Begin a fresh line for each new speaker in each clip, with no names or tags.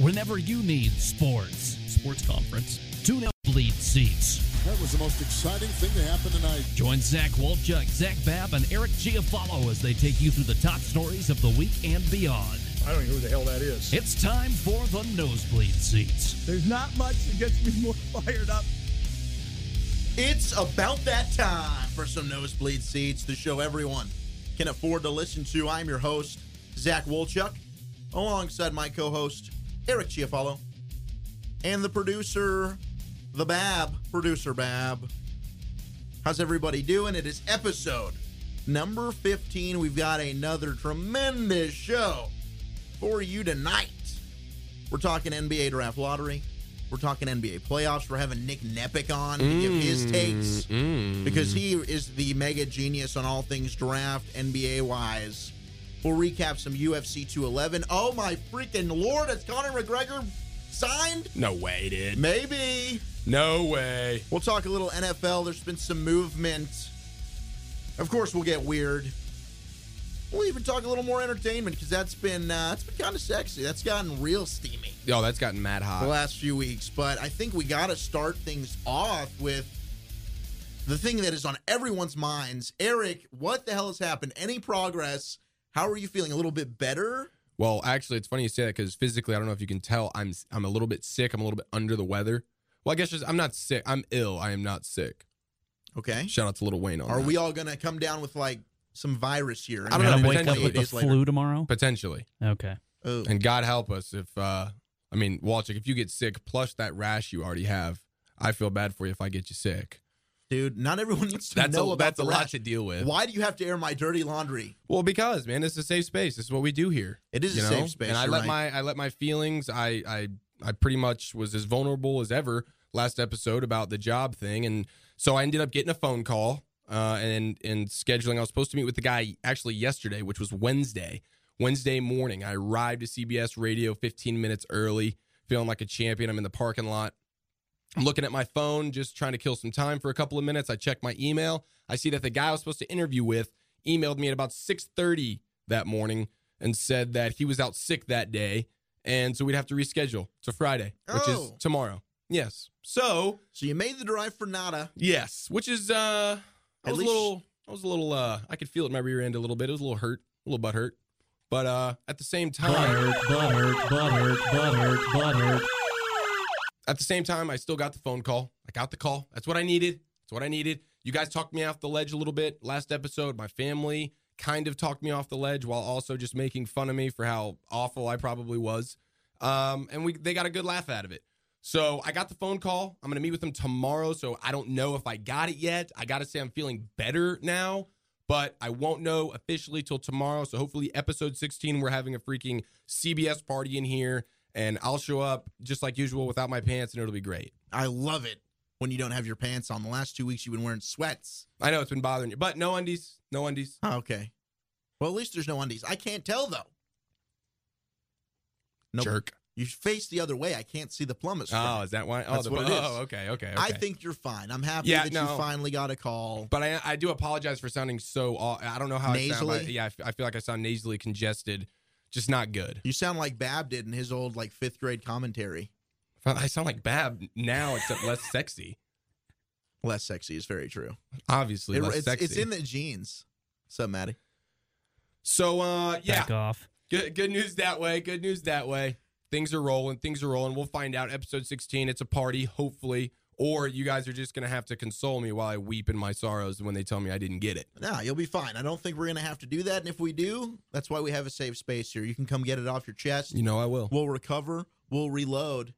whenever you need sports.
Sports conference.
Tune out bleed seats.
That was the most exciting thing to happen tonight.
Join Zach Wolchuk, Zach Babb, and Eric Giafalo as they take you through the top stories of the week and beyond.
I don't know who the hell that is.
It's time for the nosebleed seats.
There's not much that gets me more fired up.
It's about that time for some nosebleed seats, the show everyone can afford to listen to. I'm your host, Zach Wolchuk, alongside my co host, Eric Chiafalo, and the producer, the Bab, producer Bab. How's everybody doing? It is episode number 15. We've got another tremendous show for you tonight. We're talking NBA draft lottery. We're talking NBA playoffs. We're having Nick Nepic on to give his takes because he is the mega genius on all things draft, NBA wise. We'll recap some UFC 211. Oh my freaking lord! Has Conor McGregor signed?
No way, dude.
Maybe.
No way.
We'll talk a little NFL. There's been some movement. Of course, we'll get weird. We'll even talk a little more entertainment because that's been uh, that's been kind of sexy. That's gotten real steamy
Yo, that's gotten mad hot.
the last few weeks. But I think we got to start things off with the thing that is on everyone's minds. Eric, what the hell has happened? Any progress? How are you feeling? A little bit better?
Well, actually, it's funny you say that because physically, I don't know if you can tell, I'm I'm a little bit sick. I'm a little bit under the weather. Well, I guess just I'm not sick. I'm ill. I am not sick.
Okay.
Shout out to Little Wayne on
Are
that.
we all gonna come down with like some virus here?
I don't
And
know,
Gonna
then
wake up
potentially
twenty-eight
with the
days later-
flu tomorrow.
potentially?
Okay.
Oh,
And God help us if uh I mean, Walchik, if you get sick plus that rash you already have, I feel bad for you if I get you sick.
dude, not everyone needs to
That's
know
a,
about
that's
the
a lot
rash.
to deal with.
Why do you have to air my dirty laundry?
Well, because man, it's a safe space. This is what we do here.
It is
you know?
a safe space.
And I
you're
let
right.
my I let my feelings. I I I pretty much was as vulnerable as ever last episode about the job thing, and so I ended up getting a phone call uh, and and scheduling. I was supposed to meet with the guy actually yesterday, which was Wednesday. Wednesday morning, I arrived at CBS Radio 15 minutes early, feeling like a champion. I'm in the parking lot. I'm looking at my phone, just trying to kill some time for a couple of minutes. I check my email. I see that the guy I was supposed to interview with emailed me at about 6:30 that morning and said that he was out sick that day, and so we'd have to reschedule to Friday, which
Oh.
is tomorrow. Yes. So
So you made the drive for nada.
yes, which is uh, I
At
was
least-
a little, I was a little, uh, I could feel it in my rear end a little bit. It was a little hurt, a little butt hurt, but uh, at the same time,
Butthurt, butthurt, butthurt, butthurt, butthurt.
at the same time, I still got the phone call. I got the call. That's what I needed. That's what I needed. You guys talked me off the ledge a little bit last episode. My family kind of talked me off the ledge while also just making fun of me for how awful I probably was. Um, and we they got a good laugh out of it. So I got the phone call. I'm gonna meet with them tomorrow. So I don't know if I got it yet. I gotta say I'm feeling better now, but I won't know officially till tomorrow. So hopefully episode 16, we're having a freaking CBS party in here, and I'll show up just like usual without my pants, and it'll be great.
I love it when you don't have your pants on. The last two weeks you've been wearing sweats.
I know it's been bothering you, but no undies, no undies.
Oh, okay. Well, at least there's no undies. I can't tell though. Nope.
Jerk.
You face the other way. I can't see the plumber's.
Oh, is that why? Oh,
That's
the,
what it is.
Oh, okay, okay, okay.
I think you're fine. I'm happy
Yeah,
that you
no.
finally got a call.
But I, I do apologize for sounding so. aw- I don't know how I sound.
Nasally?
but yeah, I, f- I feel like I sound nasally congested. Just not good.
You sound like Bab did in his old like fifth grade commentary.
I sound like Bab now, except less sexy.
Less sexy is very true.
Obviously,
It-
less
it's,
sexy.
it's in the genes. What's up, Maddie?
so, uh, yeah,
Back off.
good, good news that way. Good news that way. Things are rolling. Things are rolling. We'll find out. Episode 16, it's a party, hopefully. Or you guys are just going to have to console me while I weep in my sorrows when they tell me I didn't get it.
Nah, you'll be fine. I don't think we're gonna have to do that. And if we do, that's why we have a safe space here. You can come get it off your chest.
You know I will.
We'll recover. We'll reload.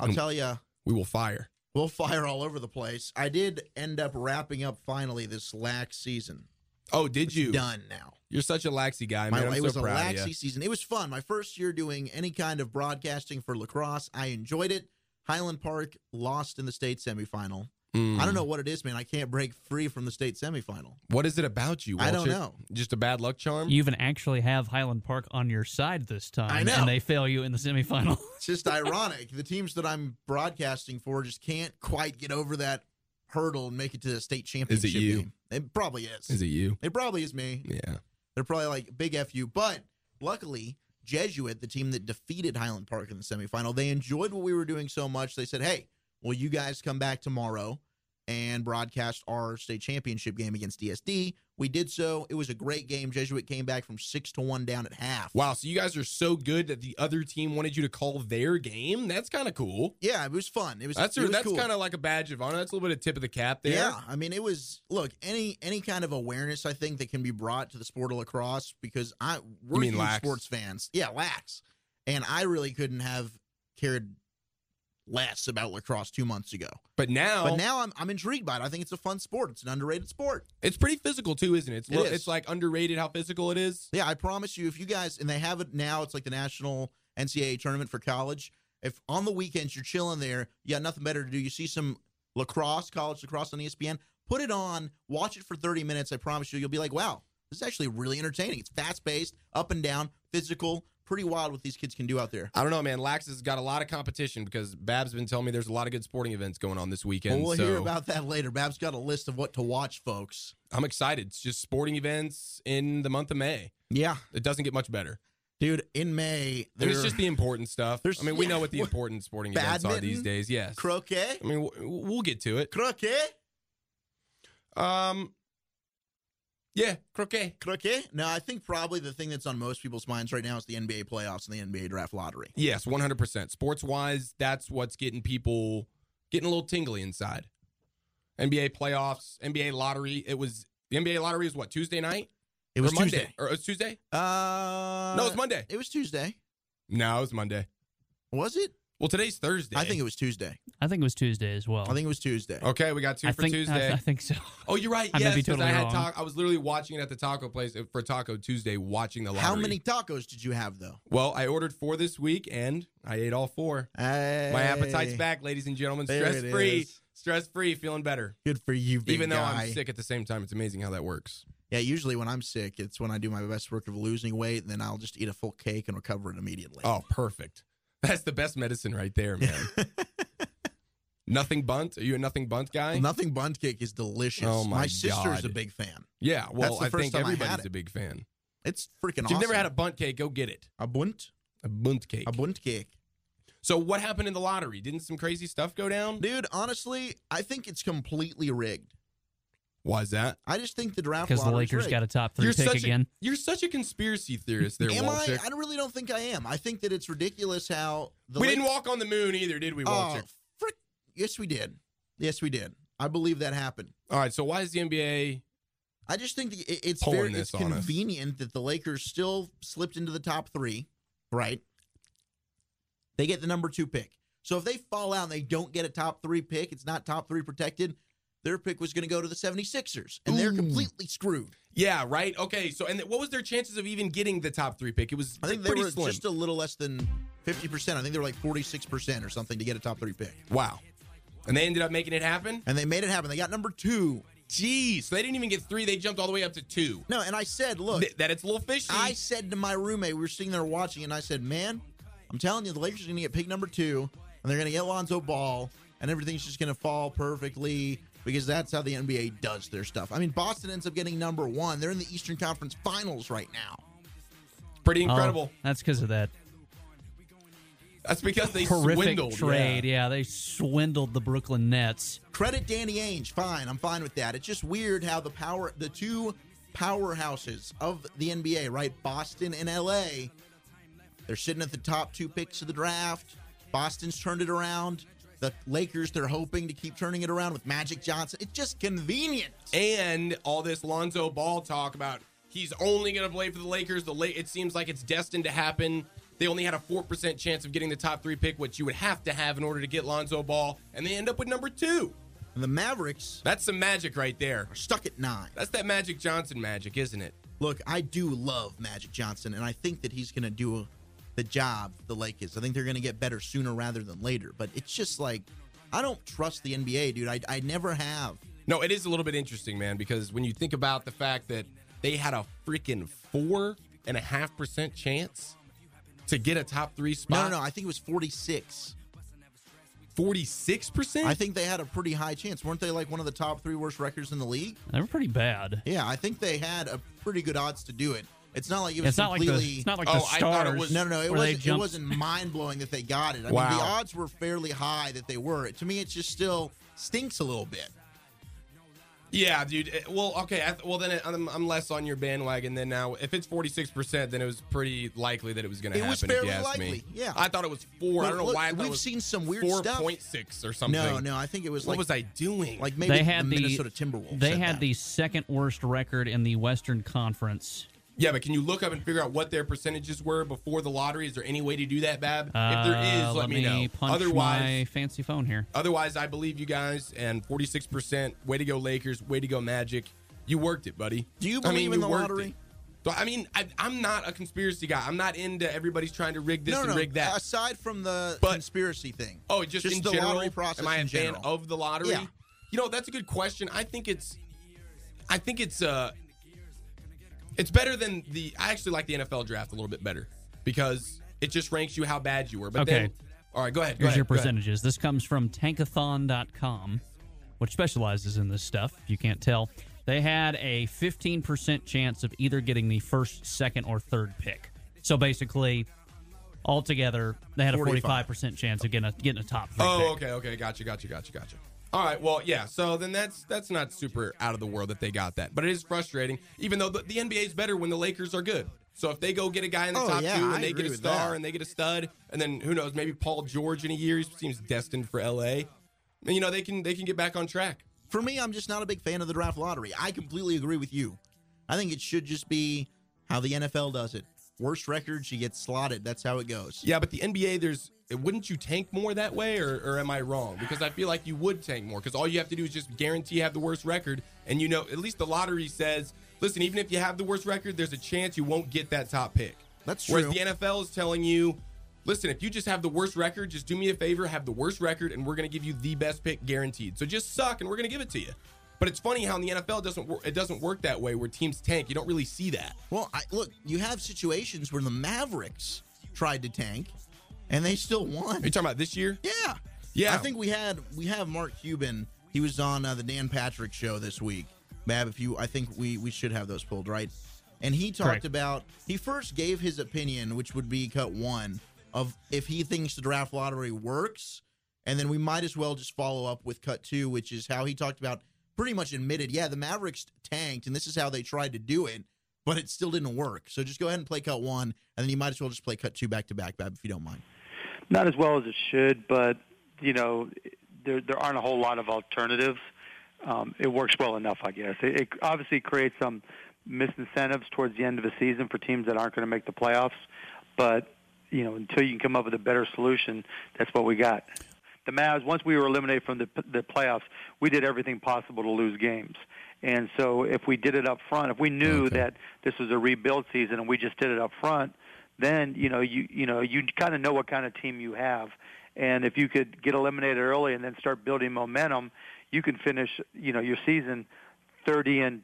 I'll
And-
tell you,
We will fire.
we'll fire all over the place. I did end up wrapping up finally this lax season.
Oh, did you?
Done now.
You're such a laxy guy,
My-
man. I'm
it
so
was a
proud of
laxy
you.
season. It was fun. My first year doing any kind of broadcasting for lacrosse. I enjoyed it. Highland Park lost in the state semifinal. I
Mm.
don't know what it is, man. I can't break free from the state semifinal.
What is it about you?
I
Walchik?
don't know. Um,
Just a bad luck charm?
You even actually have Highland Park on your side this time.
I know.
And they fail you in the semifinal.
It's just ironic. The teams that I'm broadcasting for just can't quite get over that hurdle and make it to the state championship
you?
game. It probably is.
is it you?
It probably is me.
Yeah.
They're probably like big F you. But luckily, Jesuit, the team that defeated Highland Park in the semifinal. They enjoyed what we were doing so much. They said, hey, will you guys come back tomorrow and broadcast our state championship game against DSD? We did so. It was a great game. Jesuit came back from six to one down at half.
Wow, so you guys are so good that the other team wanted you to call their game? That's kind of cool.
Yeah, it was fun. It was
That's
it was
that's
cool.
kind of like a badge of honor. That's a little bit of tip of the cap there.
Yeah, I mean, it was look any any kind of awareness I think that can be brought to the sport of lacrosse because I we're
mean
huge
lax?
sports fans. Yeah, lax, and I really couldn't have cared less about lacrosse two months ago.
But now,
But now I'm I'm intrigued by it. I think it's a fun sport. It's an underrated sport.
it's pretty physical too, isn't it? It's,
It
lo-
is.
it's like underrated how physical it is.
Yeah, I promise you, if you guys and they have it now, it's like the national NCAA tournament for college. If on the weekends you're chilling there, you got nothing better to do, you see some lacrosse, college lacrosse on E ESPN, put it on, watch it for 30 minutes. I promise you, you'll be like, wow, this is actually really entertaining. It's fast paced, up and down, physical, pretty wild what these kids can do out there.
I don't know, man. Lax has got a lot of competition because Bab's been telling me there's a lot of good sporting events going on this
Well,
weekend.
we'll
so
hear about that later. Bab's got a list of what to watch, folks.
I'm excited. It's just sporting events in the month of May.
Yeah,
It doesn't get much better.
dude. In May,
I mean,
there's
it's just the important stuff.
there's-
I mean, we
yeah,
know what the
what-
important sporting events are these
Badminton?
days. Yes.
croquet,
I mean, w- we'll get to it.
croquet,
Um, yeah, croquet.
Croquet? No, I think probably the thing that's on most people's minds right now is the NBA playoffs and the NBA draft lottery.
Yes, 100%. Sports wise, that's what's getting people getting a little tingly inside. NBA playoffs, NBA lottery. It was the NBA lottery was what, Tuesday night?
It was
or Monday.
Tuesday.
Or it was Tuesday?
Uh,
no, it's Monday.
It was Tuesday.
No, it was Monday.
Was it?
Well, today's Thursday.
I think it was Tuesday.
I think it was Tuesday as well.
I think it was Tuesday.
Okay, we got two
I
for
think- I-
Tuesday.
I, think so.
oh, you're right.
I may
yes,
be
'cause
totally
I had
wrong.
ta- I was literally watching it at the taco place uh, for Taco Tuesday, watching the lottery.
How many tacos did you have though?
Well, I ordered four this week, and I ate all four. My appetite's
Hey,
back, ladies and gentlemen.
There
Stress
it
free,
is.
stress free, feeling better.
Good for you, big
Even though
guy.
I'm sick at the same time, it's amazing how that works.
Yeah, usually when I'm sick, it's when I do my best work of losing weight, and then I'll just eat a full cake and recover it immediately.
Oh, perfect. That's the best medicine right there, man. nothing bunt? Are you a nothing bunt guy?
Nothing bun cake is delicious.
Oh, my
sister's
God.
a big fan.
yeah, well,
That's the
I
first
think
time I had
everybody's
it.
a big fan.
It's freaking
If
awesome.
you've never had a bunt cake, go get it.
a bunt,
A bunt cake.
a bunt cake.
so what happened in the lottery? Didn't some crazy stuff go down?
Dude, honestly, I think it's completely rigged.
Why is that?
I just think the draft
Because the
lottery's
Lakers
rigged.
got a top 3
you're
pick
such
again.
A, you're such a conspiracy theorist there,
Am I?
Walchick.
I really don't think I am. I think that it's ridiculous how the
we
Lak-
didn't walk on the moon either, did we,
Oh,
Walchick?
frick. Yes, we did. Yes, we did. I believe that happened.
All right, so why is the NBA
I just think the, it- it's
Pulling
very
this
it's
on us.
convenient that the Lakers still slipped into the top three, right? They get the number two pick. So if they fall out and they don't get a top three pick, it's not top three protected. Their pick was going to go to the 76ers, and they're
Ooh.
completely screwed.
Yeah, right. Okay, so and what was their chances of even getting the top three pick? It was
I think they
pretty
were
slim.
just a little less than 50%. I think they were like 46% or something to get a top three pick.
wow, and they ended up making it happen.
And they made it happen. They got number two.
Jeez, so they didn't even get three; they jumped all the way up to two.
No, and I said, look,
Th- that it's a little fishy.
I said to my roommate, we were sitting there watching, and I said, man, I'm telling you, the Lakers are going to get pick number two, and they're going to get Lonzo Ball, and everything's just going to fall perfectly because that's how the NBA does their stuff. I mean, Boston ends up getting number one. They're in the Eastern Conference Finals right now.
Pretty
Oh,
incredible.
that's because of that
That's because they
horrific
swindled.
trade.
Yeah.
Yeah. they swindled the Brooklyn Nets.
Credit Danny Ainge. Fine, I'm fine with that. It's just weird how the power, the two powerhouses of the NBA, right, Boston and LA, they're sitting at the top two picks of the draft. Boston's turned it around. The Lakers, they're hoping to keep turning it around with Magic Johnson. It's just convenient.
And all this Lonzo Ball talk about he's only going to play for the Lakers. The late it seems like it's destined to happen. They only had a four percent chance of getting the top three pick, which you would have to have in order to get Lonzo Ball, and they end up with number two.
And the Mavericks
That's some magic right there.
are stuck at nine.
That's that Magic Johnson magic, isn't it?
Look, I do love Magic Johnson, and I think that he's going to do the job the Lakers. I think they're going to get better sooner rather than later. But it's just like, I don't trust the NBA, dude. I, I never have.
No, it is a little bit interesting, man, because when you think about the fact that they had a freaking four and a half percent chance to get a top three
No, no,
spot.
no. I think it was 46.
forty-six
I
percent.
think they had a pretty high chance. Weren't they like one of the top three worst records in the league?
They were pretty bad.
Yeah, I think they had a pretty good odds to do it. It's not like it was
It's not like the
completely.
it's not like
Oh,
the
I thought
stars.
it was-
no, no, no. It
where they
wasn't. It
jumped-
wasn't mind blowing that they got it. I mean,
Wow.
the odds were fairly high that they were. To me, it just still stinks a little bit.
Yeah, dude. Eh, Well, okay. I, th- well, then it, I'm, I'm less on your bandwagon than now. If it's 46, percent then it was pretty likely that it was going to
It
happen.
was
if
fairly
you ask me.
likely, yeah.
I thought it was four. I
Look,
don't know
look,
why. I thought it
we've
was
seen some weird stuff.
4.6 or something.
No, no. I think it was
What
like
was I doing?
like maybe
They had
the
the,
Minnesota Timberwolves.
They
said
had
that.
the second worst record in the Western Conference.
yeah, but can you look up and figure out what their percentages were before the lottery? Is there any way to do that, Bab? if there is,
Uh,
let, me know.
punch
Otherwise,
my fancy phone here.
Otherwise, I believe you guys and 46%. Way to go, Lakers. Way to go, Magic. You worked it, buddy.
Do you
I mean,
believe in the
worked
lottery?
it. So, I mean, I, I'm not a conspiracy guy. I'm not into everybody's trying to rig this
no,
and
no.
rig that.
Aside from the
But-
conspiracy thing.
oh, just, in
the
general,
lottery process.
am I a
in
fan
general.
of the lottery?
Yeah.
You know, that's a good question. I think it's, I think it's, uh, it's better than the. I actually like the NFL draft a little bit better because it just ranks you how bad you were. But
Okay.
then, all right, go ahead. Go
Here's
ahead,
your
go ahead.
percentages. This comes from tankathon.com, which specializes in this stuff, if you can't tell. They had a 15% chance of either getting the first, second, or third pick. So basically, altogether, they had a
45.
45% chance of getting a, getting a top three
Oh,
pick.
okay, okay, gotcha, gotcha, gotcha, gotcha. All right, well, yeah. So then that's that's not super out of the world that they got that, but it is frustrating. Even though the, the NBA is better when the Lakers are good. So if they go get a guy in the
Oh,
top
yeah,
two
I
and they
agree
get a
with
star
that.
and they get a stud, and then who knows, maybe Paul George in a year he seems destined for LA. I mean, you know, they can they can get back on track.
For me, I'm just not a big fan of the draft lottery. I completely agree with you. I think it should just be how the NFL does it. Worst records, you get slotted. That's how it goes.
Yeah, but the NBA, there's wouldn't you tank more that way, or, or am I wrong? Because I feel like you would tank more because all you have to do is just guarantee you have the worst record, and you know at least the lottery says, listen, even if you have the worst record, there's a chance you won't get that top pick.
That's
Whereas
true.
the NFL is telling you, listen, if you just have the worst record, just do me a favor, have the worst record, and we're gonna give you the best pick guaranteed. So just suck, and we're gonna give it to you. But it's funny how in the NFL doesn't wor- it doesn't work that way where teams tank. You don't really see that.
Well, I, look, you have situations where the Mavericks tried to tank, and they still won.
Are you talking about this year?
Yeah,
Yeah.
I think we had we have Mark Cuban. He was on uh, the Dan Patrick show this week. Mab, if you, I think we we should have those pulled right. And he talked
Correct.
about he first gave his opinion, which would be cut one of if he thinks the draft lottery works, and then we might as well just follow up with cut two, which is how he talked about pretty much admitted, yeah, the Mavericks tanked, and this is how they tried to do it, but it still didn't work. So just go ahead and play cut one, and then you might as well just play cut two back to back, Bab, if you don't mind.
not as well as it should, but you know, there there aren't a whole lot of alternatives. Um, it works well enough, I guess. It, it obviously creates some misincentives towards the end of the season for teams that aren't going to make the playoffs, but you know, until you can come up with a better solution, that's what we got. The Mavs, once we were eliminated from the the playoffs, we did everything possible to lose games. And so, if we did it up front, if we knew that this was a rebuild season and we just did it up front, then you know you you know you kind of know what kind of team you have, and if you could get eliminated early and then start building momentum, you can finish you know your season thirty and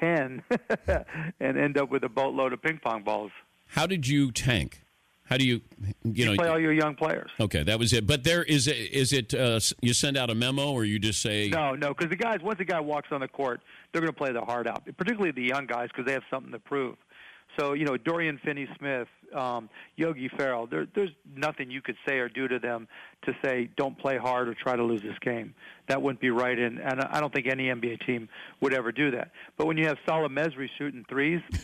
ten, and end up with a boatload of ping pong balls.
How did you tank? How do you, you
You, play all
know?
your young players.
Okay, that was it. But there is a, is it uh, s- you send out a memo or you just say
No, no, because the guys once a guy walks on the court, they're going to play the hard out, particularly the young guys because they have something to prove. So you know Dorian Finney-Smith, um, Yogi Ferrell, there, there's nothing you could say or do to them to say don't play hard or try to lose this game. That wouldn't be right, and, and I don't think any NBA team would ever do that. But when you have Salah Mesri shooting threes,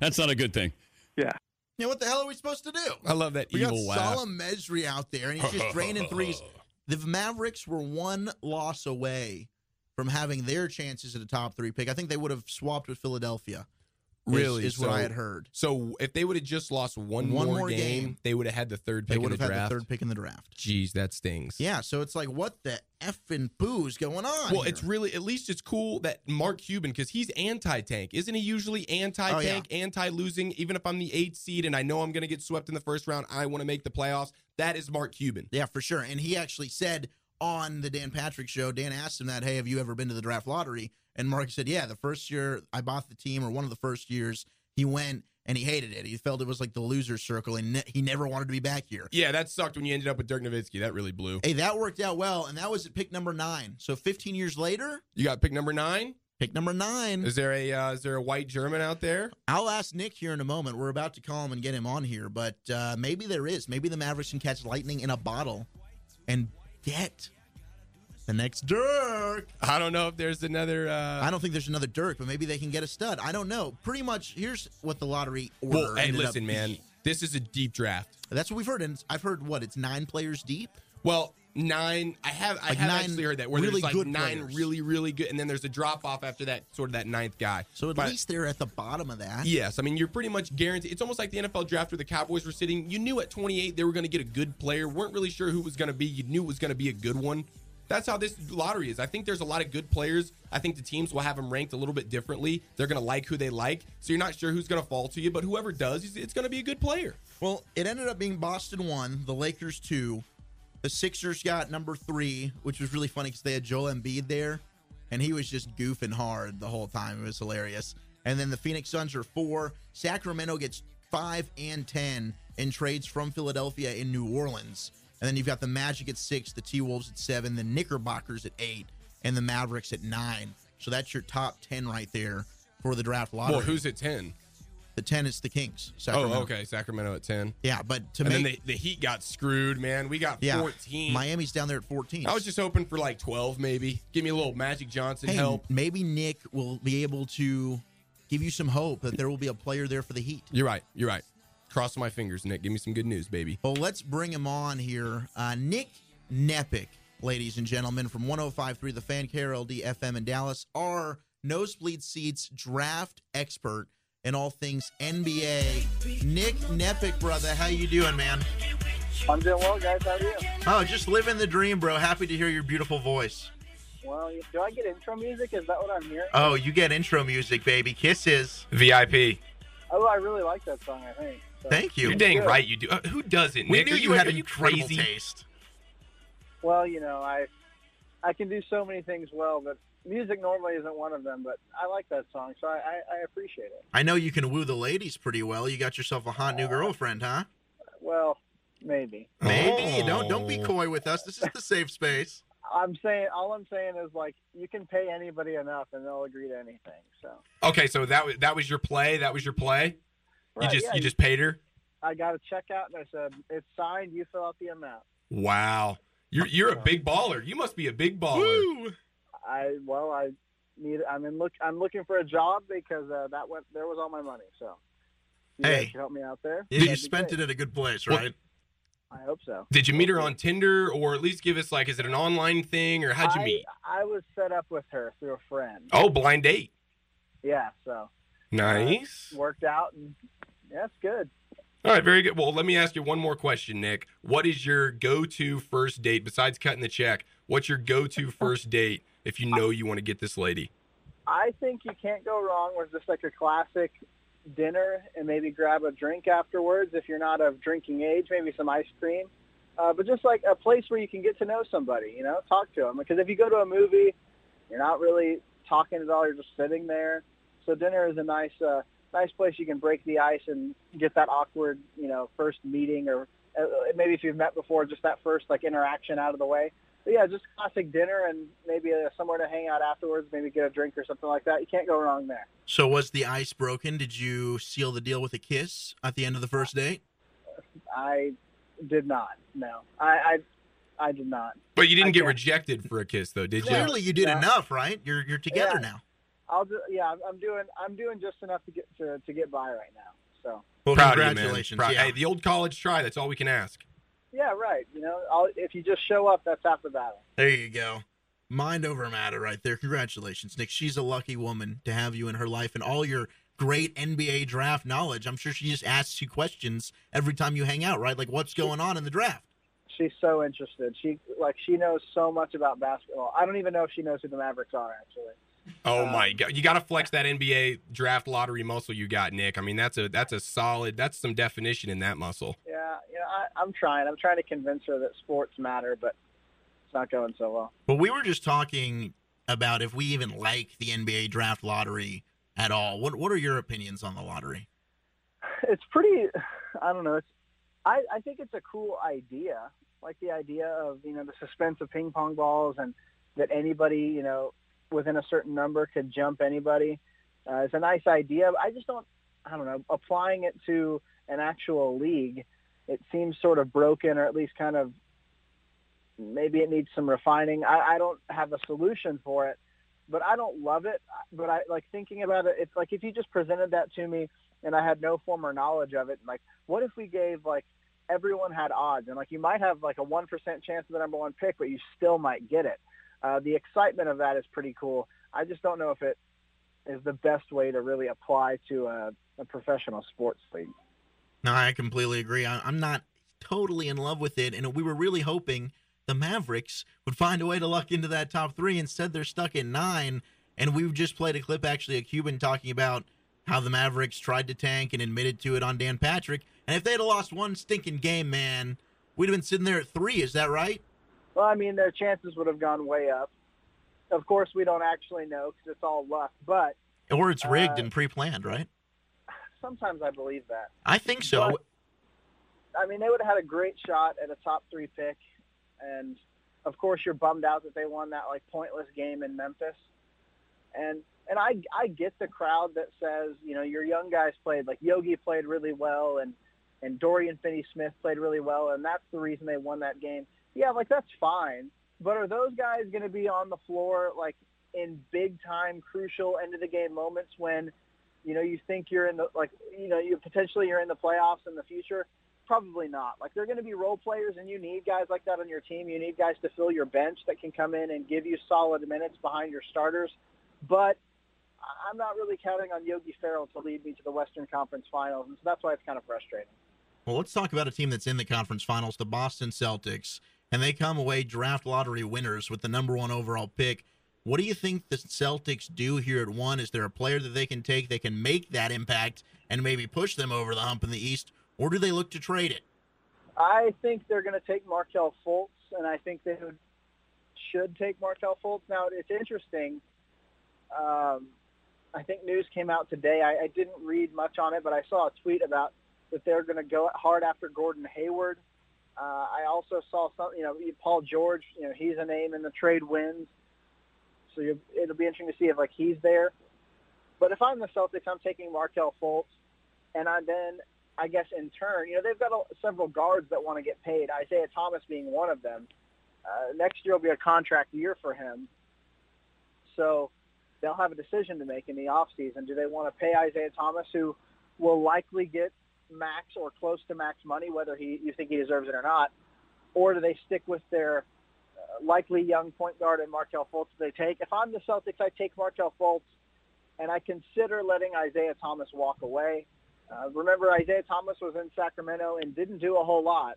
that's not a good thing?
yeah,
Now, what the hell are we supposed to do?
I love that
We got
evil laugh.
Salah Mesri out there, and he's just draining threes. The Mavericks were one loss away from having their chances at a top three pick. I think they would have swapped with Philadelphia. is-
Really,
is, what I
so-
had heard.
So if they would have just lost one,
One
more,
more
game,
game,
they would have had the third
They
pick
would
in the
have had
draft.
the third pick in the draft.
Jeez, that stings.
Yeah, so it's like, what the effing boo's going on?
Well,
here?
it's really at least it's cool that Mark Cuban because he's anti-tank, isn't he? Usually anti-tank,
Oh,
anti-losing. Even if I'm the eighth seed and I know I'm going to get swept in the first round, I want to make the playoffs. That is Mark Cuban.
yeah, for sure. And he actually said on the Dan Patrick show, Dan asked him that, hey, have you ever been to the draft lottery? And Mark said, yeah, the first year I bought the team, or one of the first years, he went and he hated it. He felt it was like the loser circle, and ne- he never wanted to be back here.
Yeah, that sucked when you ended up with Dirk Nowitzki. That really blew.
Hey, that worked out well, and that was at pick number nine. So 15 years later,
You got pick number nine.
Pick number nine.
Is there a uh, is there a white German out there?
I'll ask Nick here in a moment. We're about to call him and get him on here, but uh, maybe there is. Maybe the Mavericks can catch lightning in a bottle and get the next Dirk.
I don't know if there's another. Uh,
I don't think there's another Dirk, but maybe they can get a stud. I don't know. Pretty much, here's what the lottery order.
well, hey,
ended up
listen, man,
being.
this is a deep draft.
That's what we've heard, and I've heard what it's nine players deep.
Well, nine. I have I
Like
have
nine
actually heard that where
really
there's like
good
nine
players.
really really good, and then there's a drop off after that, sort of that ninth guy.
So at
But-
least they're at the bottom of that.
Yes, I mean you're pretty much guaranteed. It's almost like the NFL draft where the Cowboys were sitting. You knew at 28 they were going to get a good player. weren't really sure who was going to be. You knew it was going to be a good one. That's how this lottery is. I think there's a lot of good players. I think the teams will have them ranked a little bit differently. They're going to like who they like. So you're not sure who's going to fall to you, but whoever does, it's- it's going to be a good player.
Well, it ended up being Boston one, the Lakers two, the Sixers got number three, which was really funny because they had Joel Embiid there, and he was just goofing hard the whole time. It was hilarious. And then the Phoenix Suns are four. Sacramento gets five and ten in trades from Philadelphia in New Orleans. And then you've got the Magic at six, the T Wolves at seven, the Knickerbockers at eight, and the Mavericks at nine. So that's your top ten right there for the draft lottery.
Well, who's at 10?
the ten is the Kings.
Oh,
Sacramento.
okay, Sacramento at 10.
Yeah, but to
And
make
then the, the Heat got screwed, man. We got
yeah,
14.
Miami's down there at 14.
I was just hoping for like 12, maybe. Give me a little Magic Johnson
hey,
help.
maybe Nick will be able to give you some hope that there will be a player there for the Heat.
You're right. You're right. Cross my fingers, Nick. Give me some good news, baby.
Well, let's bring him on here. Uh, Nick Nepic, ladies and gentlemen, from 105.3 The Fan, KRLD FM in Dallas, our Nosebleed Seats draft expert in all things NBA. Nick Nepic, brother, how you doing, man?
I'm doing well, guys. How are you?
Oh, just living the dream, bro. Happy to hear your beautiful voice.
Well, do I get intro music? Is that what I'm hearing?
Oh, you get intro music, baby. Kisses.
VIP.
Oh, I really like that song. I think. So-
Thank you.
You're dang right. You do. Uh, who doesn't?
we
Nick?
knew
Are
you, had
are
an incredible taste.
Well, you know, I I can do so many things well, but music normally isn't one of them. But I like that song, so I, I, I appreciate it.
I know you can woo the ladies pretty well. You got yourself a hot new girlfriend, huh?
Well, maybe.
Maybe. Don't don't be
Oh.
coy with us. This is the safe space.
I'm saying all I'm saying is like you can pay anybody enough, and they'll agree to anything. So
Okay, so that was that was your play. That was your play.
Right,
you just
yeah,
you just paid her.
I got a checkout, and I said it's signed. You fill out the amount.
Wow. You're you're a big baller. You must be a big baller.
I well, I need. I'm in look. I'm looking for a job because uh, that went. There was all my money. So, you
Hey.
guys can help me out there.
Yeah,
That'd
you
be
spent
great.
it at a good place,
Well-
right?
I hope so.
Did you meet her on Tinder or at least give us like is it an online thing or how'd you
I,
meet?
I was set up with her through a friend.
Oh, blind date.
Yeah, so uh,
Nice.
worked out, and that's good.
All right, very good. Well, let me ask you one more question, Nick. What is your go-to first date besides cutting the check? What's your go-to first date if you know you want to get this lady?
I think you can't go wrong with just like a classic dinner and maybe grab a drink afterwards if you're not of drinking age, maybe some ice cream. Uh, but just like a place where you can get to know somebody, you know, talk to them. Because if you go to a movie, you're not really talking at all. You're just sitting there. So dinner is a nice, uh, nice place you can break the ice and get that awkward, you know, first meeting or uh, maybe if you've met before, just that first like interaction out of the way. But yeah, just classic dinner and maybe uh, somewhere to hang out afterwards. Maybe get a drink or something like that. You can't go wrong there.
So was the ice broken? Did you seal the deal with a kiss at the end of the first date?
I did not. No, I I, I did not.
But you didn't
I
get
can't.
rejected for a kiss, though, did you?
Clearly you did
Yeah.
enough, right? You're you're together
Yeah.
now.
I'll do, yeah, I'm- I'm doing I'm doing just enough to get to, to get by right now. So
Well,
Proud Of
congratulations.
you, man. Proud-
yeah.
Hey, the old college try. That's all we can ask.
yeah, right. You know, I'll, if you just show up, that's half the battle.
there you go. Mind over matter right there. Congratulations, Nick. She's a lucky woman to have you in her life and all your great NBA draft knowledge. I'm sure she just asks you questions every time you hang out, right? Like what's going on in the draft?
She's so interested. She like she knows so much about basketball. I don't even know if she knows who the Mavericks are actually.
Oh
Um,
my god, you got to flex that NBA draft lottery muscle you got, Nick. I mean, that's a that's a solid. That's some definition in that muscle.
Yeah, you know, I, I'm trying. I'm trying to convince her that sports matter, but it's not going so well.
Well, we were just talking about if we even like the NBA draft lottery at all. What what are your opinions on the lottery?
it's pretty i don't know it's i i think it's a cool idea like the idea of you know the suspense of ping pong balls and that anybody you know within a certain number could jump anybody. Uh, it's a nice idea. But I just don't, I don't know, applying it to an actual league, it seems sort of broken or at least kind of maybe it needs some refining. I, I don't have a solution for it, but I don't love it. But I like thinking about it. It's like if you just presented that to me and I had no former knowledge of it, like what if we gave like everyone had odds and like you might have like a 1% chance of the number one pick, but you still might get it. Uh, the excitement of that is pretty cool. I just don't know if it is the best way to really apply to a, a professional sports league.
No, I completely agree. I, I'm not totally in love with it, and we were really hoping the Mavericks would find a way to luck into that top three. Instead, they're stuck at nine. And we just played a clip, actually, a Cuban talking about how the Mavericks tried to tank and admitted to it on Dan Patrick. And if they'd have lost one stinking game, man, we'd have been sitting there at three. Is that right?
Well, I mean, their chances would have gone way up. Of course, we don't actually know because it's all luck, but
Or it's rigged and pre planned, right?
sometimes I believe that.
I think so.
But- I mean, they would have had a great shot at a top three pick, and of course, you're bummed out that they won that like pointless game in Memphis. And and I I get the crowd that says you know your young guys played like Yogi played really well and and Dorian Finney-Smith played really well, and that's the reason they won that game. Yeah, like that's fine, but are those guys going to be on the floor like in big time, crucial end of the game moments when? You know, you think you're in the like, you know, you potentially you're in the playoffs in the future probably not. Like they're going to be role players, and you need guys like that on your team. You need guys to fill your bench that can come in and give you solid minutes behind your starters. But I- I'm not really counting on Yogi Ferrell to lead me to the Western Conference Finals, and so that's why it's kind of frustrating.
Well, let's talk about a team that's in the conference finals, the Boston Celtics, and they come away draft lottery winners with the number one overall pick. What do you think the Celtics do here at one? Is there a player that they can take that can make that impact and maybe push them over the hump in the East, or do they look to trade it?
I think they're going to take Markel Fultz, and I think they would, should take Markel Fultz. Now, it's interesting. Um, I think news came out today. I, I didn't read much on it, but I saw a tweet about that they're going to go hard after Gordon Hayward. Uh, I also saw some, you know, Paul George. You know, he's a name in the trade wins, so you, it'll be interesting to see if like he's there. But if I'm the Celtics, I'm taking Markel Fultz, and I then I guess in turn, you know, they've got a, several guards that want to get paid. Isaiah Thomas being one of them. Uh, next year will be a contract year for him, so they'll have a decision to make in the off season. Do they want to pay Isaiah Thomas, who will likely get max or close to max money, whether he you think he deserves it or not, or do they stick with their uh, likely young point guard and Markel Fultz? They take. If I'm the Celtics, I take Markel Fultz, and I consider letting Isaiah Thomas walk away. Uh, remember, Isaiah Thomas was in Sacramento and didn't do a whole lot.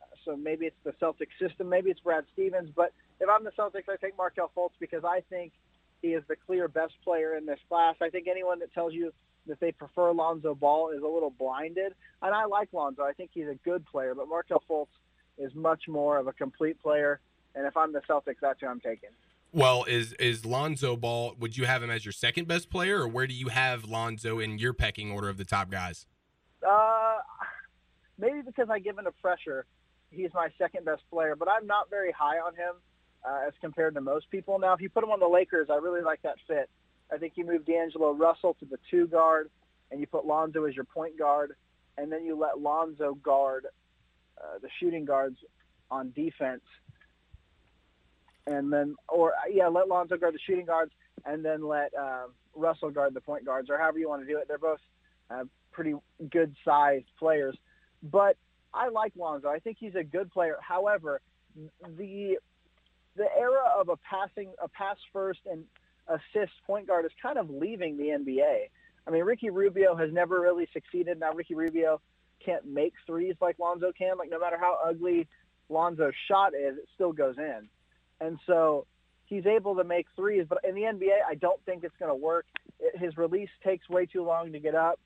Uh, So maybe it's the Celtics system, maybe it's Brad Stevens. But if I'm the Celtics, I take Markel Fultz because I think he is the clear best player in this class. I think anyone that tells you that they prefer Lonzo Ball is a little blinded. And I like Lonzo. I think he's a good player, but Markel Fultz is much more of a complete player. And if I'm the Celtics, that's who I'm taking.
Well, is is Lonzo Ball? Would you have him as your second best player, or where do you have Lonzo in your pecking order of the top guys?
Uh, maybe because I give into pressure, he's my second best player, but I'm not very high on him uh, as compared to most people. Now, if you put him on the Lakers, I really like that fit. I think you move D'Angelo Russell to the two guard, and you put Lonzo as your point guard, and then you let Lonzo guard uh, the shooting guards on defense, and then or uh, yeah, let Lonzo guard the shooting guards, and then let um, Russell guard the point guards, or however you want to do it. They're both uh, pretty good sized players. But I like Lonzo. I think he's a good player. However, the the era of a passing a pass first and assist point guard is kind of leaving the NBA. I mean, Ricky Rubio has never really succeeded. Now Ricky Rubio can't make threes like Lonzo can. Like no matter how ugly Lonzo's shot is, it still goes in. And so he's able to make threes, but in the NBA, I don't think it's going to work. It, his release takes way too long to get up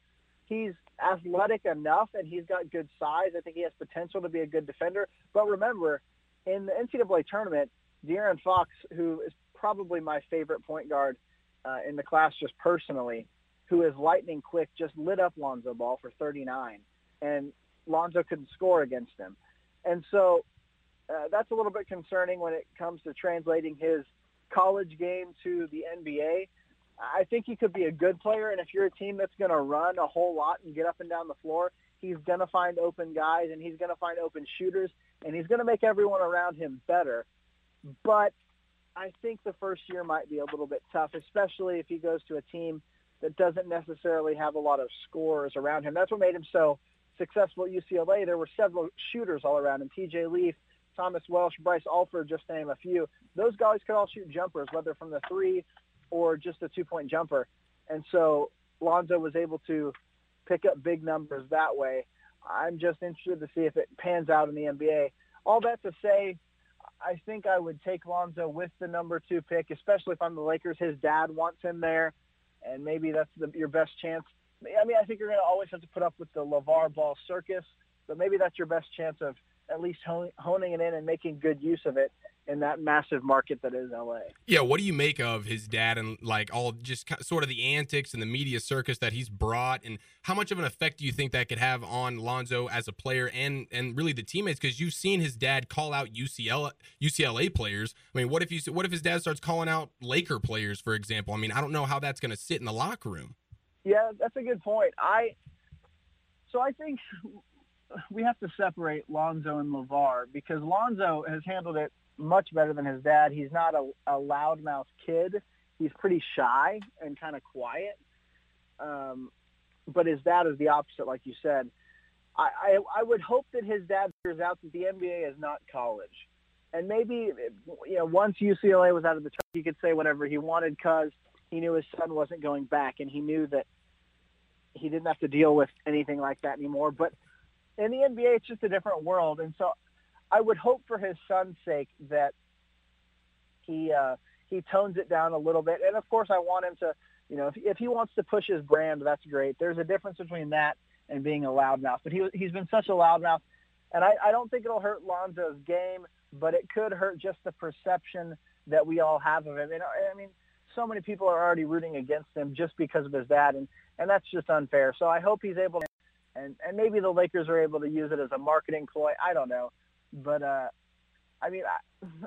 he's athletic enough and he's got good size. I think he has potential to be a good defender. But remember, in the NCAA tournament, De'Aaron Fox, who is probably my favorite point guard uh, in the class just personally, who is lightning quick, just lit up Lonzo Ball for 39. And Lonzo couldn't score against him. And so uh, that's a little bit concerning when it comes to translating his college game to the NBA, I think he could be a good player. And if you're a team that's going to run a whole lot and get up and down the floor, he's going to find open guys and he's going to find open shooters and he's going to make everyone around him better. But I think the first year might be a little bit tough, especially if he goes to a team that doesn't necessarily have a lot of scorers around him. That's what made him so successful at UCLA. There were several shooters all around him. TJ Leaf, Thomas Welsh, Bryce Alford, just to name a few. Those guys could all shoot jumpers, whether from the three or just a two-point jumper. And so Lonzo was able to pick up big numbers that way. I'm just interested to see if it pans out in the NBA. All that to say, I think I would take Lonzo with the number two pick, especially if I'm the Lakers. His dad wants him there, and maybe that's the, your best chance. I mean, I think you're going to always have to put up with the LeVar Ball circus, but maybe that's your best chance of at least hone- honing it in and making good use of it in that massive market that is LA.
Yeah, what do you make of his dad and like all just ki- sort of the antics and the media circus that he's brought, and how much of an effect do you think that could have on Lonzo as a player and and really the teammates? Because you've seen his dad call out UCLA UCLA players. I mean, what if you what if his dad starts calling out Laker players, for example? I mean, I don't know how that's going to sit in the locker room.
Yeah, that's a good point. I so I think we have to separate Lonzo and Levar because Lonzo has handled it much better than his dad. He's not a, a loudmouth kid. He's pretty shy and kind of quiet. Um, but his dad is the opposite, like you said. I, I, I would hope that his dad figures out that the NBA is not college. And maybe, you know, once UCLA was out of the tournament, he could say whatever he wanted because he knew his son wasn't going back and he knew that he didn't have to deal with anything like that anymore. But in the NBA, it's just a different world. And so I would hope for his son's sake that he uh, he tones it down a little bit. And of course, I want him to, you know, if, if he wants to push his brand, that's great. There's a difference between that and being a loudmouth. But he he's been such a loudmouth, and I, I don't think it'll hurt Lonzo's game, but it could hurt just the perception that we all have of him. And uh, I I mean, so many people are already rooting against him just because of his dad, and and that's just unfair. So I hope he's able to. And, and maybe the Lakers are able to use it as a marketing ploy. I don't know but uh, I mean,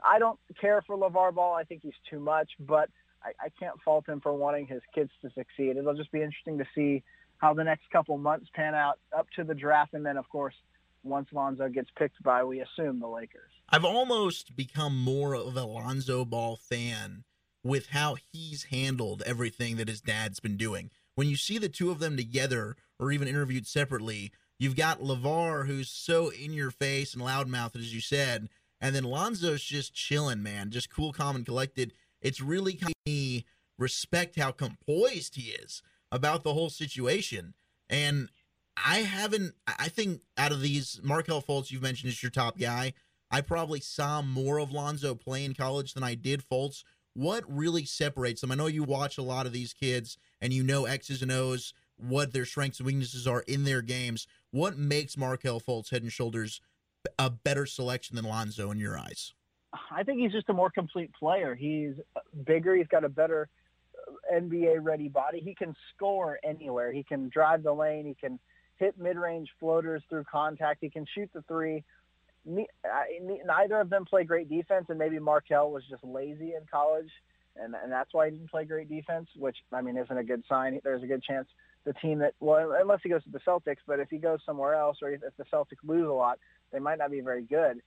I, I don't care for LeVar Ball. I think he's too much, but I, I can't fault him for wanting his kids to succeed. It'll just be interesting to see how the next couple months pan out up to the draft, and then of course, once Lonzo gets picked by, we assume the Lakers.
I've almost become more of a Lonzo Ball fan with how he's handled everything that his dad's been doing. When you see the two of them together or even interviewed separately, you've got LeVar who's so in your face and loudmouthed, as you said, and then Lonzo's just chilling, man, just cool, calm, and collected. It's really kind of me respect how composed he is about the whole situation. And I haven't, I I think out of these, Markel Fultz, you've mentioned, is your top guy. I probably saw more of Lonzo play in college than I did Fultz. What really separates them? I know you watch a lot of these kids and you know X's and O's, what their strengths and weaknesses are in their games. What makes Markel Fultz head and shoulders a better selection than Lonzo in your eyes?
I think he's just a more complete player. He's bigger. He's got a better NBA ready body. He can score anywhere. He can drive the lane. He can hit mid-range floaters through contact. He can shoot the three. Ne- I- ne- Neither of them play great defense, and maybe Markel was just lazy in college, and, and that's why he didn't play great defense, which, I mean, isn't a good sign. There's a good chance the team that, well, unless he goes to the Celtics, but if he goes somewhere else or if if the Celtics lose a lot, they might not be very good.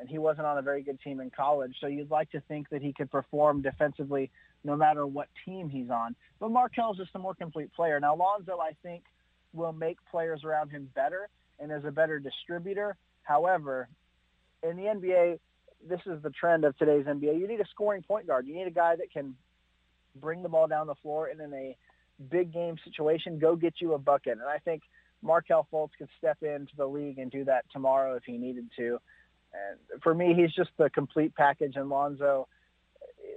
And he wasn't on a very good team in college, so you'd like to think that he could perform defensively no matter what team he's on. But Markel's just a more complete player. Now, Lonzo, I think, will make players around him better and is a better distributor. However, in the NBA, this is the trend of today's NBA. You need a scoring point guard. You need a guy that can bring the ball down the floor and in a big game situation, go get you a bucket. And I think Markel Fultz could step into the league and do that tomorrow if he needed to. And for me, he's just the complete package, and Lonzo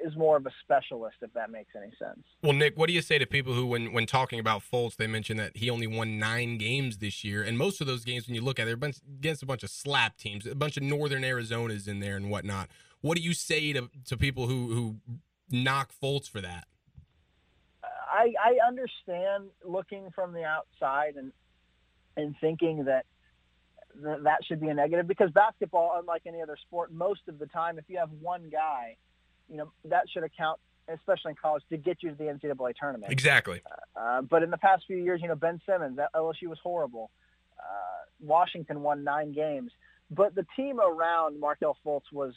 is more of a specialist, if that makes any sense.
Well, Nick, what do you say to people who, when when talking about Fultz, they mention that he only won nine games this year, and most of those games, when you look at it, they're a bunch- against a bunch of slap teams, a bunch of Northern Arizonas in there and whatnot. What do you say to to people who who knock Fultz for that?
I, I understand looking from the outside and and thinking that th- that should be a negative because basketball, unlike any other sport, most of the time, if you have one guy you know, that should account, especially in college, to get you to the NCAA tournament.
Exactly.
Uh, but in the past few years, you know, Ben Simmons, that LSU was horrible. Uh, Washington won nine games, but the team around Markel Fultz was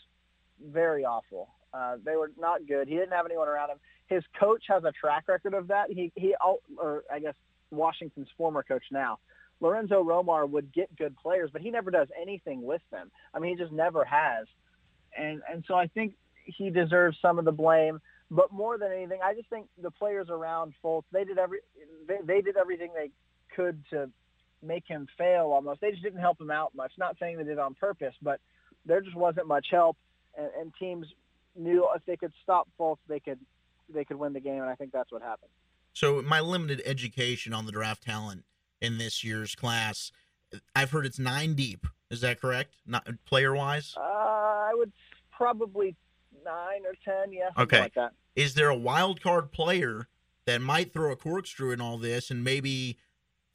very awful. Uh, they were not good. He didn't have anyone around him. His coach has a track record of that. He he, al- or I guess Washington's former coach now, Lorenzo Romar would get good players, but he never does anything with them. I mean, he just never has. And and so I think he deserves some of the blame. But more than anything, I just think the players around Fultz, they did every they, they did everything they could to make him fail almost. They just didn't help him out much. Not saying they did it on purpose, but there just wasn't much help and, and teams knew if they could stop Fultz they could they could win the game and I think that's what happened.
So my limited education on the draft talent in this year's class, I've heard it's nine deep. Is that correct? Not player wise.
Uh, I would probably nine or ten, yeah, Uh, something
Okay.
like that.
Is there a wild card player that might throw a corkscrew in all this and maybe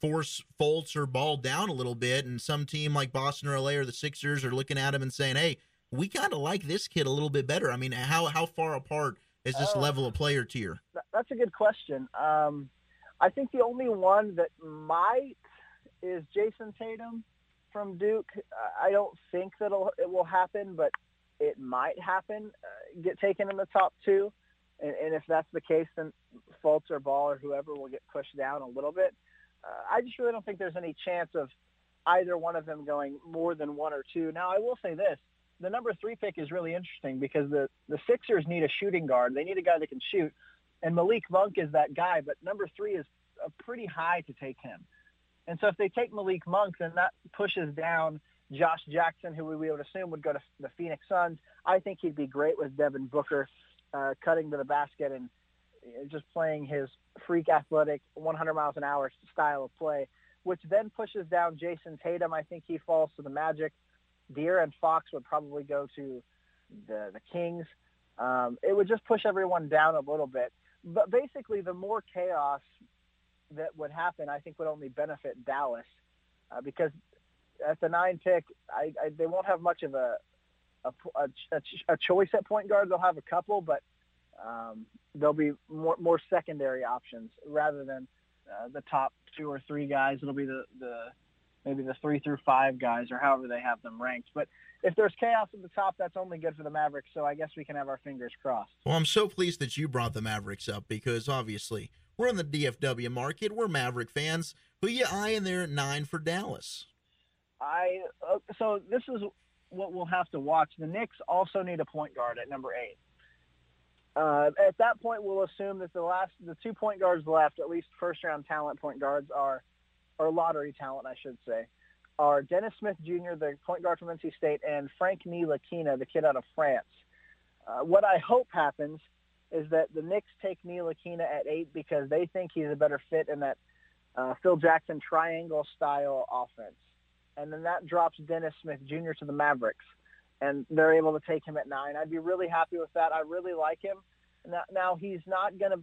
force Fultz or Ball down a little bit? And some team like Boston or LA or the Sixers are looking at him and saying, "Hey, we kind of like this kid a little bit better." I mean, how how far apart is this
Oh.
level of player tier?
Th- That's a good question. Um, I think the only one that might is Jason Tatum from Duke. Uh, I don't think that it will happen, but it might happen. Uh, get taken in the top two, and, and if that's the case, then Fultz or Ball or whoever will get pushed down a little bit. Uh, I just really don't think there's any chance of either one of them going more than one or two. Now, I will say this. The number three pick is really interesting because the, the Sixers need a shooting guard. They need a guy that can shoot and Malik Monk is that guy, but number three is uh, pretty high to take him. And so if they take Malik Monk, then that pushes down Josh Jackson, who we would assume would go to the Phoenix Suns. I think he'd be great with Devin Booker uh, cutting to the basket and uh, just playing his freak athletic 100 miles an hour style of play, which then pushes down Jason Tatum. I think he falls to the Magic. Deer and Fox would probably go to the, the Kings. Um, it would just push everyone down a little bit but basically the more chaos that would happen, I think would only benefit Dallas uh, because at the nine pick, I, I, they won't have much of a a, a a choice at point guard. They'll have a couple, but um, there'll be more more secondary options rather than uh, the top two or three guys. It'll be the the maybe the three through five guys or however they have them ranked. But if there's chaos at the top, that's only good for the Mavericks. So I guess we can have our fingers crossed.
Well, I'm so pleased that you brought the Mavericks up because obviously we're in the DFW market. We're Maverick fans. Who you eyeing there at nine for Dallas?
I uh, so this is what we'll have to watch. The Knicks also need a point guard at number eight. Uh, at that point, we'll assume that the last the two point guards left, at least first round talent point guards, are or lottery talent, I should say, are Dennis Smith Jr., the point guard from NC State, and Frank Ntilikina, the kid out of France. Uh, what I hope happens is that the Knicks take Ntilikina at eight because they think he's a better fit in that uh, Phil Jackson triangle style offense and then that drops Dennis Smith Jr. to the Mavericks, and they're able to take him at nine. I'd be really happy with that. I really like him. Now, now he's not going to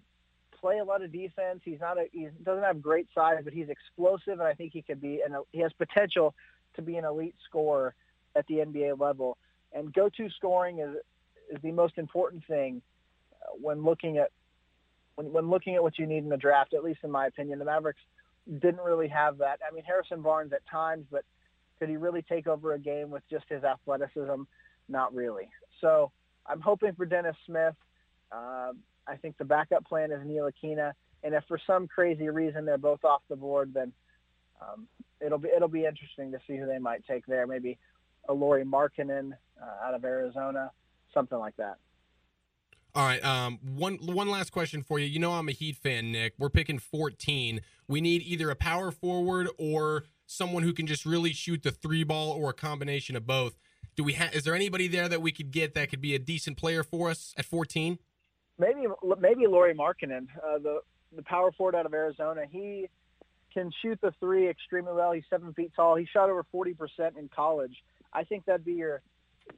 play a lot of defense. He's not a he doesn't have great size, but he's explosive, and I think he could be an he has potential to be an elite scorer at the NBA level. And go-to scoring is is the most important thing uh, when looking at when, when looking at what you need in the draft. At least in my opinion, the Mavericks didn't really have that. I mean, Harrison Barnes at times, but could he really take over a game with just his athleticism? Not really. So I'm hoping for Dennis Smith. Um I think the backup plan is Neil Aquina, and if for some crazy reason they're both off the board, then um, it'll be it'll be interesting to see who they might take there. Maybe a Lori Markkinen uh, out of Arizona, something like that.
All right. Um, one one last question for you. You know I'm a Heat fan, Nick. We're picking 14. We need either a power forward or someone who can just really shoot the three ball or a combination of both. Do we have? Is there anybody there that we could get that could be a decent player for us at 14?
maybe maybe Laurie Markkinen, uh, the the power forward out of Arizona. He can shoot the three extremely well. He's seven feet tall. He shot over forty percent in college. I think that'd be your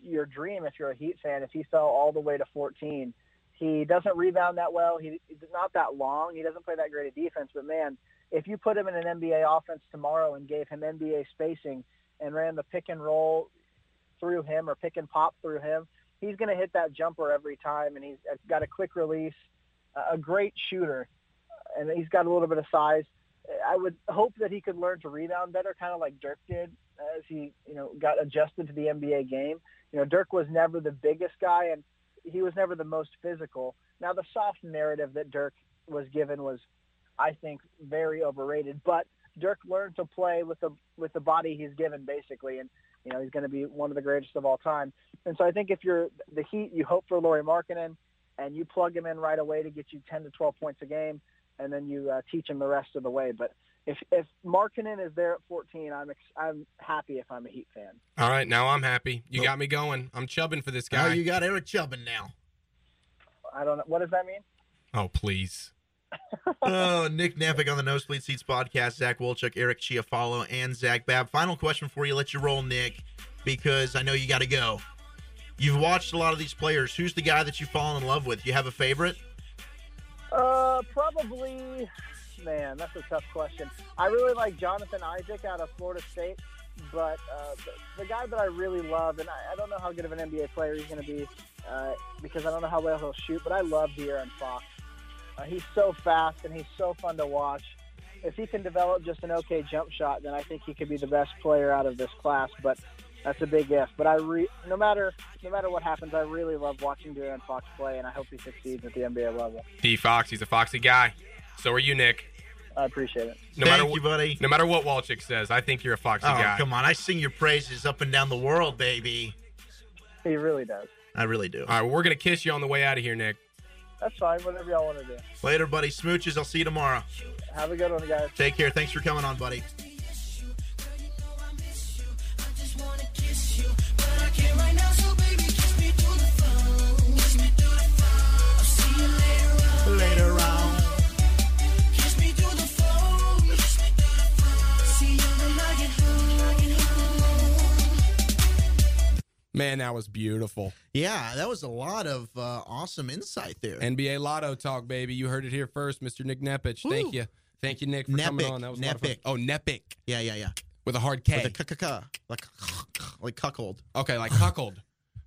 your dream if you're a Heat fan. If he fell all the way to fourteen, he doesn't rebound that well. He, he's not that long. He doesn't play that great a defense. But man, if you put him in an NBA offense tomorrow and gave him NBA spacing and ran the pick and roll through him or pick and pop through him, he's going to hit that jumper every time, and he's got a quick release, a- a great shooter, and he's got a little bit of size. I would hope that he could learn to rebound better, kind of like Dirk did as he, you know, got adjusted to the NBA game. You know, Dirk was never the biggest guy, and he was never the most physical. Now, the soft narrative that Dirk was given was, I think, very overrated. But Dirk learned to play with the with the body he's given, basically, and you know he's going to be one of the greatest of all time. And so I think if you're the Heat, you hope for Laurie Markkinen, and you plug him in right away to get you 10 to 12 points a game, and then you uh, teach him the rest of the way. But if if Markkinen is there at 14, I'm ex- I'm happy if I'm a Heat fan.
All right, now I'm happy. You got me going. I'm chubbing for this guy.
Oh, you got Eric Chubbin now.
I don't know what does that mean.
oh please.
oh, Nick Navik on the Nosebleed Seats podcast. Zach Wolchuk, Eric Chiafalo, and Zach Babb. Final question for you. Let you roll, Nick, because I know you got to go. You've watched a lot of these players. Who's the guy that you've fallen in love with? You have a favorite?
Uh, probably. Man, that's a tough question. I really like Jonathan Isaac out of Florida State, but uh, the, the guy that I really love, and I, I don't know how good of an NBA player he's going to be uh, because I don't know how well he'll shoot, but I love De'Aaron Fox. Uh, he's so fast and he's so fun to watch. If he can develop just an okay jump shot, then I think he could be the best player out of this class. But that's a big if. But I re- no matter no matter what happens, I really love watching De'Aaron Fox play, and I hope he succeeds at the NBA level.
D Fox, he's a foxy guy. So are you, Nick.
I appreciate it.
No
Thank
matter
you,
what
buddy.
no matter what Walchick says, I think you're a foxy
Oh,
guy.
come on. I sing your praises up and down the world, baby.
He really does.
I really do.
All right, well, we're gonna kiss you on the way out of here, Nick.
That's fine. Whatever y'all want to do.
Later, buddy. Smooches. I'll see you tomorrow.
Have a good one, guys.
Take care. Thanks for coming on, buddy. Later on.
Man, that was beautiful.
Yeah, that was a lot of uh, awesome insight there.
NBA Lotto talk, baby. You heard it here first, Mr. Nick Nepich. Thank
Woo.
you. Thank you, Nick, for coming
Nepic.
on. That was a lot of fun.
Nepic.
Oh, Nepic.
yeah, yeah, yeah.
With a hard K.
With a k-k-k, like like cuckold.
okay, like cuckold.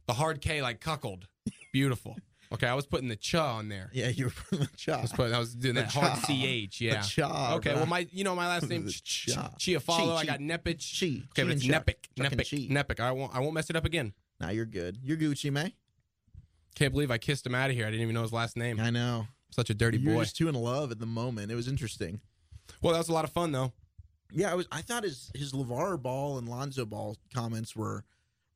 The hard K, like cuckold. Beautiful. Okay, I was putting the ch on there.
Yeah, you were the cha.
That's what I was doing
The
that hard
cha.
ch.
The
Yeah.
cha,
okay.
right.
Well, my you know my last name
The
Ch- Ch-
cha.
Chiafalo.
Chi,
I
chi.
got Nepich.
Chi.
Okay, but
Chi
it's
and Chuck.
Nepic.
Chuck and
Nepic.
Chi.
Nepic. I won't. I won't mess it up again.
Now you're good. You're Gucci, man.
Can't believe I kissed him out of here. I didn't even know his last name.
I know.
Such a dirty
you were
boy.
just too in love at the moment. It was interesting.
Well, that was a lot of fun though.
Yeah, I was. I thought his his Levar Ball and Lonzo Ball comments were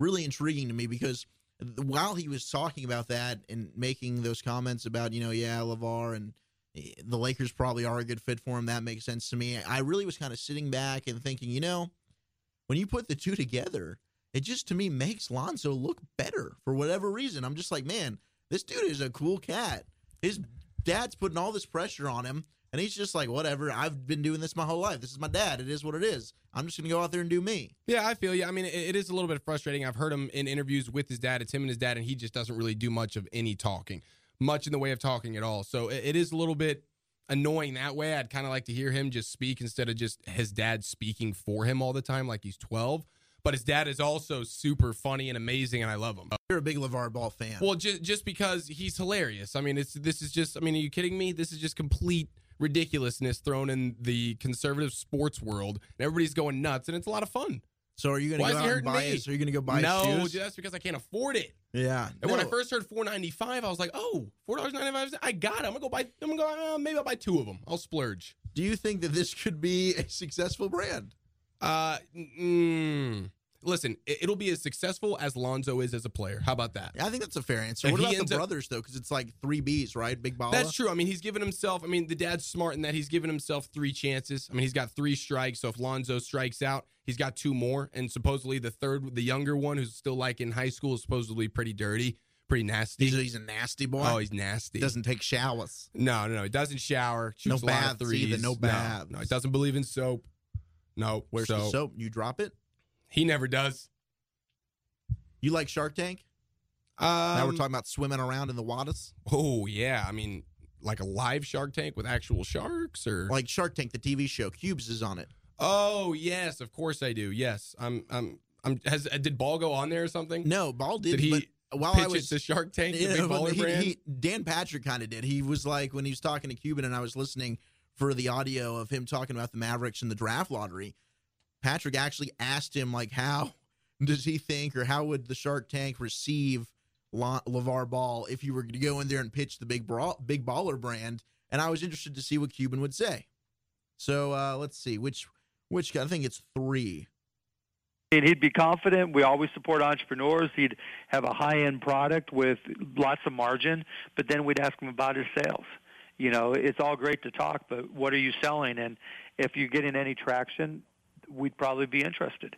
really intriguing to me because th- while he was talking about that and making those comments about you know yeah Levar and eh, the Lakers probably are a good fit for him, that makes sense to me. I really was kind of sitting back and thinking, you know, when you put the two together, it just to me makes Lonzo look better for whatever reason. I'm just like, man, this dude is a cool cat. His dad's putting all this pressure on him, and he's just like, whatever. I've been doing this my whole life. This is my dad. It is what it is. I'm just gonna go out there and do me.
Yeah, I feel you. I mean, it, it is a little bit frustrating. I've heard him in interviews with his dad. It's him and his dad, and he just doesn't really do much of any talking, much in the way of talking at all. So it, it is a little bit annoying that way. I'd kind of like to hear him just speak instead of just his dad speaking for him all the time, like he's 12. But his dad is also super funny and amazing, and I love him.
You're a big Levar Ball fan.
Well, just just because he's hilarious. I mean, it's this is just. I mean, are you kidding me? This is just complete ridiculousness thrown in the conservative sports world, and everybody's going nuts, and it's a lot of fun.
so are you gonna
why is
go out
he
and
hurting
buy
me?
his- Are you gonna go buy his
no,
shoes?
dude, that's because I can't afford it.
yeah.
And when I
No.
first heard four ninety five, I was like, oh, four dollars ninety five. I got it. I'm gonna go buy. I'm gonna go. Uh, maybe I'll buy two of them. I'll splurge.
do you think that this could be a successful brand?
Uh, mm, listen, it, it'll be as successful as Lonzo is as a player. How about that?
I think that's a fair answer.
If
What
he
about
ends
the
up-
brothers though? Because it's like three Bs, right? Big Ball.
That's true. I mean, he's given himself. I mean, the dad's smart in that he's given himself three chances. I mean, he's got three strikes. So if Lonzo strikes out, he's got two more. And supposedly the third, the younger one, who's still like in high school, is supposedly pretty dirty, pretty nasty.
He's, he's a nasty boy.
oh, he's nasty.
doesn't take showers.
no, no, no. He doesn't shower.
No
Shoots a lot of
baths either,
threes.
no baths.
No, he doesn't believe in soap. No,
Where's
so
the soap? You drop it.
he never does.
You like Shark Tank?
Um,
now we're talking about swimming around in the waters,
Oh yeah, I mean, like a live Shark Tank with actual sharks, or
like Shark Tank, the TV show. Cubes is on it.
Oh yes, of course I do. Yes, I'm. I'm. I'm. Has did Ball go on there or something?
No, Ball did.
Did he-
but while I
pitch
was
it to Shark Tank, the
Yeah,
big
but
baller
he-
brand.
he- Dan Patrick kind of did. He was like when he was talking to Cuban, and I was listening for the audio of him talking about the Mavericks and the draft lottery. Patrick actually asked him like, how does he think, or how would the Shark Tank receive La- Levar Ball if you were to go in there and pitch the big bra- big baller brand? And I was interested to see what Cuban would say. So uh, let's see which which guy- I think it's three.
And he'd be confident. We always support entrepreneurs. He'd have a high end product with lots of margin, but then we'd ask him about his sales. You know, it's all great to talk, but what are you selling? And if you're getting any traction, we'd probably be interested.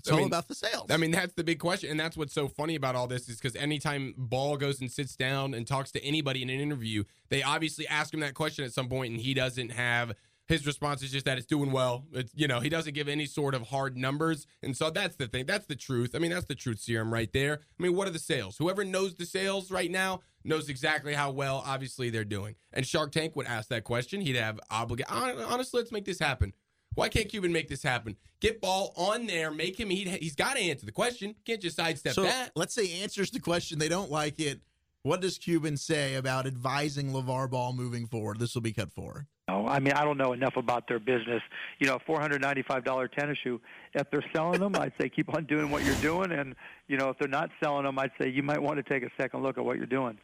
It's
I
all
mean,
about the sales.
I mean, that's the big question, and that's what's so funny about all this is because anytime Ball goes and sits down and talks to anybody in an interview, they obviously ask him that question at some point, and he doesn't have his response is just that it's doing well. It's you know he doesn't give any sort of hard numbers, and so that's the thing. That's the truth. I mean, that's the truth serum right there. I mean, what are the sales? Whoever knows the sales right now knows exactly how well obviously they're doing. And Shark Tank would ask that question. He'd have obligate. Honestly, let's make this happen. Why can't Cuban make this happen? Get ball on there, make him. He he's got to answer the question. Can't just sidestep
so
that.
let's say answers the question. They don't like it. What does Cuban say about advising LeVar Ball moving forward? This will be cut for.
No, I mean, I don't know enough about their business. You know, $495 tennis shoe, if they're selling them, I'd say keep on doing what you're doing. And, you know, if they're not selling them, I'd say you might want to take a second look at what you're doing.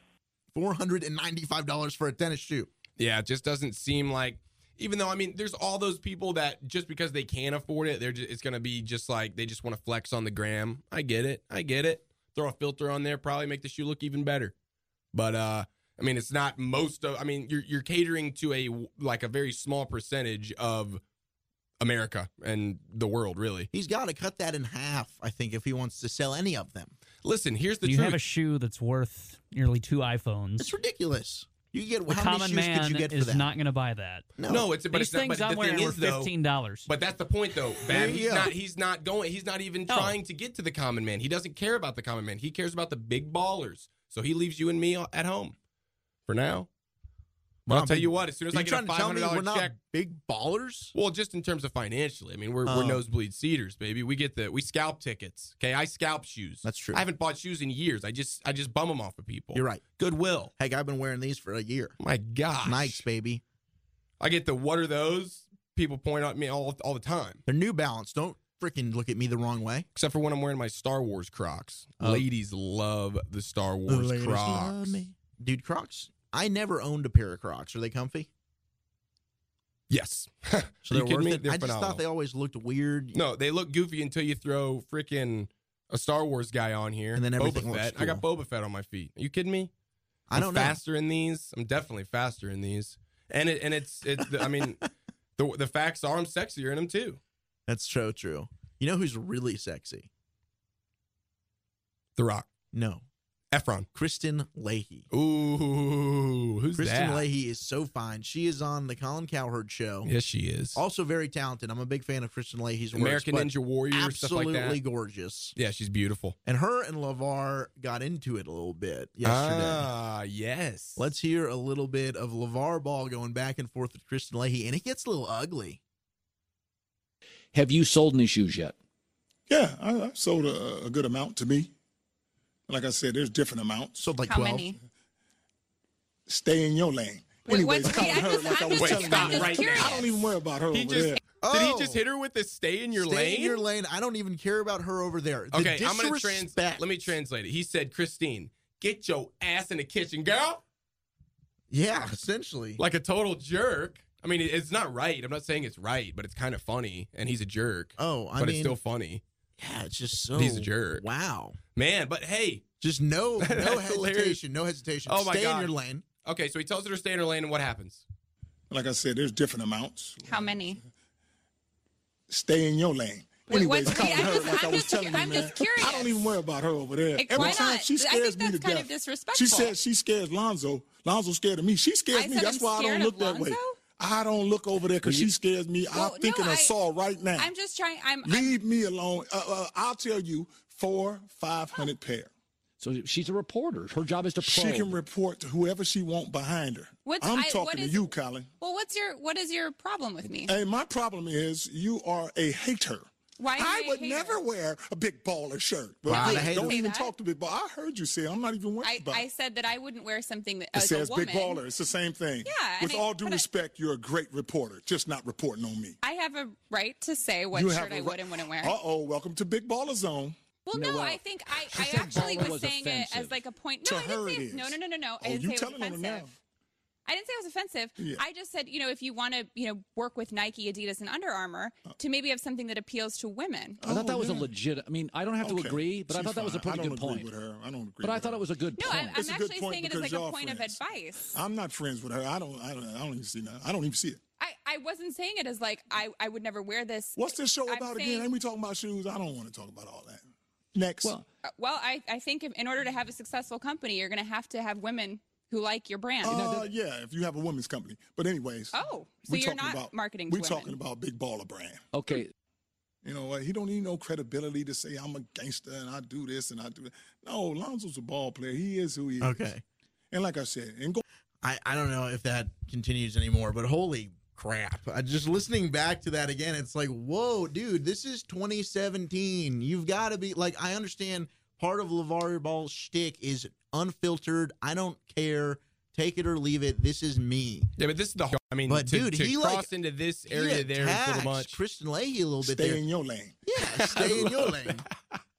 $495 for a tennis shoe.
Yeah, it just doesn't seem like. Even though I mean, there's all those people that just because they can't afford it, they're just, it's gonna be just like they just want to flex on the gram. I get it. I get it. Throw a filter on there, probably make the shoe look even better. But uh, I mean, it's not most of. I mean, you're you're catering to a like a very small percentage of America and the world, really.
He's got to cut that in half, I think, if he wants to sell any of them.
Listen, here's the
you
truth.
have a shoe that's worth nearly two iPhones.
It's ridiculous. You could get
The
how many
common
shoes could
man
you get for
is
that?
not going to buy that.
no,
No, it's but
These
it's not,
things
but
I'm
the thing
wearing were
is though.
fifteen dollars.
But that's the point though,
There
Bab.
you
He's
go.
not he's not going he's not even
No.
trying to get to the common man. He doesn't care about the common man. He cares about the big ballers. So he leaves you and me at home for now. But
Wow,
I'll tell
big-
you what, as soon as
Are
I
you
get a
trying to
five
tell
hundred
me we're
dollar
not
check,
big ballers?
well, just in terms of financially, I mean we're
Oh.
we're nosebleed cedars, baby. We get the we scalp tickets. Okay, I scalp shoes.
That's true.
I haven't bought shoes in years. I just I just bum them off of people.
You're right.
Goodwill.
Heck, I've been wearing these for a year.
My God.
Nikes, baby.
I get the what are those? People point at me all all the time.
They're New Balance. Don't freaking look at me the wrong way.
except for when I'm wearing my Star Wars Crocs.
Oh.
Ladies love the Star Wars
Ladies love
Crocs.
me. Dude, Crocs. I never owned a pair of Crocs. Are they comfy?
Yes.
So
Are
they're
you kidding
worth
me?
it.
They're
I just
phenomenal.
thought they always looked weird.
No, they look goofy until you throw freaking a Star Wars guy on here.
And then everything
Boba
looks
Fett. I got Boba Fett on my feet. Are you kidding me?
I
I'm
don't know.
faster in these. I'm definitely faster in these. And it and it's it's the- I mean the the facts are I'm sexier in them too.
That's so true. You know who's really sexy?
The Rock.
No,
Efron.
Kristen Leahy.
Ooh, who's
Kristen
that?
Leahy is so fine. She is on the Colin Cowherd show.
Yes, she is.
Also very talented. I'm a big fan of Kristen Leahy's work.
American Ninja Warrior stuff like
absolutely
that.
gorgeous.
Yeah, she's beautiful.
And her and Lavar got into it a little bit yesterday.
Ah, yes.
Let's hear a little bit of Lavar Ball going back and forth with Kristen Leahy, and it gets a little ugly.
Have you sold any shoes yet?
Yeah, I, I've sold a, a good amount to me. Like I said, there's different amounts.
Sold like
How
twelve.
many?
Stay in your lane.
Wait,
Anyways,
what's-
I
wait,
was
I'm
her
just-
like I
I'm
was
just-
telling
I'm
them.
just curious.
I don't even worry about her
He
over
just-
there.
Did he
Oh.
just hit her with the stay in your
Stay
lane?
in your lane. I don't even care about her over there. The
okay, I'm gonna trans.
disrespect.
Let me translate it. He said, "Christine, get your ass in the kitchen, girl."
Yeah, essentially.
Like a total jerk. I mean, it- it's not right. I'm not saying it's right, but it's kind of funny, and he's a jerk.
oh, I
but
mean,
it's still funny,
yeah, it's just so.
He's a jerk.
Wow.
man. But hey,
Just no, no
That's
hesitation,
hilarious.
no hesitation.
Oh my
Stay in
God.
your lane.
okay. So he tells her to stay in her lane, and what happens?
Like I said, there's different amounts.
How many?
Stay in your lane.
Wait,
Anyways,
what's-
I
wait,
was
I'm
her
just-
like I
I'm
was
just-
telling you,
I'm
man.
just curious.
I don't even worry about her over there.
Like,
Every
why
time
not?
she
I think
scares me
that's
to
kind
death.
of disrespectful.
She said she scares Lonzo. Lonzo scared of me. She scares
I
me.
said
That's
I'm
why I don't
scared
look
of
that way.
Lonzo?
I don't look over there because she scares me.
Well,
I'm thinking
no,
of
I-
Saul right now.
I'm just trying. I'm. I'm
Leave me alone. Uh, uh, I'll tell you four, five hundred pair.
So she's a reporter. Her job is to
She
probe.
can report to whoever she want behind her.
What's-
I'm
I-
talking
what
to
is-
you, Colin.
well, what's your what is your problem with me?
Hey, my problem is you are a hater.
Why am I
I
a
would
hater?
never wear a big baller shirt. But
Wow.
really,
I hate
don't
it.
even
Say that.
talk to me. But I heard you say it. I'm not even worried
I,
about.
I
it.
said that I wouldn't wear something that
It
as
says
a woman.
big baller. It's the same thing.
Yeah, and
With
I-
all due
but I-
respect, you're a great reporter. Just not reporting on me.
I have a right to say what
You have
shirt
a
I
ri-
would and wouldn't wear.
Uh oh, welcome to Big Baller Zone.
Well, no, I think I, I
said
actually
baller
was,
was
saying it
offensive.
as like a point.
To
No, I didn't
her
say
it
it- no,
is.
no, no, no, no. I
Oh,
didn't
you
say it was
telling on her
offensive.
now.
I didn't say it was offensive.
Yeah.
I just said, you know, if you want to, you know, work with Nike, Adidas, and Under Armour
Oh.
to maybe have something that appeals to women.
I thought
Oh,
that was a legit. I mean, I don't have to
Okay.
agree, but I
She's
thought that was a
fine.
pretty
I
good
don't agree
point.
with her. I don't agree.
But I
with
thought
her.
it was a good
No,
point.
I,
It's
I'm
a good
actually
point
saying it as
because
like a
y'all
point of
friends.
advice.
I'm not friends with her. I don't. I don't, I don't even see that. I don't even see it.
I, I wasn't saying it as like I, I would never wear this.
What's this show
I'm
about
saying-
again? Ain't we talking about shoes? I don't want to talk about all that. Next.
Uh, Well, I, I think if, in order to have a successful company, you're going to have to have women who like your brand.
Uh, yeah, if you have a women's company. But anyways.
Oh, so
we
you're
talking
not
about,
marketing to
We're
women.
talking about Big Baller Brand.
Okay.
You know what? He don't need no credibility to say I'm a gangster and I do this and I do that. No, Lonzo's a ball player. He is who he is.
Okay.
And like I said, and go
I, I don't know if that continues anymore, but holy crap. I, just listening back to that again, it's like, whoa, dude, this is 2017. You've got to be like, I understand part of LeVar Ball's shtick is unfiltered. I don't care. Take it or leave it. This is me.
Yeah, but this is the. whole- I mean,
But,
to,
dude,
to
he, like,
cross into this
He
area there is a
attacks
little much.
Kristen Leahy a little bit
stay
there.
in your lane.
Yeah, stay in your lane.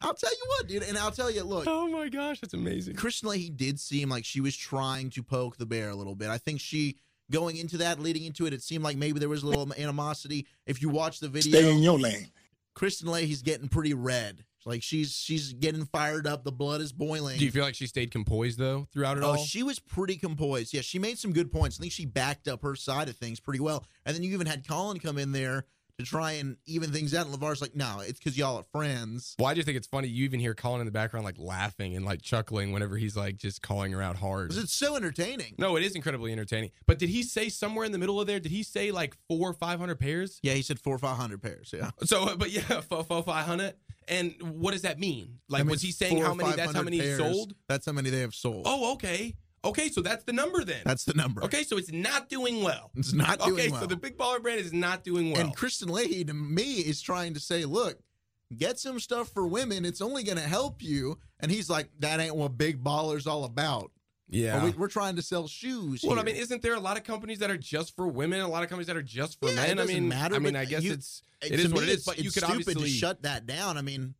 I'll tell you what, dude, and I'll tell you, look,
Oh my gosh, that's amazing.
Kristen Leahy did seem like she was trying to poke the bear a little bit. I think she going into that, leading into it, it seemed like maybe there was a little animosity. If you watch the video,
Stay in your lane.
Kristen Leahy's getting pretty red. Like she's she's getting fired up. The blood is boiling.
Do you feel like she stayed composed though throughout it
Oh,
all?
she was pretty composed. Yeah, she made some good points. I think she backed up her side of things pretty well. And then you even had Colin come in there to try and even things out. And Lavar's like, "No, it's because y'all are friends."
well, I just think it's funny. You even hear Colin in the background like laughing and like chuckling whenever he's like just calling her out hard.
'Cause it's so entertaining.
No, it is incredibly entertaining. But did he say somewhere in the middle of there? Did he say like four or five hundred pairs?
Yeah, he said four or five hundred pairs. Yeah,
So, uh, but yeah, four, four, five hundred. And what does that mean? Like,
That means
was he saying
four
how
or
many? That's how
500
many
pairs.
sold.
That's how many they have sold.
Oh, okay, okay. So that's the number then.
that's the number.
okay. So it's not doing well.
it's not doing
okay,
well.
so the big baller brand is not doing well.
And Kristen Leahy to me is trying to say, look, get some stuff for women. It's only going to help you. And he's like, that ain't what big baller's all about.
yeah.
We, are trying to sell shoes.
well, I
here."
mean, isn't there a lot of companies that are just for women? A lot of companies that are just for
Yeah, it
men. I
doesn't
mean,
matter,
I mean,
but
I guess
you-
it's
It-
it
to
is what
me,
it is.
it's-
But you
it's
could
stupid
obviously
to shut that down. I mean,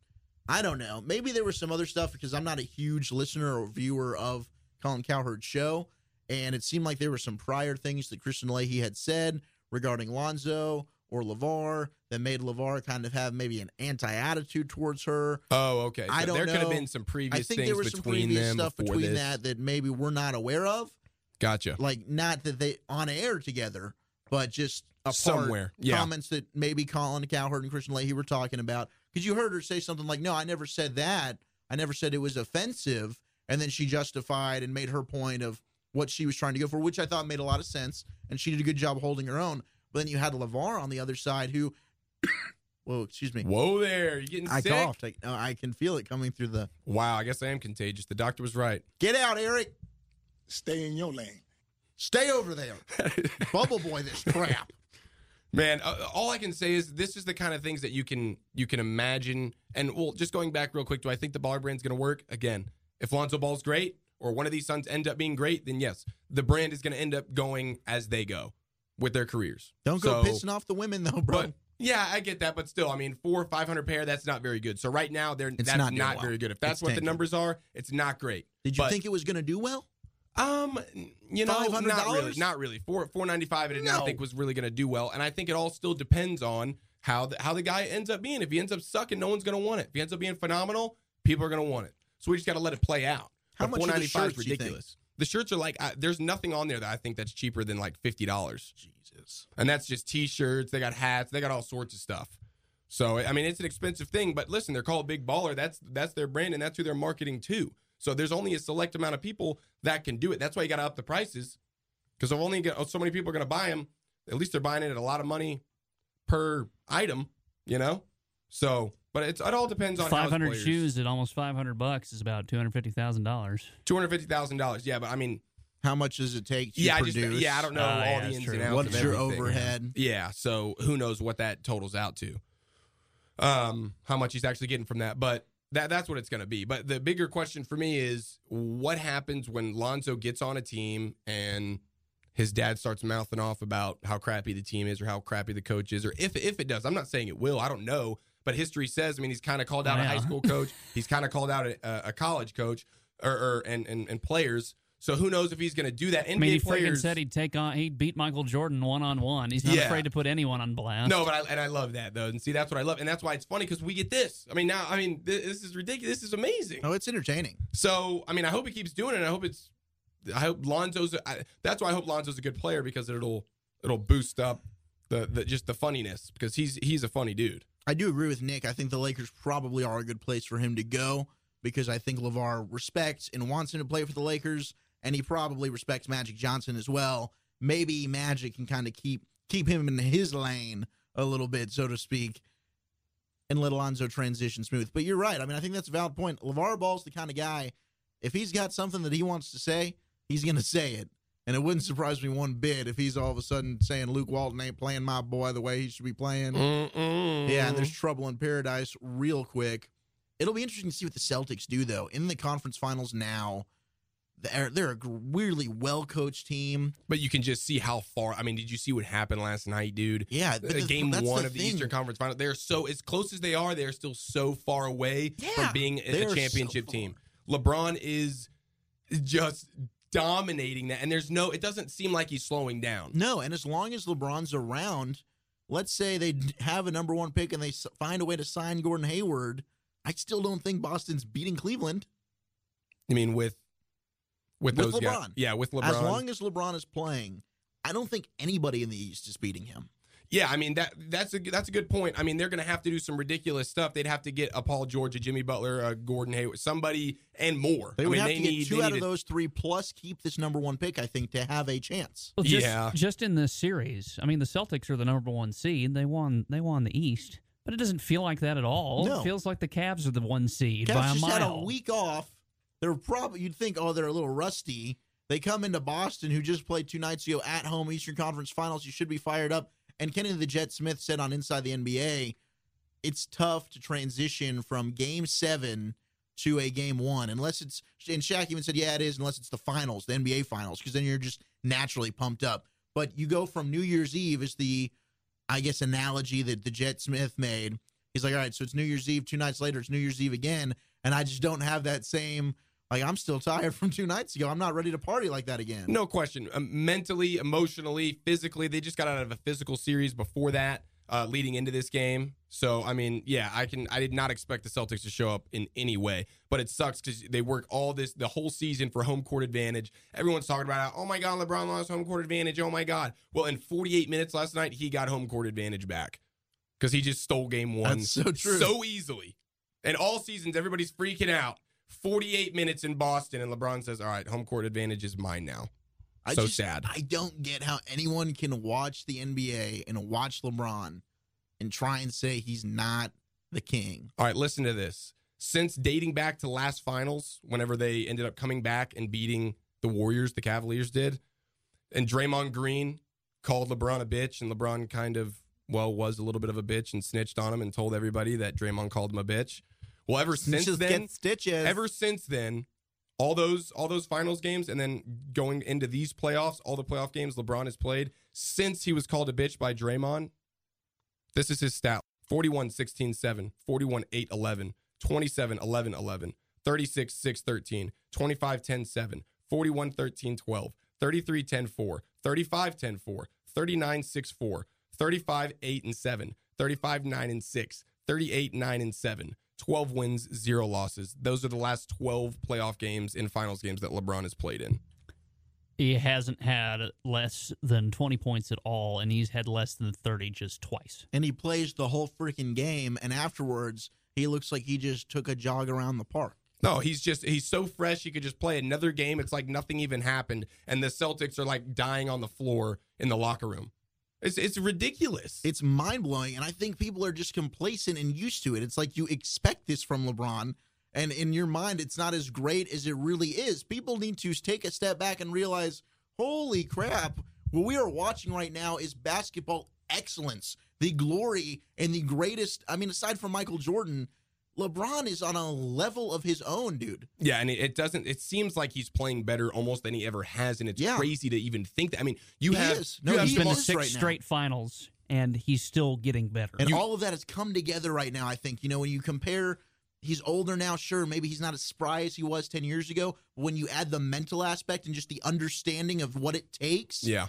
I don't know. Maybe there was some other stuff because I'm not a huge listener or viewer of Colin Cowherd's show, and it seemed like there were some prior things that Christian Leahy had said regarding Lonzo or Lavar that made Lavar kind of have maybe an anti-attitude towards her.
Oh, okay. So
I don't
there could have
know.
been some previous
I think
things
there was some
between
previous
them
stuff
before
between
this.
that that maybe we're not aware of.
Gotcha.
Like not that they on air together, but just apart,
Somewhere, yeah.
Comments that maybe Colin Cowherd and Christian Leahy were talking about because you heard her say something like, "No, I never said that. I never said it was offensive." And then she justified and made her point of what she was trying to go for, which I thought made a lot of sense, and she did a good job holding her own. But then you had Lavar on the other side who, whoa, excuse me,
Whoa there, you getting
I
sick?
coughed. I, I can feel it coming through the.
Wow, I guess I am contagious. The doctor was right.
Get out, Eric.
Stay in your lane.
Stay over there. Bubble boy this crap.
Man, uh, all I can say is this is the kind of things that you can you can imagine. And well, just going back real quick, do I think the baller brand's going to work again? If Lonzo Ball's great, or one of these sons end up being great, then yes, the brand is going to end up going as they go with their careers.
Don't go
So-
pissing off the women though, bro.
But yeah, I get that, but still, I mean, four or five hundred pair, that's not very good. So right now, they're that's not,
not doing well.
very good. If that's
It's
what
tanking.
the numbers are, it's not great.
Did you
But-
think it was going to do well?
Um, you know, not really,
$500?
not really. Four four ninety five. I did
No.
not think was really going to do well, and I think it all still depends on how the, how the guy ends up being. If he ends up sucking, no one's going to want it. If he ends up being phenomenal, people are going to want it. So we just got to let it play out.
How
But
much are the
495 is
shirts, you think?
The shirts are like I, there's nothing on there that I think that's cheaper than like fifty dollars,
Jesus.
and that's just t-shirts. They got hats. They got all sorts of stuff. So I mean, it's an expensive thing, but listen, they're called Big Baller. That's that's their brand, and that's who they're marketing to. So there's only a select amount of people that can do it. That's why you got to up the prices because only got, so many people are going to buy them. At least they're buying it at a lot of money per item, you know. So, but it's, it all depends on how it's
500
players.
shoes at almost 500 bucks is about $250,000.
two hundred fifty thousand dollars. Yeah, but I mean,
How much does it take to
yeah, I
produce?
just yeah, I don't know
Oh,
all
yeah,
the
that's
ins
true.
and outs.
What's
of
Mm-hmm.
your
everything.
overhead?
Yeah, so who knows what that totals out to? um, how much he's actually getting from that. But that that's what it's going to be. But the bigger question for me is what happens when Lonzo gets on a team and his dad starts mouthing off about how crappy the team is or how crappy the coach is or if if it does. I'm not saying it will. I don't know, but history says. I mean, he's kind of called out
Yeah.
a high school coach. he's kind of called out a, a college coach or, or and, and and players. So who knows if he's going to do that? NBA
I mean, he freaking
players
said he'd take on, he'd beat Michael Jordan one on one. He's not
Yeah.
afraid to put anyone on blast.
No, but I, and I love that though, and see that's what I love, and that's why it's funny because we get this. I mean, now I mean this, this is ridiculous. This is amazing.
No, Oh, it's entertaining.
So I mean, I hope he keeps doing it. and I hope it's. I hope Lonzo's. I, that's why I hope Lonzo's a good player because it'll it'll boost up the, the just the funniness because he's he's a funny dude.
I do agree with Nick. I think the Lakers probably are a good place for him to go because I think LeVar respects and wants him to play for the Lakers, and he probably respects Magic Johnson as well. Maybe Magic can kind of keep keep him in his lane a little bit, so to speak, and let Alonzo transition smooth. But you're right. I mean, I think that's a valid point. LeVar Ball's the kind of guy, if he's got something that he wants to say, he's going to say it. And it wouldn't surprise me one bit if he's all of a sudden saying Luke Walton ain't playing my boy the way he should be playing. Yeah, and there's trouble in paradise real quick. It'll be interesting to see what the Celtics do, though. In the conference finals now, they're, they're a gr- weirdly well coached team.
But you can just see how far. I mean, did you see what happened last night, dude?
Yeah,
The
but the-
game
that's
one
the
of the
thing.
Eastern Conference Final. They're so as close as they are, they are still so far away
Yeah,
from being
they are
a
so
championship team. LeBron is just dominating that, and there's no. It doesn't seem like he's slowing down.
No, and as long as LeBron's around, let's say they d- have a number one pick and they s- find a way to sign Gordon Hayward, I still don't think Boston's beating Cleveland
I mean, with with,
with
those
LeBron.
guys, yeah, with LeBron.
As long as LeBron is playing, I don't think anybody in the East is beating him.
Yeah, I mean that that's a that's a good point. I mean they're going to have to do some ridiculous stuff. They'd have to get a Paul George, a Jimmy Butler, a Gordon Hayward, somebody, and more.
They
I
would
mean,
have
they
to get
need,
two
they
out
need
of
a-
those three plus keep this number one pick, I think, to have a chance.
Well, just,
Yeah.
just in this series, I mean, the Celtics are the number one seed. They won. They won the East, but it doesn't feel like that at all.
No.
It feels like the Cavs are the one seed by
Cavs
a
just
mile.
had a week off. They're probably you'd think, oh, they're a little rusty. They come into Boston, who just played two nights ago at home Eastern Conference Finals. You should be fired up. And Kenny the Jet Smith said on Inside the NBA, it's tough to transition from Game Seven to a Game One, unless it's and Shaq even said, yeah, it is, unless it's the Finals, the NBA Finals, because then you're just naturally pumped up. But you go from New Year's Eve is the, I guess, analogy that the Jet Smith made. He's like, all right, so it's New Year's Eve. Two nights later, it's New Year's Eve again, and I just don't have that same. Like, I'm still tired from two nights ago. I'm not ready to party like that again.
No question. Um, mentally, emotionally, physically, they just got out of a physical series before that, uh, leading into this game. So I mean, yeah, I can. I did not expect the Celtics to show up in any way, but it sucks because they work all this the whole season for home court advantage. Everyone's talking about, oh my god, LeBron lost home court advantage. Oh my god. Well, in 48 minutes last night, he got home court advantage back because he just stole game one
That's so true.
so easily. And all seasons, everybody's freaking out. 48 minutes in Boston, and LeBron says, "All right, home court advantage is mine now."
I
so
just,
sad.
I don't get how anyone can watch the NBA and watch LeBron and try and say he's not the king.
All right, listen to this. Since dating back to last finals, whenever they ended up coming back and beating the Warriors, the Cavaliers did, and Draymond Green called LeBron a bitch, and LeBron kind of, well, was a little bit of a bitch and snitched on him and told everybody that Draymond called him a bitch. Well, ever since
Just
then,
get stitches.
ever since then all those all those finals games and then going into these playoffs all the playoff games lebron has played since he was called a bitch by draymond this is his stat 41 16 7 41 8 11 27 11 11 36 6 13 25 10 7 41 13 12 33 10 4 35 10 4 39 6 4 35 8 and 7 35 9 and 6 38 9 and 7 12 wins 0 losses those are the last 12 playoff games and finals games that lebron has played in
He hasn't had less than 20 points at all, and he's had less than 30 just twice.
and he plays the whole freaking game, and afterwards, he looks like he just took a jog around the park.
No, he's just he's so fresh he could just play another game. It's like nothing even happened, and the Celtics are like dying on the floor in the locker room. It's it's ridiculous.
It's mind blowing, and I think people are just complacent and used to it. It's like you expect this from LeBron, and in your mind, it's not as great as it really is. People need to take a step back and realize, holy crap, what we are watching right now is basketball excellence. the glory and the greatest. I mean, aside from Michael Jordan, LeBron is on a level of his own, dude.
Yeah, and it, it doesn't. It seems like he's playing better almost than he ever has, and it's
Yeah.
crazy to even think that. I mean, you
He
have
is. No,
you have
he
He's been to
is
six
right now.
straight finals, and he's still getting better.
And all of that has come together right now, I think. You know, when you compare, he's older now, sure, maybe he's not as spry as he was 10 years ago. But when you add the mental aspect and just the understanding of what it takes,
yeah,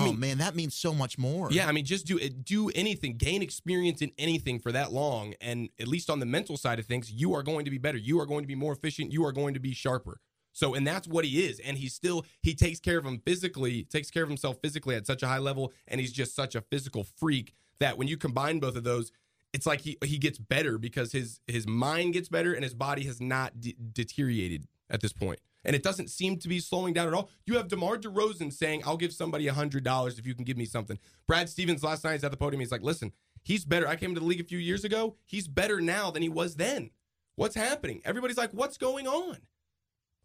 I
oh,
mean-
man, that means so much more.
yeah. I mean, just do eh, do anything, gain experience in anything for that long, and at least on the mental side of things, you are going to be better. You are going to be more efficient. You are going to be sharper. So, and that's what he is, and he's still he takes care of him physically, takes care of himself physically at such a high level, and he's just such a physical freak that when you combine both of those, it's like he he gets better because his his mind gets better and his body has not de- deteriorated at this point. And it doesn't seem to be slowing down at all. You have DeMar DeRozan saying, "I'll give somebody hundred dollars if you can give me something." Brad Stevens last night is at the podium. He's like, "Listen, he's better. I came to the league a few years ago. He's better now than he was then. What's happening?" Everybody's like, "What's going on?"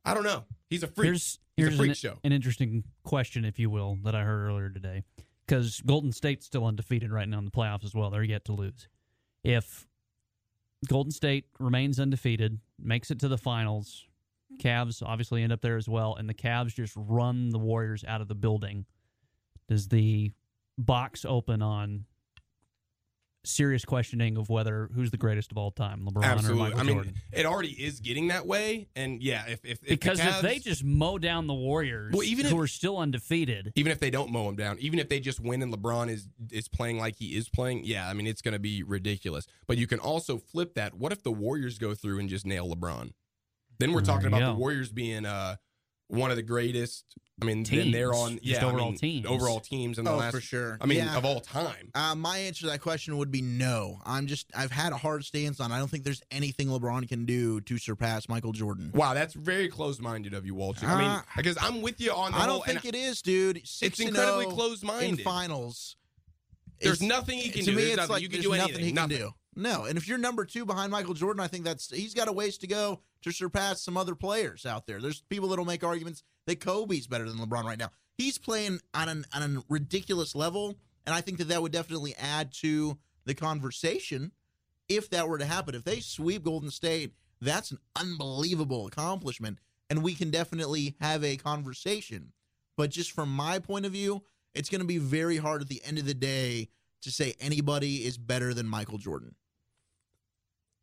I don't know. He's a freak.
Here's,
he's
here's
a freak
an,
show.
an interesting question, if you will, that I heard earlier today. Because Golden State's still undefeated right now in the playoffs as well. They're yet to lose. If Golden State remains undefeated, makes it to the finals, Cavs obviously end up there as well, and the Cavs just run the Warriors out of the building, does the box open on serious questioning of whether who's the greatest of all time, LeBron or
Absolutely.
Michael
I mean,
Jordan?
it already is getting that way. And yeah, if if, if the
Because if,
Cavs-
they just mow down the Warriors,
Well, even
who
if-
are still undefeated,
even if they don't mow him down, even if they just win and LeBron is is playing like he is playing, yeah, I mean it's going to be ridiculous. But you can also flip that. What if the Warriors go through and just nail LeBron? Then we're
There
talking
you
about
go.
the Warriors being uh, one of the greatest. I mean, then they're
Teams,
on
just
yeah, I
overall
mean,
teams.
overall teams, and the
Oh,
last
for sure.
I mean,
Yeah.
of all time.
Uh, my answer to that question would be no. I'm just, I've had a hard stance on. it. I don't think there's anything LeBron can do to surpass Michael Jordan.
Wow, that's very close-minded of you, Walter. I mean,
Uh,
because I'm with you on the
I
whole.
don't
and
think it is, dude. Six and
incredibly
oh
closed-minded.
in finals.
There's
It's-
nothing he can do.
to Me,
There's
it's
nothing.
like
You can
there's
do
nothing
anything.
he can
Nothing.
do. No, and if you're number two behind Michael Jordan, I think that's he's got a ways to go to surpass some other players out there. There's people that'll make arguments that Kobe's better than LeBron right now. He's playing on an on a ridiculous level, and I think that that would definitely add to the conversation if that were to happen. If they sweep Golden State, that's an unbelievable accomplishment, and we can definitely have a conversation. But just from my point of view, it's going to be very hard at the end of the day to say anybody is better than Michael Jordan.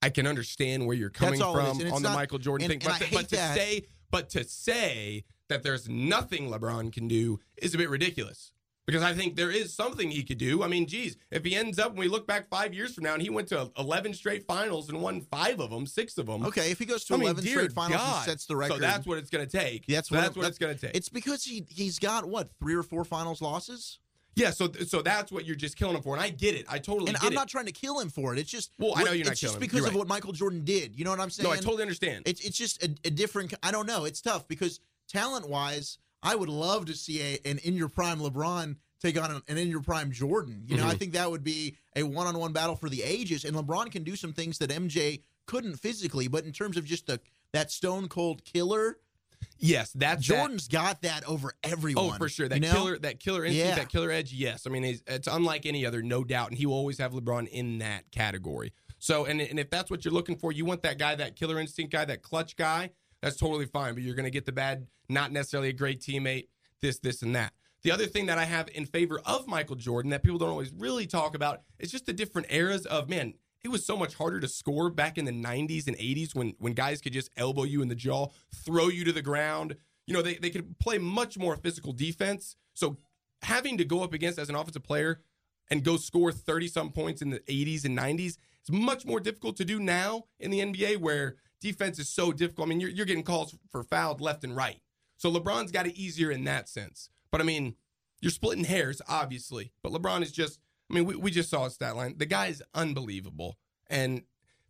I can understand where you're coming
all it is,
from
and it's
on the
not-
Michael Jordan
and-
thing,
and
but,
I
to, but
hate
to
that.
say but to say that there's nothing LeBron can do is a bit ridiculous. Because I think there is something he could do. I mean, geez, if he ends up when we look back five years from now and he went to 11 straight finals and won five of them, six of them.
Okay, if he goes to
I mean,
11
dear
straight finals
God.
and sets the record,
So that's what it's going to take.
That's
So
what-
that's what
that-
it's going to take.
it's because he he's got what three or four finals losses,
yeah, so so that's what you're just killing him for. And I get it. I totally
and
get
I'm
it.
not trying to kill him for it. It's just
Well, I
what-
know you're not
it's just
killing him.
because
You're
of
right.
what Michael Jordan did. You know what I'm saying?
no, I totally understand.
It's it's just a, a different. I don't know. It's tough because talent wise, I would love to see a, an in your prime LeBron take on an, an in your prime Jordan. You know,
Mm-hmm.
I think that would be a one on one battle for the ages. And LeBron can do some things that MJ couldn't physically, but in terms of just the that stone cold killer,
yes, that's that.
Jordan's got that over everyone.
Oh, for sure, that
you know?
killer, that killer instinct,
Yeah.
that killer edge. Yes, I mean it's, it's unlike any other, no doubt, and he will always have LeBron in that category. So, and and if that's what you're looking for, you want that guy, that killer instinct guy, that clutch guy. That's totally fine, but you're going to get the bad, not necessarily a great teammate. This, this, and that. The other thing that I have in favor of Michael Jordan that people don't always really talk about is just the different eras of man. It was so much harder to score back in the 90s and 80s when when guys could just elbow you in the jaw, throw you to the ground. You know, they, they could play much more physical defense. So having to go up against as an offensive player and go score 30 some points in the 80s and 90s is much more difficult to do now in the NBA where defense is so difficult. I mean, you're, you're getting calls for fouled left and right. So LeBron's got it easier in that sense. But I mean, you're splitting hairs, obviously. But LeBron is just, I mean, we, we just saw his stat line. The guy is unbelievable. And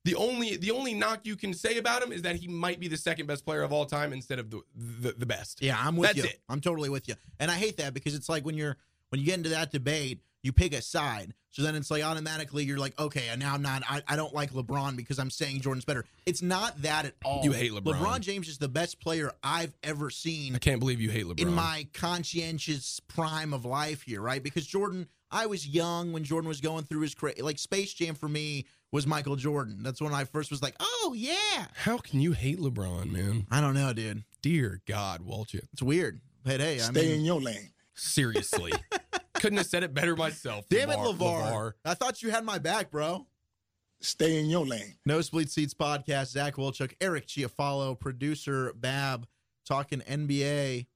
the only the only knock you can say about him is that he might be the second best player of all time instead of the the, the best.
Yeah, I'm with
That's
you.
it.
I'm totally with you. And I hate that because it's like when you're when you get into that debate, you pick a side. So then it's like automatically you're like, okay, and now I'm not I, I don't like LeBron because I'm saying Jordan's better. It's not that at all.
You hate LeBron.
LeBron James is the best player I've ever seen
I can't believe you hate LeBron.
in my conscientious prime of life here, right? Because Jordan, I was young when Jordan was going through his cra- like Space Jam for me was Michael Jordan. That's when I first was like, oh yeah.
How can you hate LeBron, man?
I don't know, dude.
Dear God, Walchuk.
It's weird. But hey, I
Stay
mean,
in your lane.
Seriously. Couldn't have said it better myself.
damn it,
Lavar-
LeVar. I thought you had my back, bro.
Stay in your lane.
Nosebleed Seats podcast. Zach Wilchuk, Eric Chiafalo, producer Bab, talking NBA.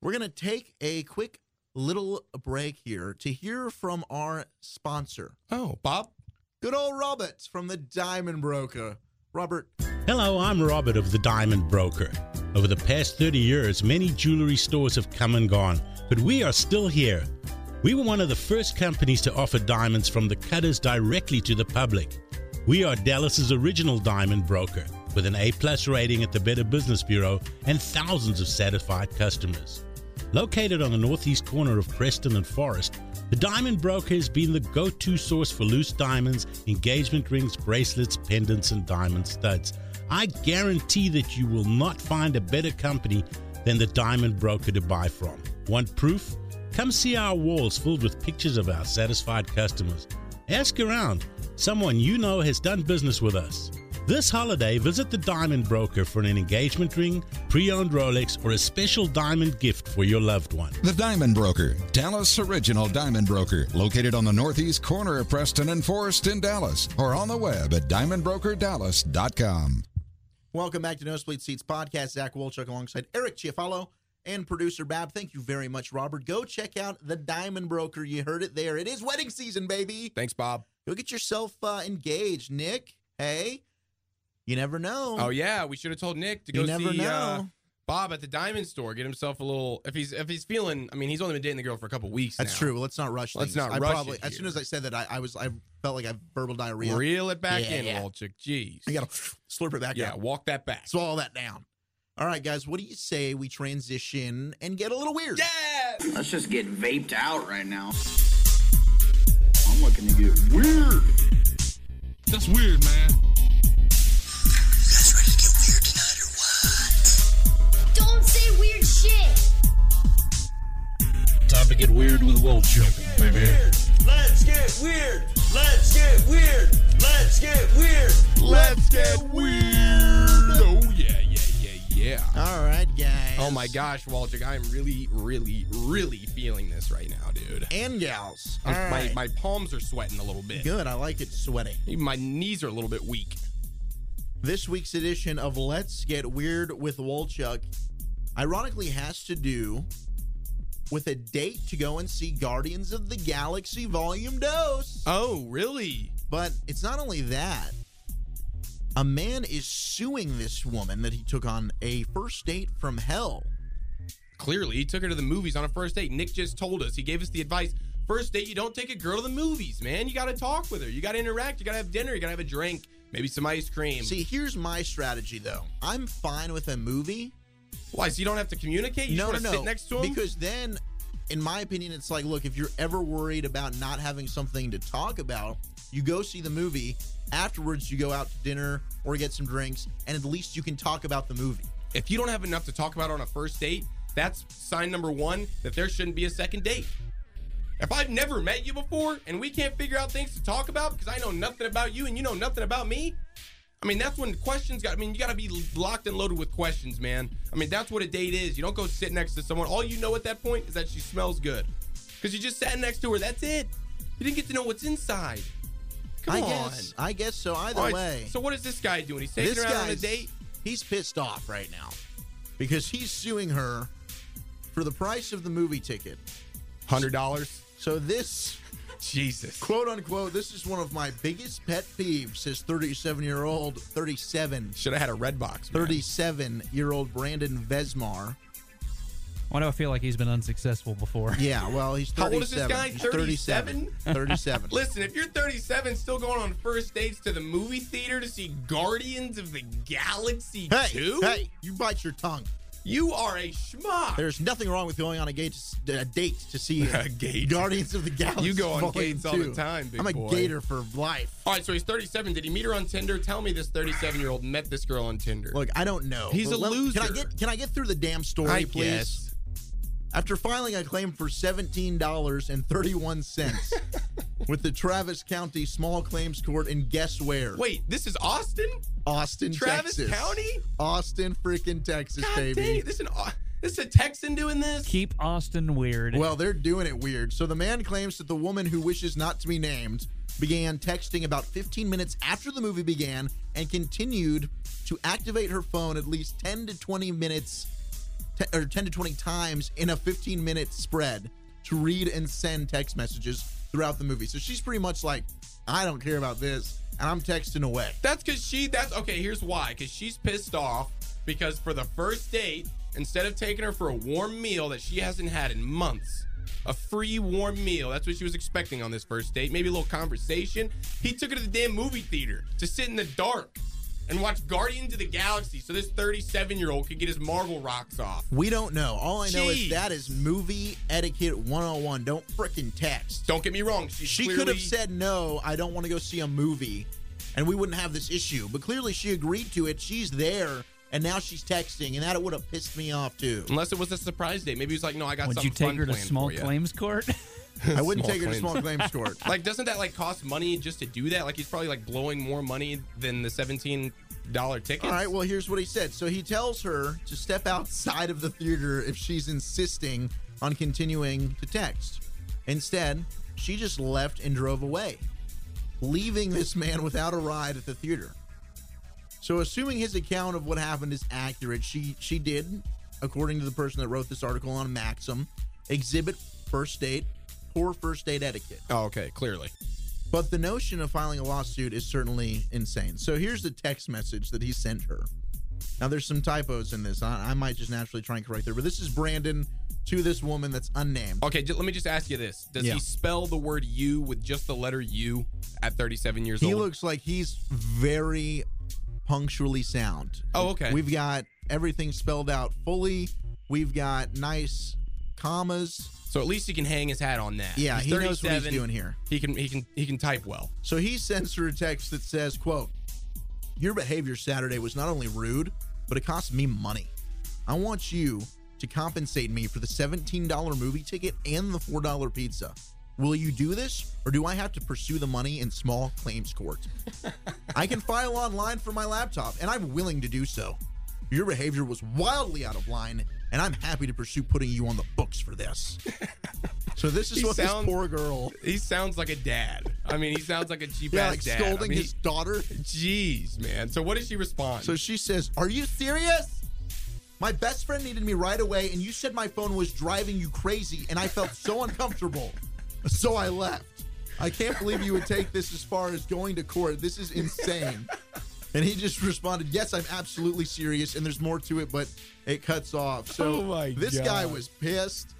We're going to take a quick little break here to hear from our sponsor,
Oh, Bob?
good old Robert from the Diamond Broker. Robert,
Hello, I'm Robert of the Diamond Broker. Over the past 30 years, many jewelry stores have come and gone, but we are still here. We were one of the first companies to offer diamonds from the cutters directly to the public. We are Dallas's original diamond broker with an A-plus rating at the Better Business Bureau and thousands of satisfied customers. Located on the northeast corner of Preston and Forest, the Diamond Broker has been the go to source for loose diamonds, engagement rings, bracelets, pendants, and diamond studs. I guarantee that you will not find a better company than the Diamond Broker to buy from. Want proof? Come see our walls filled with pictures of our satisfied customers. Ask around. Someone you know has done business with us. This holiday, visit the Diamond Broker for an engagement ring, pre owned Rolex, or a special diamond gift for your loved one.
The Diamond Broker, Dallas original Diamond Broker, located on the northeast corner of Preston and Forest in Dallas, or on the web at diamondbrokerdallas.com.
welcome back to Nosebleed Seats podcast. Zach Wilchuk alongside Eric Chiafalo and producer Bab. Thank you very much, Robert. Go check out the Diamond Broker. You heard it there. It is wedding season, baby.
Thanks, Bob.
Go get yourself uh, engaged, Nick. Hey, you never know.
Oh yeah, we should have told Nick to
You
go
never
see Uh,
know.
Bob at the diamond store. Get himself a little if he's if he's feeling. I mean, he's only been dating the girl for a couple weeks.
That's
now.
true. Let's not rush.
Let's
things.
not
I
rush
Probably,
it
as soon as I said that, I, I was I felt like I verbal diarrhea.
Reel it back
Yeah,
in,
yeah.
Walchuk. Jeez.
I gotta slurp it back.
yeah,
out.
walk that back.
swallow that down. All right, guys. What do you say we transition and get a little weird?
Yeah. Let's just get vaped out right now. I'm looking to get weird.
That's weird, man.
Don't say weird shit.
Time to get weird with Wolchuk, baby.
Let's get weird. Let's get weird. Let's get weird.
Let's get weird. Oh yeah, yeah, yeah, yeah.
All right, guys.
Oh my gosh, Walchuk, I'm really, really, really feeling this right now, dude.
And gals.
My,
All right.
my palms are sweating a little bit.
Good. I like it sweaty.
Even my knees are a little bit weak.
This week's edition of Let's Get Weird with Wolchuk ironically has to do with a date to go and see Guardians of the Galaxy Volume Dose.
Oh, really?
But it's not only that. A man is suing this woman that he took on a first date from hell.
Clearly, he took her to the movies on a first date. Nick just told us. He gave us the advice. First date, you don't take a girl to the movies, man. You got to talk with her. You got to interact. You got to have dinner. You got to have a drink. Maybe some ice cream.
See, here's my strategy though. I'm fine with a movie.
Why? So you don't have to communicate? You
no,
just
no,
wanna sit
no.
next to him?
Because then, in my opinion, it's like, look, if you're ever worried about not having something to talk about, you go see the movie. Afterwards, you go out to dinner or get some drinks, and at least you can talk about the movie.
if you don't have enough to talk about on a first date, that's sign number one that there shouldn't be a second date. If I've never met you before and we can't figure out things to talk about because I know nothing about you and you know nothing about me, I mean, that's when questions got. I mean, you got to be locked and loaded with questions, man. I mean, that's what a date is. You don't go sit next to someone. All you know at that point is that she smells good because you just sat next to her. That's it. You didn't get to know what's inside. Come
I
on.
guess. I guess so. Either
All right,
way,
So, what is this guy doing? He's taking
this
her out on a
guy's-
date?
He's pissed off right now because he's suing her for the price of the movie ticket.
$100.
So this
Jesus.
Quote unquote, this is one of my biggest pet peeves, says 37 year old, 37.
Should have had a red box. man.
37 year old Brandon Vesmar.
Why do I feel like he's been unsuccessful before?
Yeah, well, he's 37.
How old is this guy?
He's
37?
37.
Listen, if you're 37, still going on first dates to the movie theater to see Guardians of the Galaxy
hey,
2,
hey, you bite your tongue.
you are a schmuck.
There's nothing wrong with going on a, gate to, a date to see
A gate.
Guardians of the Galaxy.
You go on
Volume
gates all the
2.
time, big
I'm a
boy.
gator for life.
All right, so he's 37. Did he meet her on Tinder? Tell me this 37 year old met this girl on Tinder.
Look, I don't know.
He's
but
a
let- Can I
loser.
get can I get through the damn story,
I
please?
guess.
After filing a claim for $17.31 with the Travis County Small Claims Court in guess where?
Wait, this is Austin?
Austin,
Travis
Texas.
County?
Austin, freaking Texas,
God
baby.
dang it, this is an Au- this is a Texan doing this?
Keep Austin weird.
Well, they're doing it weird. So the man claims that the woman who wishes not to be named began texting about 15 minutes after the movie began and continued to activate her phone at least 10 to 20 minutes te- or 10 to 20 times in a 15 minute spread to read and send text messages throughout the movie. So she's pretty much like, I don't care about this, and I'm texting away.
That's because she. That's okay. Here's why. Because she's pissed off because for the first date, instead of taking her for a warm meal that she hasn't had in months, a free warm meal. That's what she was expecting on this first date. Maybe a little conversation. He took her to the damn movie theater to sit in the dark and watch Guardians of the Galaxy, so this 37 year old could get his Marvel rocks off.
We don't know. All I know
Jeez.
is that is movie etiquette 101. Don't frickin' text.
Don't get me wrong. She's
She
clearly-
could have said, no, I don't want to go see a movie, and we wouldn't have this issue. But clearly she agreed to it. She's there, and now she's texting, and that would have pissed me off, too.
Unless it was a surprise date. Maybe he was like, no, I got
Would you
something
take
fun
her to
planned
small
for ya."
claims court?
I wouldn't
Small
take her to small claims court.
like doesn't that like cost money just to do that like he's probably like blowing more money than the 17 dollar ticket
All right, well, here's what he said. So he tells her to step outside of the theater if she's insisting on continuing to text. Instead, she just left and drove away, leaving this man without a ride at the theater. So, assuming his account of what happened is accurate, she she did, according to the person that wrote this article on Maxim, exhibit first date, poor first date etiquette.
oh okay clearly
But the notion of filing a lawsuit is certainly insane. So here's the text message that he sent her. Now there's some typos in this. I, I might just naturally try and correct there, but this is Brandon to this woman that's unnamed.
okay j- let me just ask you this does
Yeah.
he spell the word you with just the letter u at 37 years
He
old
looks like he's very punctually sound.
Oh, okay.
We've got everything spelled out fully. We've got nice commas.
so at least he can hang his hat on that
Yeah,
He's
he knows what he's
37.
doing here.
he can he can he can type well
So he sends her a text that says, quote, Your behavior Saturday was not only rude, but it cost me money. I want you to compensate me for the $17 movie ticket and the $4 pizza. Will you do this, or do I have to pursue the money in small claims court? I can file online from my laptop, and I'm willing to do so. Your behavior was wildly out of line, and I'm happy to pursue putting you on the books for this. So this is
He
what
sounds-
this poor girl,
he sounds like a dad i mean he sounds like a cheap
yeah,
ass
like
dad
scolding
I mean,
his daughter.
he- jeez man so what does she respond
So she says, Are you serious? My best friend needed me right away, and you said my phone was driving you crazy, and I felt so uncomfortable. So I left. I can't believe you would take this as far as going to court. This is insane. And he just responded, Yes, I'm absolutely serious, and there's more to it, but it cuts off. So
Oh my
this guy
God.
was pissed.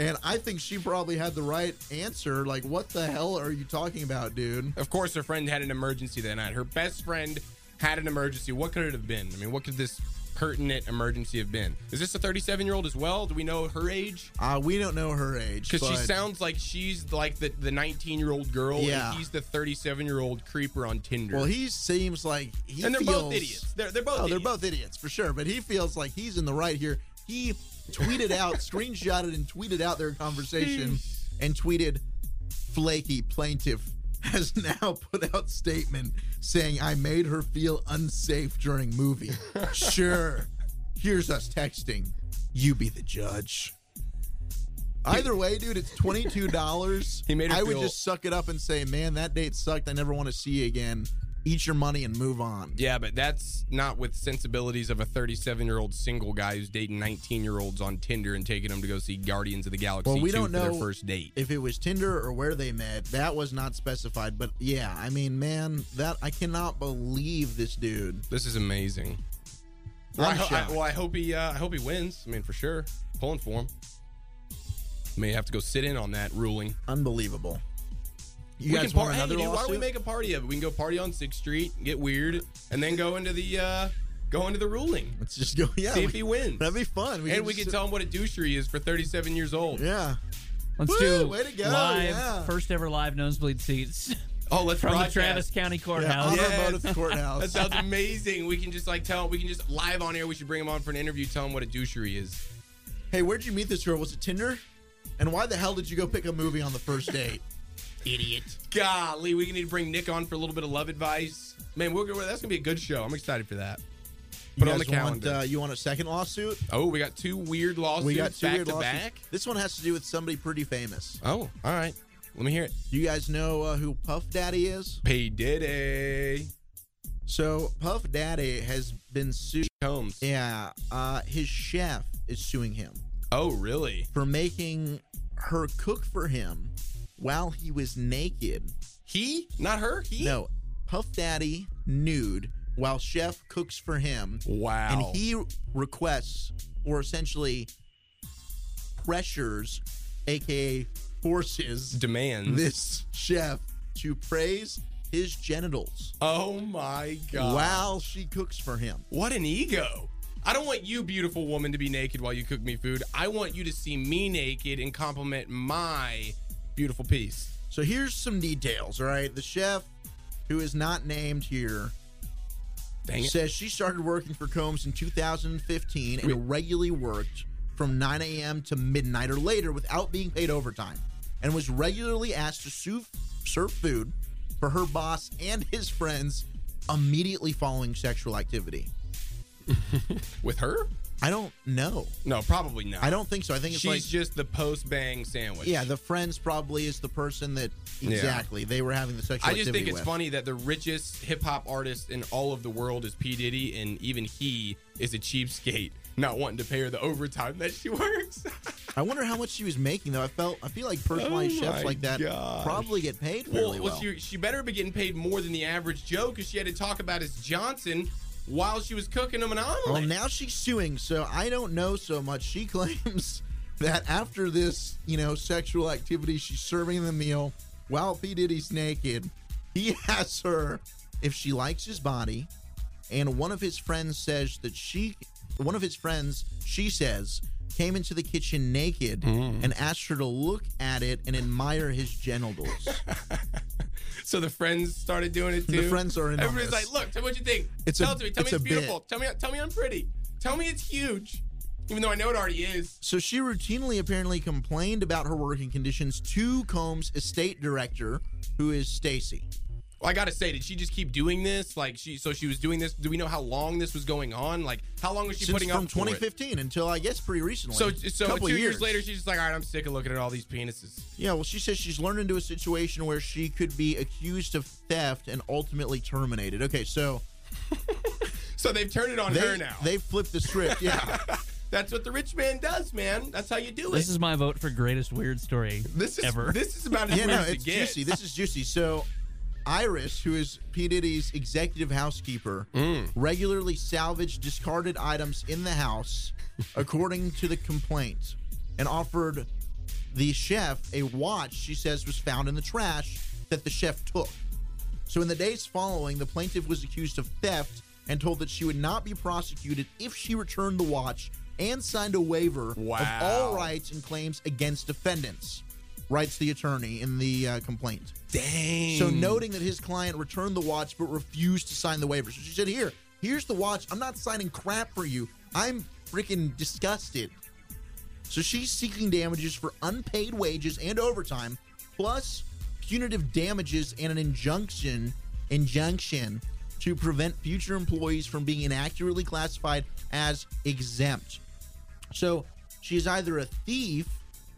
And I think she probably had the right answer. Like, what the hell are you talking about, dude?
Of course, her friend had an emergency that night. Her best friend had an emergency. What could it have been? I mean, what could this pertinent emergency have been? Is this a 37 year old as well? Do we know her age?
Uh, we don't know her age.
Because she
but-
sounds like she's like the the 19 year old girl,
Yeah.
and he's the 37 year old creeper on Tinder.
Well, he seems like he
and they're both
feels-
idiots. They're they're both.
Oh,
idiots.
they're both idiots for sure. But he feels like he's in the right here. He tweeted out, screenshotted, and tweeted out their conversation, and tweeted, "Flaky plaintiff has now put out statement saying I made her feel unsafe during movie. Sure, here's us texting. You be the judge." Either way, dude, it's twenty two dollars.
He made her
I would
feel-
just suck it up and say, "Man, that date sucked. I never want to see you again. Eat your money and move on."
Yeah, but that's not with sensibilities of a 37 year old single guy who's dating 19 year olds on Tinder and taking them to go see Guardians of the Galaxy.
Well, we
2
don't
for
know
their first date.
if it was Tinder or where they met. That was not specified, but yeah, I mean, man, that I cannot believe this dude.
This is amazing.
I'm
Well, I, ho- I-
shocked.
well, I hope he, uh, I hope he wins. I mean, for sure, pulling for him. May have to go sit in on that ruling.
Unbelievable. You
we
guys
can par-
want
hey,
another
dude, why don't we
lawsuit?
make a party of it? We can go party on Sixth Street, get weird, and then go into the, uh, go into the ruling.
Let's just go. Yeah,
see
we-
if he wins.
that'd be fun.
and we
just-
can tell him what a doucher he is for 37 years old.
Yeah,
Let's
Woo,
do
way to go,
live
yeah.
first ever live nosebleed seats
Oh, let's
from the
broadcast.
Travis County courthouse.
Yeah. Automotive courthouse.
That sounds amazing. We can just like tell. We can just live on air. We should bring him on for an interview. Tell him what a douchery is.
Hey, where'd you meet this girl? Was it Tinder? And why the hell did you go pick a movie on the first date? Idiot.
Golly, we need to bring Nick on for a little bit of love advice. Man, we'll, go- that's gonna be a good show. I'm excited for that.
You
Put it on the
guys want,
calendar.
uh, you want a second lawsuit?
oh, we got two weird lawsuits
we got two
back
weird
to
lawsuits.
back.
This one has to do with somebody pretty famous.
Oh, all right. Let me hear it.
You guys know uh, who Puff Daddy is?
P Diddy.
So Puff Daddy has been sued.
Combs.
Yeah, uh, his chef is suing him
Oh, really?
for making her cook for him while he was naked.
He? Not her? He?
No, Puff Daddy nude while chef cooks for him.
Wow.
And he requests or essentially pressures, aka forces,
demands
this chef to praise his genitals
Oh my god.
while she cooks for him.
What an ego. I don't want you, beautiful woman, to be naked while you cook me food. I want you to see me naked and compliment my beautiful piece.
So here's some details, all right? The chef, who is not named here,
Dang it.
says she started working for Combs in 2015 and
Wait.
regularly worked from 9 a.m. to midnight or later without being paid overtime, and was regularly asked to su- serve food for her boss and his friends immediately following sexual activity.
With her?
I don't know.
No, probably not.
I don't think so. I think it's
She's
like
just the post bang sandwich.
yeah, the friends probably is the person that
Yeah.
exactly they were having the sexual.
I just
activity
think it's
with.
funny that the richest hip hop artist in all of the world is P. Diddy, and even he is a cheapskate, not wanting to pay her the overtime that she works.
I wonder how much she was making though. I felt I feel like personalized
Oh
chefs
my
like that
gosh.
probably get paid
Well,
fairly
well,
well.
She, she better be getting paid more than the average Joe because she had to talk about his Johnson while she was cooking him an omelet.
well, now she's suing, so I don't know so much. She claims that after this, you know, sexual activity, she's serving the meal while P Diddy's naked. He asks her if she likes his body, and one of his friends says that she, one of his friends, she says, came into the kitchen naked
Mm.
and asked her to look at it and admire his genitals.
So the friends started doing it too.
The friends are in on
Everybody's like,
this.
"Look, tell me what you think.
It's
tell
a-
it to me. Tell me
it's a
it's
bit.
beautiful. Tell me, tell me I'm pretty. Tell me it's huge." Even though I know it already is.
So she routinely apparently complained about her working conditions to Combs' estate director, who is Stacy.
Well, I gotta say, did she just keep doing this? Like she, so she was doing this. Do we know how long this was going on? Like how long was she
Since
putting
from
up for it?
2015 until I guess pretty recently.
So, so
Couple
two years. later, she's just like, "All right, I'm sick of looking at all these penises."
Yeah, well, she says she's learned into a situation where she could be accused of theft and ultimately terminated. Okay, so
So they've turned it on
they,
her now.
they flipped the script. Yeah,
That's what the rich man does, man. That's how you do
This
it.
is my vote for greatest weird story
This is
ever.
this is about as
yeah,
weird
no,
as
it's
it gets.
juicy. This is juicy. So. Iris, who is P. Diddy's executive housekeeper,
Mm.
regularly salvaged discarded items in the house, according to the complaint, and offered the chef a watch she says was found in the trash that the chef took. So, in the days following, the plaintiff was accused of theft and told that she would not be prosecuted if she returned the watch and signed a waiver of all
Wow.
rights and claims against defendants, writes the attorney in the uh, complaint.
Dang.
So noting that his client returned the watch but refused to sign the waiver. So she said, Here, here's the watch. I'm not signing crap for you. I'm freaking disgusted. So she's seeking damages for unpaid wages and overtime, plus punitive damages and an injunction injunction to prevent future employees from being inaccurately classified as exempt. So she's either a thief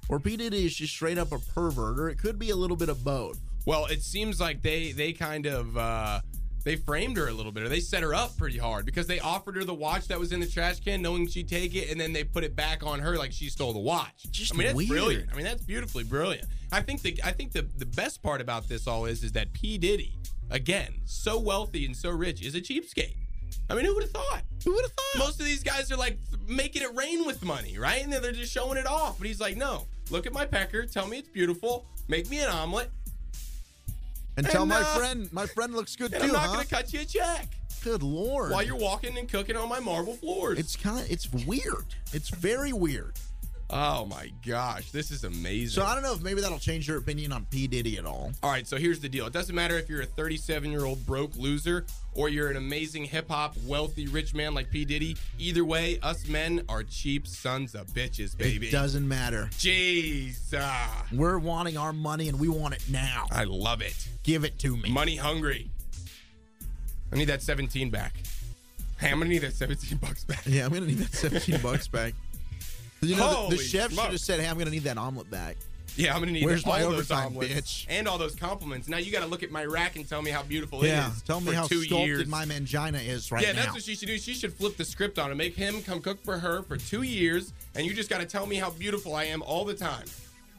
or P. Diddy is just straight up a pervert, or it could be a little bit of both.
Well, it seems like they they kind of uh they framed her a little bit, or they set her up pretty hard because they offered her the watch that was in the trash can, knowing she'd take it, and then they put it back on her like she stole the watch.
Just
I mean, that's
weird.
brilliant. I mean, that's beautifully brilliant. I think the I think the the best part about this all is is that P Diddy, again, so wealthy and so rich, is a cheapskate. I mean, who would have thought?
Who would have thought?
Most of these guys are like making it rain with money, right? And then they're just showing it off. But he's like, no, look at my pecker. Tell me it's beautiful. Make me an omelet.
And tell
And,
my
uh,
friend, my friend looks good
And
too,
I'm not
huh?
going to cut you a check
Good lord!
while you're walking and cooking on my marble floors.
it's kind of it's weird. It's very weird.
Oh my gosh, this is amazing.
So I don't know if maybe that'll change your opinion on P Diddy at all.
All right, so here's the deal. It doesn't matter if you're a 37 year old broke loser or you're an amazing hip hop wealthy rich man like P Diddy. Either way, us men are cheap sons of bitches, baby.
It doesn't matter.
Jesus,
We're wanting our money and we want it now.
I love it.
Give it to me.
Money hungry. I need that 17 back. Hey, I'm gonna need that 17 bucks back.
Yeah, I'm gonna need that 17 bucks back. You know, the,
Holy
the chef should
smoke.
have said, "Hey, I'm gonna need that omelet back."
Yeah, I'm gonna need
Where's
all
my
those
overtime,
omelets
bitch?
and all those compliments. Now you got to look at my rack and tell me how beautiful
yeah,
it is.
tell me
for
how
two
sculpted
years.
my mangina is right
yeah,
now.
that's what she should do. She should flip the script on and make him come cook for her for two years, and you just got to tell me how beautiful I am all the time.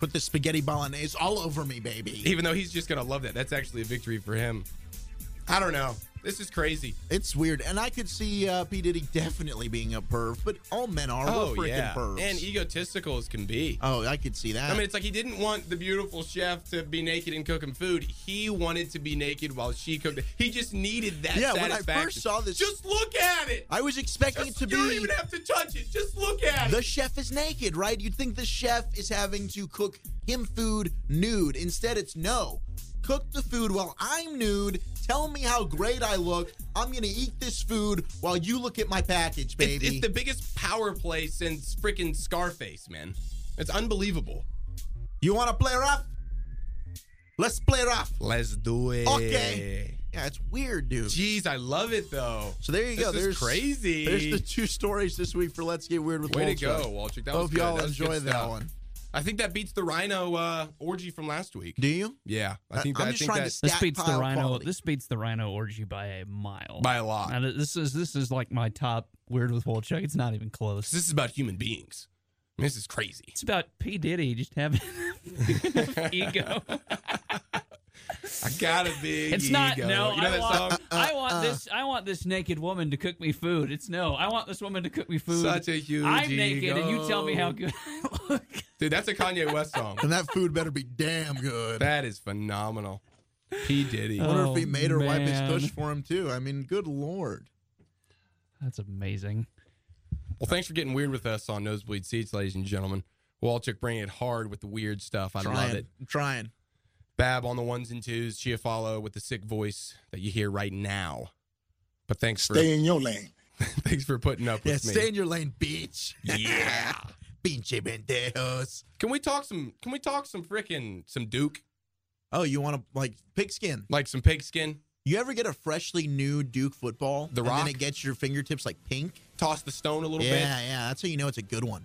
Put the spaghetti bolognese all over me, baby.
Even though he's just gonna love that. That's actually a victory for him. I don't know. This is crazy.
It's weird, and I could see uh, P Diddy definitely being a perv, but all men are.
oh
We're freaking
yeah,
pervs.
and egotistical as can be.
oh, I could see that.
I mean, it's like he didn't want the beautiful chef to be naked and cooking food. He wanted to be naked while she cooked. it. He just needed that.
yeah, when I
satisfaction.
first saw this,
just look at it.
I was expecting
Just-
it to
You
be
don't even have to touch it. Just look at it.
the chef is naked, right? You'd think the chef is having to cook him food nude. Instead, it's no. Cook the food while I'm nude. Tell me how great I look. I'm gonna eat this food while you look at my
It's-
package, baby.
It's, the biggest power play since freaking Scarface, man. It's unbelievable.
you want to play rough? Let's play rough.
Let's do it.
Okay. Eh. Yeah, it's weird, dude.
Jeez, I love it though.
So there you
This
go.
is
There's
crazy.
There's the two stories this week for Let's Get Weird with
Way to
Walchuk.
go, Walchick. That was
Hope
good.
y'all
That was good
enjoy that
stuff.
one.
I think that beats the Rhino uh, orgy from last week.
Do you?
Yeah, I think
I'm
that, I
just
think
trying
that,
to
This beats the
Stockpile
rhino.
quality.
This beats the rhino orgy by a mile.
by a lot.
Now, this is this is like my top weird with Wolchuk. It's not even close.
This is about human beings. I mean, this is crazy.
It's about P Diddy just having ego.
I got a big.
It's not
ego.
no.
You know
I
that
want,
song?
I want this. I want this naked woman to cook me food. It's no. I want this woman to cook me food.
Such a huge
I'm naked, and you
ego.
tell me how good.
Dude, that's a Kanye West song.
And that food better be damn good.
that is phenomenal. P Diddy.
I wonder if he made her wipe his
Oh, man.
tush for him too. I mean, good lord.
That's amazing.
Well, thanks for getting weird with us on Nosebleed Seats, ladies and gentlemen. Walchuk bringing it hard with the weird stuff. I
trying,
love it.
I'm trying.
Bab on the ones and twos. Chia follow with the sick voice that you hear right now. But thanks for
Stay in your lane.
thanks for putting up
Yeah,
with me.
stay in your lane, bitch.
yeah.
Pinche pendejos.
Can we talk some? Can we talk some frickin' some Duke?
Oh, you want to like pigskin?
Like some pigskin?
You ever get a freshly new Duke football?
The
And
Rock?
then it gets your fingertips like pink.
Toss the stone a little
yeah,
bit.
yeah. That's how you know it's a good one.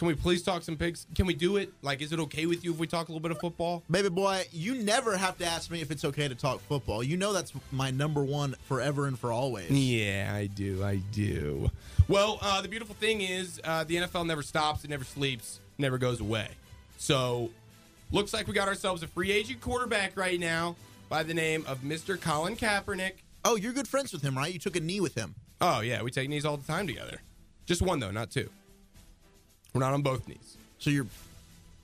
Can we please talk some pigs? Can we do it? Like, is it okay with you if we talk a little bit of football?
Baby boy, you never have to ask me if it's okay to talk football. You know that's my number one forever and for always.
Yeah, I do. I do. Well, uh, the beautiful thing is uh, the NFL never stops, it never sleeps, never goes away. So, looks like we got ourselves a free agent quarterback right now by the name of Mr. Colin Kaepernick.
Oh, you're good friends with him, right? You took a knee with him.
Oh, yeah, we take knees all the time together. Just one, though, not two. We're not on both knees.
So you're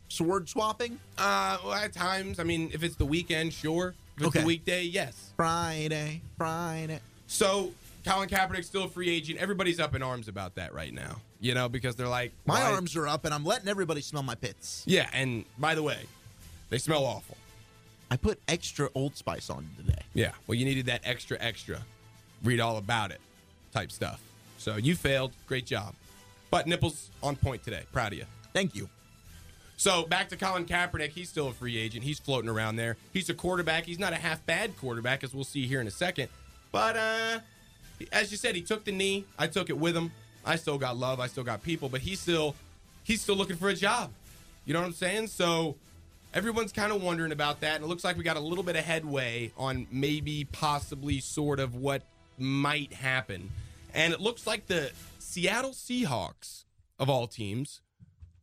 sword swapping?
Uh, well, at times, I mean, if it's the weekend, sure. If it's
Okay.
the weekday, yes.
Friday, Friday.
So, Colin Kaepernick's still a free agent. Everybody's up in arms about that right now, you know, because they're like,
My
why-
arms are up and I'm letting everybody smell my pits.
Yeah, and by the way, they smell awful.
I put extra Old Spice on today.
Yeah. Well, you needed that extra, extra, read all about it type stuff. So you failed. Great job. But nipples on point today. Proud of you.
Thank you.
So back to Colin Kaepernick. He's still a free agent. He's floating around there. He's a quarterback. He's not a half bad quarterback, as we'll see here in a second. But uh, as you said, he took the knee. I took it with him. I still got love. I still got people. But he's still he's still looking for a job. You know what I'm saying? So everyone's kind of wondering about that. And it looks like we got a little bit of headway on maybe, possibly, sort of what might happen. And it looks like the Seattle Seahawks, of all teams,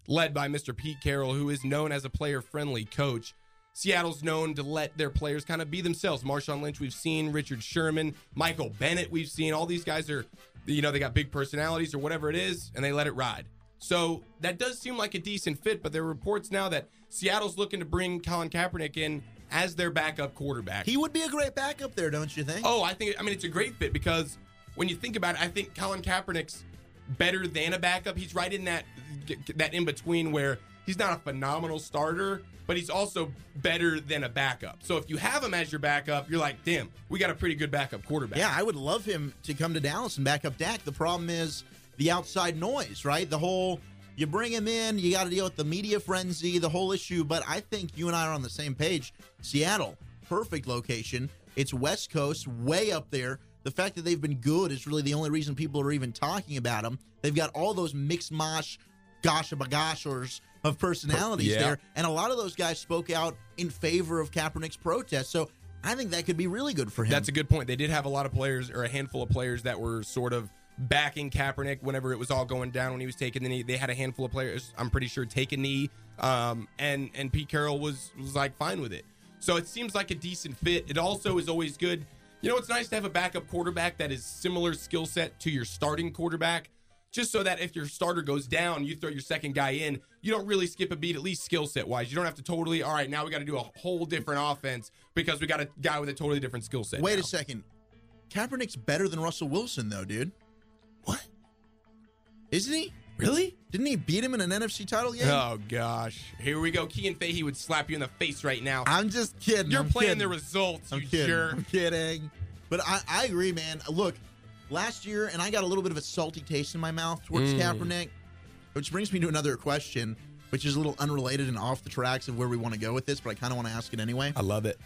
led by Mr. Pete Carroll, who is known as a player friendly coach. Seattle's known to let their players kind of be themselves. Marshawn Lynch, we've seen, Richard Sherman, Michael Bennett, we've seen. All these guys are, you know, they got big personalities or whatever it is, and they let it ride. So that does seem like a decent fit, but there are reports now that Seattle's looking to bring Colin Kaepernick in as their backup quarterback.
He would be a great backup there, don't you think?
Oh, I think. I mean, it's a great fit because when you think about it, I think Colin Kaepernick's better than a backup. He's right in that that in between where he's not a phenomenal starter, but he's also better than a backup. So if you have him as your backup, you're like, damn, we got a pretty good backup quarterback.
Yeah, I would love him to come to Dallas and back up Dak. The problem is the outside noise, right? The whole you bring him in, you got to deal with the media frenzy, the whole issue. But I think you and I are on the same page. Seattle, perfect location. It's West Coast, way up there. The fact that they've been good is really the only reason people are even talking about them. They've got all those mixed mosh, gosh bagoshers of personalities
Yeah.
there. And a lot of those guys spoke out in favor of Kaepernick's protest. So I think that could be really good for him.
That's a good point. They did have a lot of players or a handful of players that were sort of backing Kaepernick whenever it was all going down when he was taking the knee. They had a handful of players, I'm pretty sure, take a knee. Um, and and Pete Carroll was was like fine with it. So it seems like a decent fit. It also is always good. You know, it's nice to have a backup quarterback that is similar skill set to your starting quarterback, just so that if your starter goes down, you throw your second guy in. You don't really skip a beat, at least skill set wise. You don't have to totally, all right, now we got to do a whole different offense because we got a guy with a totally different skill set.
Wait
now.
a second. Kaepernick's better than Russell Wilson, though, dude. What? Isn't he?
Really?
Didn't he beat him in an NFC title game?
Oh gosh, here we go. Kean Fahey would slap you in the face right now.
I'm just kidding.
You're
I'm
playing
kidding.
the results,
I'm
you
kidding.
jerk.
I'm kidding. But I, I agree, man. Look, last year, and I got a little bit of a salty taste in my mouth towards
Mm.
Kaepernick, which brings me to another question, which is a little unrelated and off the tracks of where we want to go with this, but I kind of want to ask it anyway.
I love it.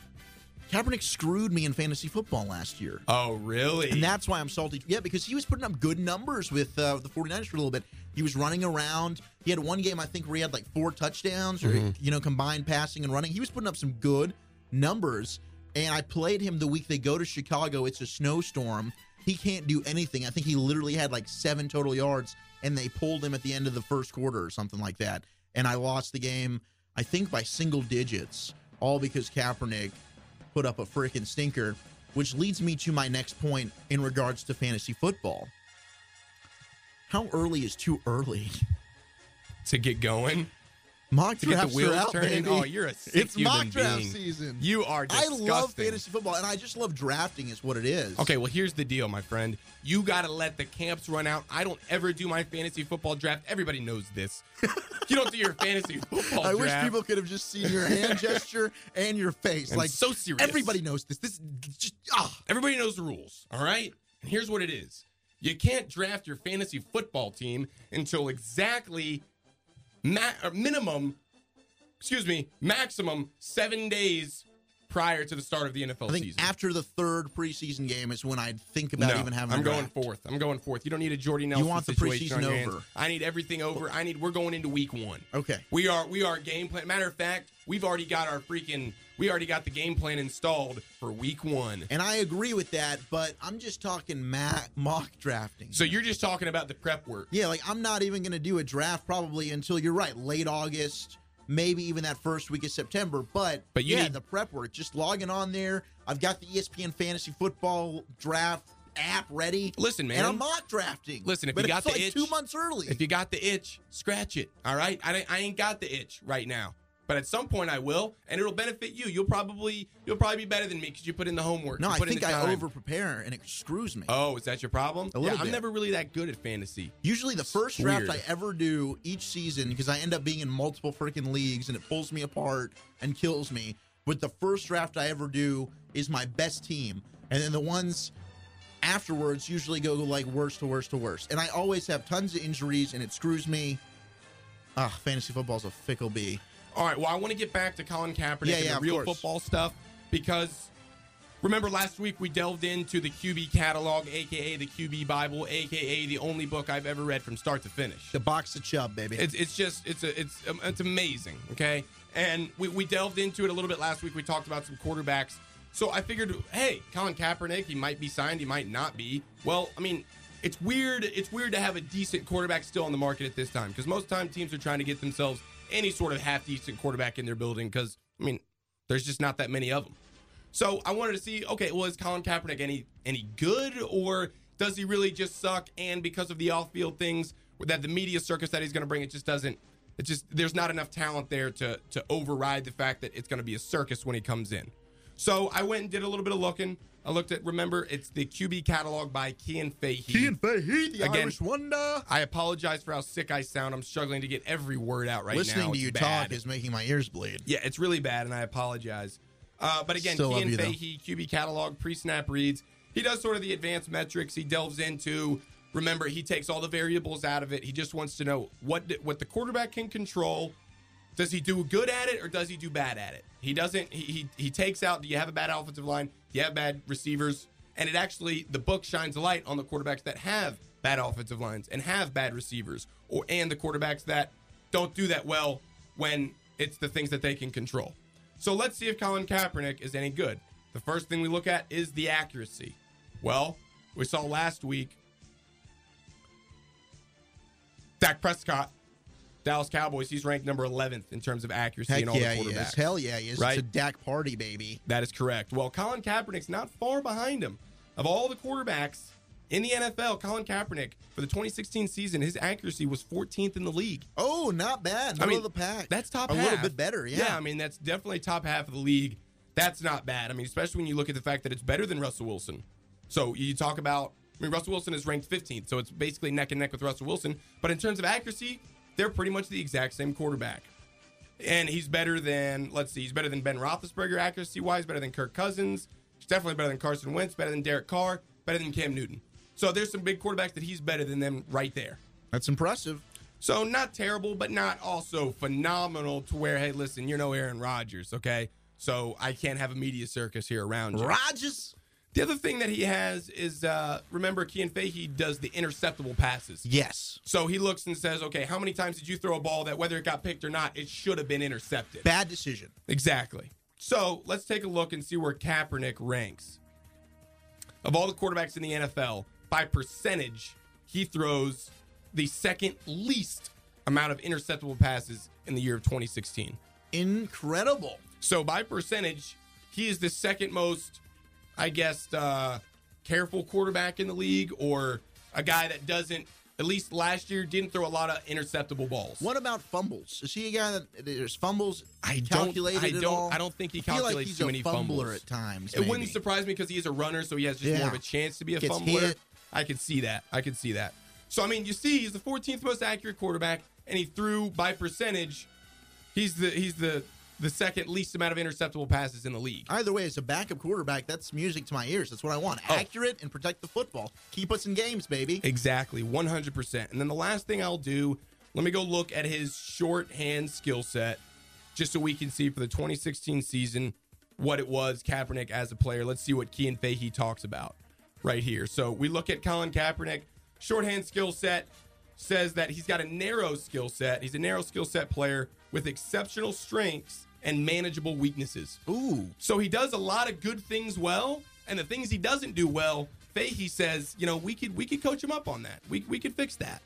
Kaepernick screwed me in fantasy football last year.
Oh really?
And that's why I'm salty. Yeah, because he was putting up good numbers with uh, the 49ers for a little bit. He was running around. He had one game, I think, where he had like four touchdowns or,
Mhm.
you know, combined passing and running. He was putting up some good numbers. And I played him the week they go to Chicago. It's a snowstorm. He can't do anything. I think he literally had like seven total yards, and they pulled him at the end of the first quarter or something like that. And I lost the game, I think, by single digits, all because Kaepernick put up a freaking stinker, which leads me to my next point in regards to fantasy football. How early is too early?
to get going.
Mock
To get the
drafts
wheels
are out,
turning?
baby.
Oh, you're a sick
It's
human
mock draft
being.
season.
You are
I love
disgusting.
fantasy football, and I just love drafting is what it is.
Okay, well here's the deal, my friend. You gotta let the camps run out. I don't ever do my fantasy football draft. Everybody knows this. you don't do your fantasy football
I
draft.
wish people could have just seen your hand gesture and your face.
I'm
like
so serious.
Everybody knows this. This just, ah.
Everybody knows the rules, all right? And here's what it is you can't draft your fantasy football team until exactly ma- or minimum, excuse me, maximum seven days prior to the start of the NFL
I think
season.
after the third preseason game is when I'd think about
No,
even having. a
I'm going
draft.
fourth. I'm going fourth. You don't need a Jordy Nelson
want the
situation
preseason
on your hands.
over.
I need everything over. I need. We're going into week one.
Okay.
We are we are game plan. Matter of fact, we've already got our freaking. We already got the game plan installed for week one.
And I agree with that, but I'm just talking ma- mock drafting.
So you're just talking about the prep work.
Yeah, like I'm not even going to do a draft probably until you're right, late August, maybe even that first week of September. But,
But you
yeah,
need-
the prep work, just logging on there. I've got the E ESPN Fantasy Football Draft app ready.
Listen, man.
And I'm mock drafting.
Listen, if
but
you got the
it's like
itch,
two months early.
If you got the itch, scratch it. All right, I, don't- I ain't got the itch right now, but at some point I will, and it'll benefit you. You'll probably you'll probably be better than me because you put in the homework.
no,
you
I
put in
think
the
I
time.
over prepare and it screws me.
Oh, is that your problem?
A little
yeah, I'm
bit.
never really that good at fantasy.
Usually, the first
Weird.
draft I ever do each season, because I end up being in multiple freaking leagues and it pulls me apart and kills me. But the first draft I ever do is my best team. And then the ones afterwards usually go like worst to worst to worst. And I always have tons of injuries and it screws me. Ah, fantasy football's a fickle bee.
All right. Well, I want to get back to Colin Kaepernick
Yeah,
and
yeah,
the
of
real
course.
football stuff because remember last week we delved into the QB catalog, aka the QB Bible, aka the only book I've ever read from start to finish.
The box of chub, baby.
It's, it's just it's a, it's um, it's amazing. Okay, and we, we delved into it a little bit last week. We talked about some quarterbacks. So I figured, hey, Colin Kaepernick, he might be signed, he might not be. Well, I mean, it's weird. It's weird to have a decent quarterback still on the market at this time because most time teams are trying to get themselves any sort of half decent quarterback in their building because I mean, there's just not that many of them. So I wanted to see, okay, well, is Colin Kaepernick any any good, or does he really just suck? And because of the off field things that the media circus that he's going to bring, it just doesn't. It just there's not enough talent there to to override the fact that it's going to be a circus when he comes in. So I went and did a little bit of looking. I looked at, remember, it's the QB catalog by Kean Fahey.
Kean Fahey, the Irish wonder.
I apologize for how sick I sound. I'm struggling to get every word out right
Listening
now.
to
It's
you
bad.
talk is making my ears bleed.
Yeah, it's really bad, and I apologize. Uh, but again,
Still love
Kean
you, though.
Fahey, QB catalog, pre snap reads. He does sort of the advanced metrics. He delves into, remember, he takes all the variables out of it. He just wants to know what what the quarterback can control. Does he do good at it or does he do bad at it? He doesn't. He, he, he takes out, do you have a bad offensive line? Do you have bad receivers? And it actually, the book shines a light on the quarterbacks that have bad offensive lines and have bad receivers, or and the quarterbacks that don't do that well when it's the things that they can control. So let's see if Colin Kaepernick is any good. The first thing we look at is the accuracy. Well, we saw last week Dak Prescott, Dallas Cowboys, he's ranked number 11th in terms of accuracy
Heck
in all
yeah,
the
he
quarterbacks.
is. Hell yeah, he is.
Right?
It's a Dak party, baby.
That is correct. Well, Colin Kaepernick's not far behind him. Of all the quarterbacks in the NFL, Colin Kaepernick for the 2016 season, his accuracy was 14th in the league.
Oh, not bad. Middle of the pack.
That's top
A
half.
little bit better, yeah.
I mean, that's definitely top half of the league. That's not bad. I mean, especially when you look at the fact that it's better than Russell Wilson. So you talk about, I mean, Russell Wilson is ranked 15th, so it's basically neck and neck with Russell Wilson. But in terms of accuracy, they're pretty much the exact same quarterback. And he's better than, let's see, he's better than Ben Roethlisberger accuracy wise, better than Kirk Cousins. He's definitely better than Carson Wentz, better than Derek Carr, better than Cam Newton. So there's some big quarterbacks that he's better than them right there.
That's impressive.
So not terrible, but not also phenomenal to where, hey, listen, you're no Aaron Rodgers, okay? So I can't have a media circus here around you.
Rodgers?
The other thing that he has is uh, remember Kean Fahey does the interceptable passes.
Yes.
So he looks and says, okay, how many times did you throw a ball that whether it got picked or not, it should have been intercepted?
Bad decision.
Exactly. So let's take a look and see where Kaepernick ranks. Of all the quarterbacks in the NFL, by percentage, he throws the second least amount of interceptable passes in the year of 2016.
Incredible.
So by percentage, he is the second most, I guess, uh, careful quarterback in the league, or a guy that doesn't, at least last year, didn't throw a lot of interceptable balls.
What about fumbles? Is he a guy that there's fumbles? I calculated
I
at
don't-
all?
I don't think he
I feel like
calculates
he's
too
a
many
fumbler
fumbles.
at times.
It wouldn't
maybe.
surprise me because he is a runner, so he has just more
Yeah.
of a chance to be a
Gets
fumbler.
hit.
I could see that. I could see that. So I mean, you see, he's the 14th most accurate quarterback, and he threw by percentage. He's the he's the the second least amount of interceptable passes in the league.
Either way, as a backup quarterback, that's music to my ears. That's what I
Oh.
want. Accurate and protect the football. Keep us in games, baby.
Exactly, 100%. And then the last thing I'll do, let me go look at his shorthand skill set just so we can see for the 2016 season what it was Kaepernick as a player. Let's see what Kean Fahey talks about right here. So we look at Colin Kaepernick, shorthand skill set says that he's got a narrow skill set. He's a narrow skill set player with exceptional strengths and manageable weaknesses.
Ooh.
So he does a lot of good things well, and the things he doesn't do well, Fahey says, you know, we could we could coach him up on that. We we could fix that.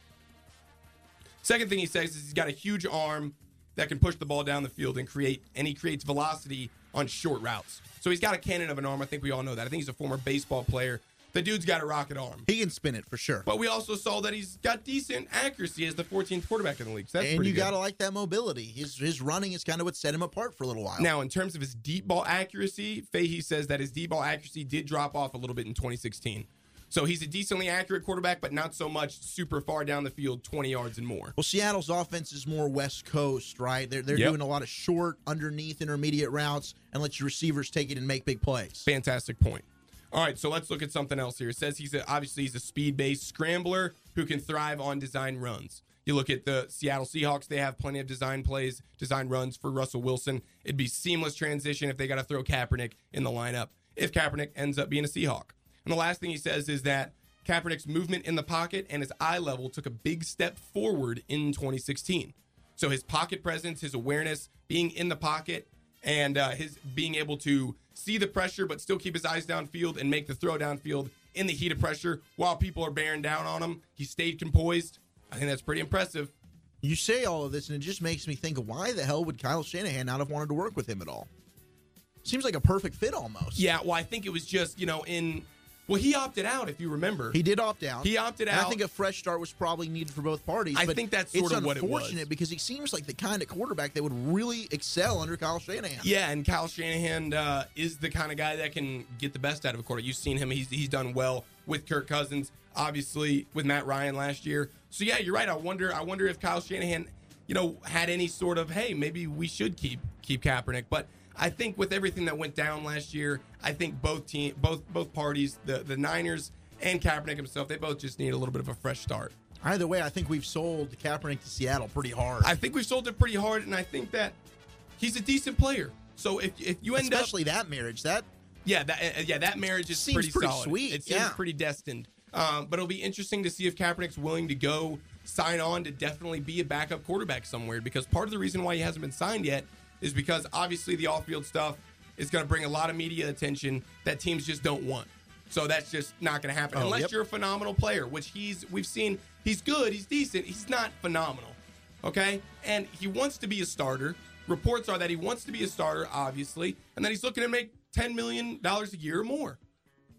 Second thing he says is he's got a huge arm that can push the ball down the field and create and he creates velocity on short routes. So he's got a cannon of an arm. I think we all know that. I think he's a former baseball player. The dude's got a rocket arm.
He can spin it for sure.
But we also saw that he's got decent accuracy as the 14th quarterback in the league. So that's
and
pretty
you
good.
gotta like that mobility. His his running is kind of what set him apart for a little while.
Now, in terms of his deep ball accuracy, Fahey says that his deep ball accuracy did drop off a little bit in 2016. So he's a decently accurate quarterback, but not so much super far down the field, 20 yards and more.
Well, Seattle's offense is more West Coast, right? They're they're
Yep.
doing a lot of short, underneath, intermediate routes, and let your receivers take it and make big plays.
Fantastic point. All right, so let's look at something else here. It says he's a, obviously he's a speed-based scrambler who can thrive on design runs. You look at the Seattle Seahawks; they have plenty of design plays, design runs for Russell Wilson. It'd be seamless transition if they got to throw Kaepernick in the lineup. If Kaepernick ends up being a Seahawk, and the last thing he says is that Kaepernick's movement in the pocket and his eye level took a big step forward in 2016. So his pocket presence, his awareness, being in the pocket, and uh, his being able to see the pressure but still keep his eyes downfield and make the throw downfield in the heat of pressure while people are bearing down on him. He stayed composed. I think that's pretty impressive.
You say all of this, and it just makes me think: Why the hell would Kyle Shanahan not have wanted to work with him at all? Seems like a perfect fit almost.
Yeah, well, I think it was just you know in Well, he opted out, if you remember.
He did opt out.
He opted
And
out.
I think a fresh start was probably needed for both parties.
I
but
think that's sort
it's
of what it was.
unfortunate because he seems like the kind of quarterback that would really excel under Kyle Shanahan.
Yeah, and Kyle Shanahan uh, is the kind of guy that can get the best out of a quarterback. You've seen him; he's he's done well with Kirk Cousins, obviously with Matt Ryan last year. So yeah, you're right. I wonder. I wonder if Kyle Shanahan, you know, had any sort of hey, maybe we should keep keep Kaepernick. But I think with everything that went down last year, I think both team, both both parties, the the Niners and Kaepernick himself, they both just need a little bit of a fresh start.
Either way, I think we've sold Kaepernick to Seattle pretty hard.
I think we've sold it pretty hard, and I think that he's a decent player. So if if you end
especially that marriage, that
yeah, that uh, yeah, that marriage is
Seems
pretty,
pretty
solid.
sweet,
It seems
yeah.
pretty destined. Um, but it'll be interesting to see if Kaepernick's willing to go sign on to definitely be a backup quarterback somewhere. Because part of the reason why he hasn't been signed yet is because obviously the off-field stuff is going to bring a lot of media attention that teams just don't want. So that's just not going to happen
Oh,
unless
yep.
you're a phenomenal player, which he's. We've seen he's good, he's decent, he's not phenomenal. Okay, and he wants to be a starter. Reports are that he wants to be a starter, obviously, and that he's looking to make ten million dollars a year or more,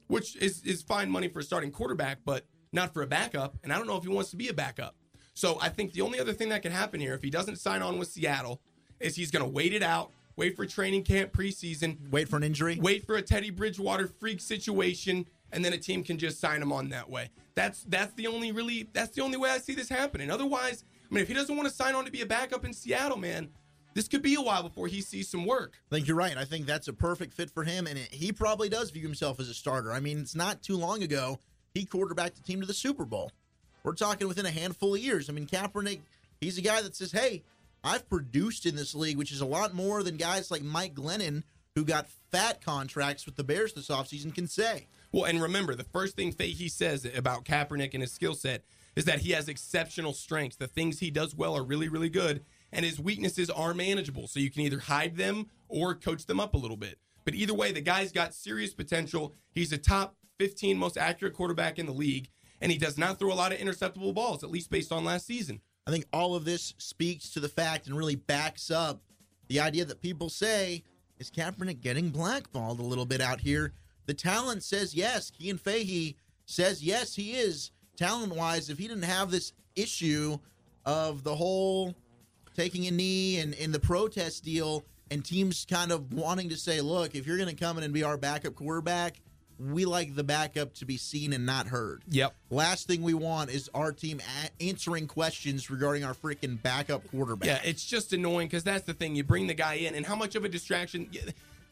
which is is fine money for a starting quarterback, but not for a backup. And I don't know if he wants to be a backup. So I think the only other thing that can happen here, if he doesn't sign on with Seattle, is he's going to wait it out, wait for training camp, preseason,
wait for an injury,
wait for a Teddy Bridgewater freak situation, and then a team can just sign him on that way. That's that's the only really that's the only way I see this happening. Otherwise, I mean, if he doesn't want to sign on to be a backup in Seattle, man, this could be a while before he sees some work.
I think you're right. I think that's a perfect fit for him, and it, he probably does view himself as a starter. I mean, it's not too long ago he quarterbacked the team to the Super Bowl. We're talking within a handful of years. I mean, Kaepernick, he's a guy that says, "Hey, I've produced in this league, which is a lot more than guys like Mike Glennon, who got fat contracts with the Bears this offseason, can say."
Well, and remember, the first thing Fahey says about Kaepernick and his skill set is that he has exceptional strengths. The things he does well are really, really good, and his weaknesses are manageable. So you can either hide them or coach them up a little bit. But either way, the guy's got serious potential. He's a top 15 most accurate quarterback in the league, and he does not throw a lot of interceptable balls, at least based on last season.
I think all of this speaks to the fact and really backs up the idea that people say is Kaepernick getting blackballed a little bit out here. The talent says yes. Kean Fahey says yes. He is talent wise. If he didn't have this issue of the whole taking a knee and in the protest deal and teams kind of wanting to say, look, if you're going to come in and be our backup quarterback, we like the backup to be seen and not heard.
Yep.
Last thing we want is our team a- answering questions regarding our freaking backup quarterback.
Yeah, it's just annoying because that's the thing. You bring the guy in, and how much of a distraction? yeah,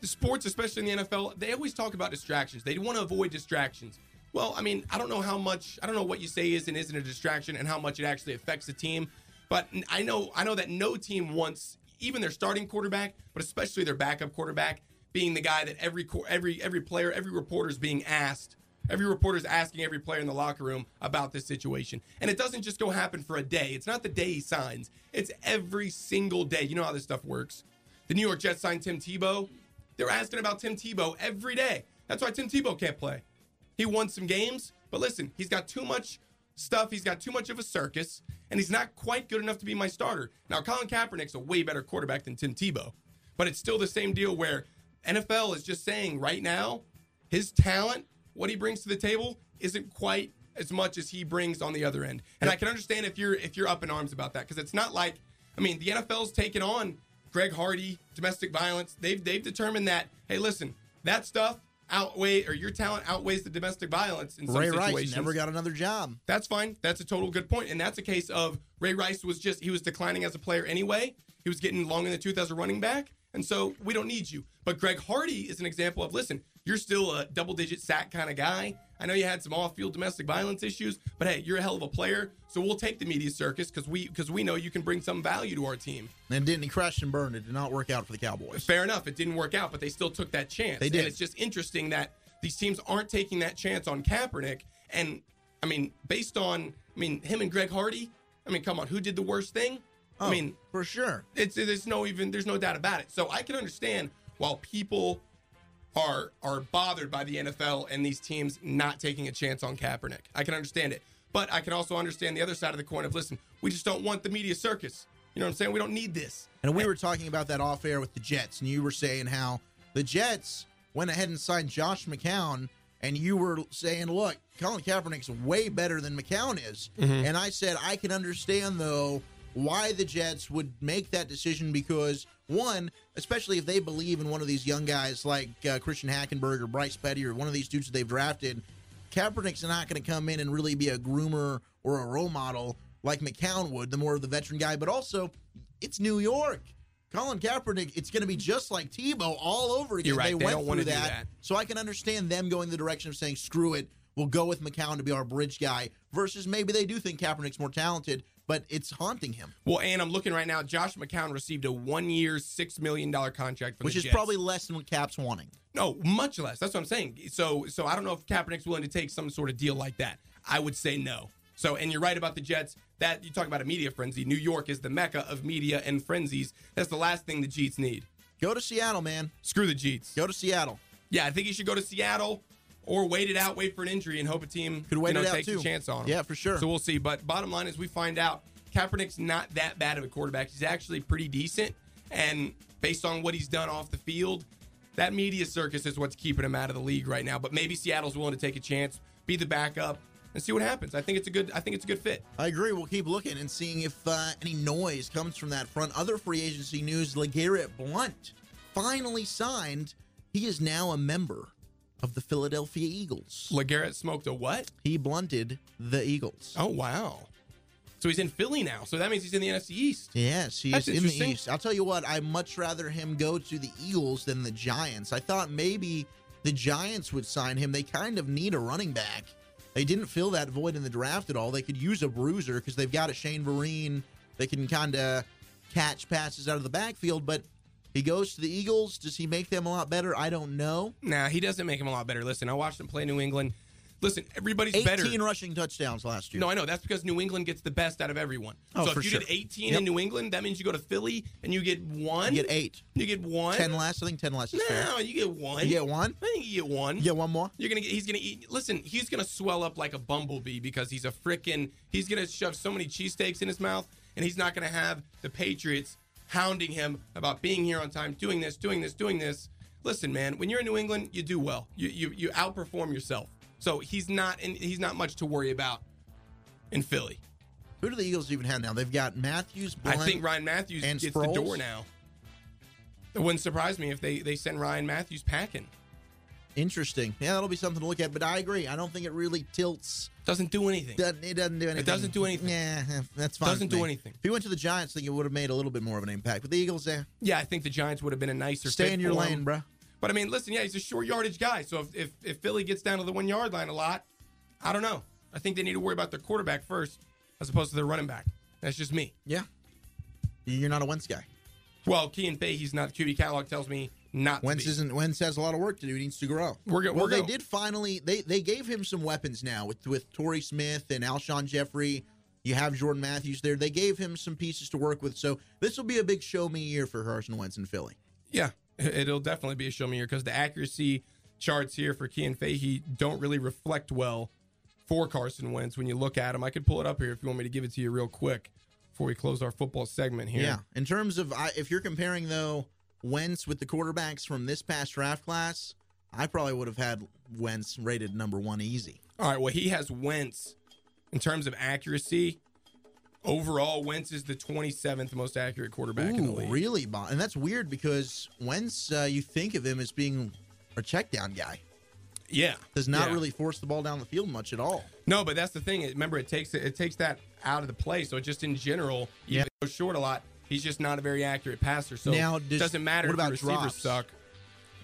The sports, especially in the NFL, they always talk about distractions. They want to avoid distractions. Well, I mean, I don't know how much. I don't know what you say is and isn't a distraction, and how much it actually affects the team. But n- I know, I know that no team wants even their starting quarterback, but especially their backup quarterback, being the guy that every quar- every every player, every reporter is being asked. Every reporter's asking every player in the locker room about this situation. And it doesn't just go happen for a day. It's not the day he signs. It's every single day. You know how this stuff works. The New York Jets signed Tim Tebow. They're asking about Tim Tebow every day. That's why Tim Tebow can't play. He won some games, but listen, he's got too much stuff. He's got too much of a circus, and he's not quite good enough to be my starter. Now, Colin Kaepernick's a way better quarterback than Tim Tebow, but it's still the same deal where NFL is just saying right now his talent, what he brings to the table, isn't quite as much as he brings on the other end. And I can understand if you're if you're up in arms about that because it's not like I mean the NFL's taken on Greg Hardy, domestic violence. They've they've determined that hey, listen, that stuff outweigh or your talent outweighs the domestic violence in some
Ray Rice
situations.
never got another job.
Um, That's fine. That's a total good point. And that's a case of Ray Rice was just he was declining as a player anyway. He was getting long in the tooth as a running back. And so we don't need you. But Greg Hardy is an example of listen, you're still a double digit sack kind of guy. I know you had some off field domestic violence issues, but hey, you're a hell of a player. So we'll take the media circus because we because we know you can bring some value to our team.
And didn't he crash and burn? It did not work out for the Cowboys.
Fair enough. It didn't work out, but they still took that chance.
They did.
And it's just interesting that these teams aren't taking that chance on Kaepernick. And I mean, based on I mean him and Greg Hardy. I mean, come on, who did the worst thing? I
Oh,
mean,
for sure.
It's there's no even there's no doubt about it. So I can understand while people are are bothered by the NFL and these teams not taking a chance on Kaepernick. I can understand it. But I can also understand the other side of the coin of listen, we just don't want the media circus. You know what I'm saying? We don't need this.
And we were talking about that off air with the Jets, and you were saying how the Jets went ahead and signed Josh McCown and you were saying, look, Colin Kaepernick's way better than McCown is.
Mm-hmm.
Mhm.
And I said, I can understand, though, why the Jets would make that decision because, one, especially if they believe in one of these young guys like uh, Christian Hackenberg or Bryce Petty or one of these dudes that they've drafted, Kaepernick's not going to come in and really be a groomer or a role model like McCown would, the more of the veteran guy. But also, it's New York. Colin Kaepernick, it's going to be just like Tebow all over again.
You're right.
They,
They
went
don't
through
wanna do
that.
that.
So I can understand them going the direction of saying, screw it, we'll go with McCown to be our bridge guy, versus maybe they do think Kaepernick's more talented, but it's haunting him,
Well, and I'm looking right now. Josh McCown received a one-year, six million dollar contract for
which
the
is
Jets.
probably less than what Cap's wanting.
no, much less. That's what I'm saying. So, so I don't know if Kaepernick's willing to take some sort of deal like that. I would say no. So, and you're right about the Jets. That you talk about a media frenzy. New York is the mecca of media and frenzies. That's the last thing the Jeets need.
Go to Seattle, man.
Screw the Jeets.
Go to Seattle.
Yeah, I think he should go to Seattle or wait it out, wait for an injury, and hope a team
Could wait
you know,
it out,
takes
too.
a chance on him.
Yeah, for sure.
So we'll see. But bottom line is, we find out Kaepernick's not that bad of a quarterback. He's actually pretty decent, and based on what he's done off the field, that media circus is what's keeping him out of the league right now. But maybe Seattle's willing to take a chance, be the backup, and see what happens. I think it's a good. I think it's a good fit.
I agree. We'll keep looking and seeing if uh, any noise comes from that front. Other free agency news: Legarrette Blunt finally signed. He is now a member of the Philadelphia Eagles.
Legarrette smoked a what?
He blunted the Eagles.
Oh wow! So he's in Philly now. So that means he's in the NFC East.
Yes, he
That's
is in the
interesting.
East. I'll tell you what, I'd much rather him go to the Eagles than the Giants. I thought maybe the Giants would sign him. They kind of need a running back. They didn't fill that void in the draft at all. They could use a bruiser because they've got a Shane Vereen. They can kind of catch passes out of the backfield, but he goes to the Eagles. Does he make them a lot better? I don't know.
Nah, he doesn't make him a lot better. Listen, I watched him play New England. Listen, everybody's
18
better.
rushing touchdowns last year.
No, I know. That's because New England gets the best out of everyone.
Oh,
so if
for
you
sure.
did 18
Yep.
in New England, that means you go to Philly and you get one.
You get eight.
You get one.
10 less. I think 10 less is fair.
No, you get one.
You get one?
I think you get one.
You get one more?
You're gonna get. He's gonna eat. Listen, he's gonna swell up like a bumblebee because he's a freaking. He's gonna shove so many cheesesteaks in his mouth, and he's not gonna have the Patriots hounding him about being here on time, doing this, doing this, doing this. Listen, man, when you're in New England, you do well. You you you outperform yourself. So he's not. In, he's not much to worry about in Philly.
Who do the Eagles even have now? They've got Matthews,
I
Blunt,
think Ryan Matthews
and
gets the
Sproles?
door now. It wouldn't surprise me if they they send Ryan Matthews packing.
Interesting. Yeah, that'll be something to look at. But I agree. I don't think it really tilts.
Doesn't do anything.
Doesn't, it doesn't do anything.
doesn't do anything.
Yeah, that's fine.
Doesn't
with me.
do anything.
If he went to the Giants, I think it would have made a little bit more of an impact. But the Eagles, eh,
Yeah, I think the Giants would have been a nicer.
stay
fit
in your
for
lane,
him.
bruh.
But I mean, listen, yeah, he's a short yardage guy. So if, if if Philly gets down to the one yard line a lot, I don't know. I think they need to worry about their quarterback first, as opposed to their running back. That's just me.
Yeah. You're not a Wentz guy.
Well, Key and Faye, he's not. QB catalog tells me not. to
Wentz
be.
isn't. Wentz has a lot of work to do. He needs to grow.
We're go-
Well,
we're
they
go-
did finally. They they gave him some weapons now with with Torrey Smith and Alshon Jeffrey. You have Jordan Matthews there. They gave him some pieces to work with. So this will be a big show me year for Carson Wentz in Philly.
Yeah, it'll definitely be a show me year because the accuracy charts here for Kean Fahey don't really reflect well for Carson Wentz when you look at him. I could pull it up here if you want me to give it to you real quick before we close our football segment here.
Yeah. In terms of I, if you're comparing though Wentz with the quarterbacks from this past draft class, I probably would have had Wentz rated number one easy.
All right. Well, he has Wentz in terms of accuracy. Overall, Wentz is the 27th most accurate quarterback in the
Ooh,
league.
really, Bob? And that's weird because Wentz, uh, you think of him as being a check down guy,
Yeah.
does not
Yeah.
really force the ball down the field much at all.
No, but that's the thing. Remember, it takes it takes that out of the play. So just in general,
Yeah.
yeah. goes short a lot. He's just not a very accurate passer. So
Now,
it
does-
doesn't matter
what about
if the receivers
drops?
suck.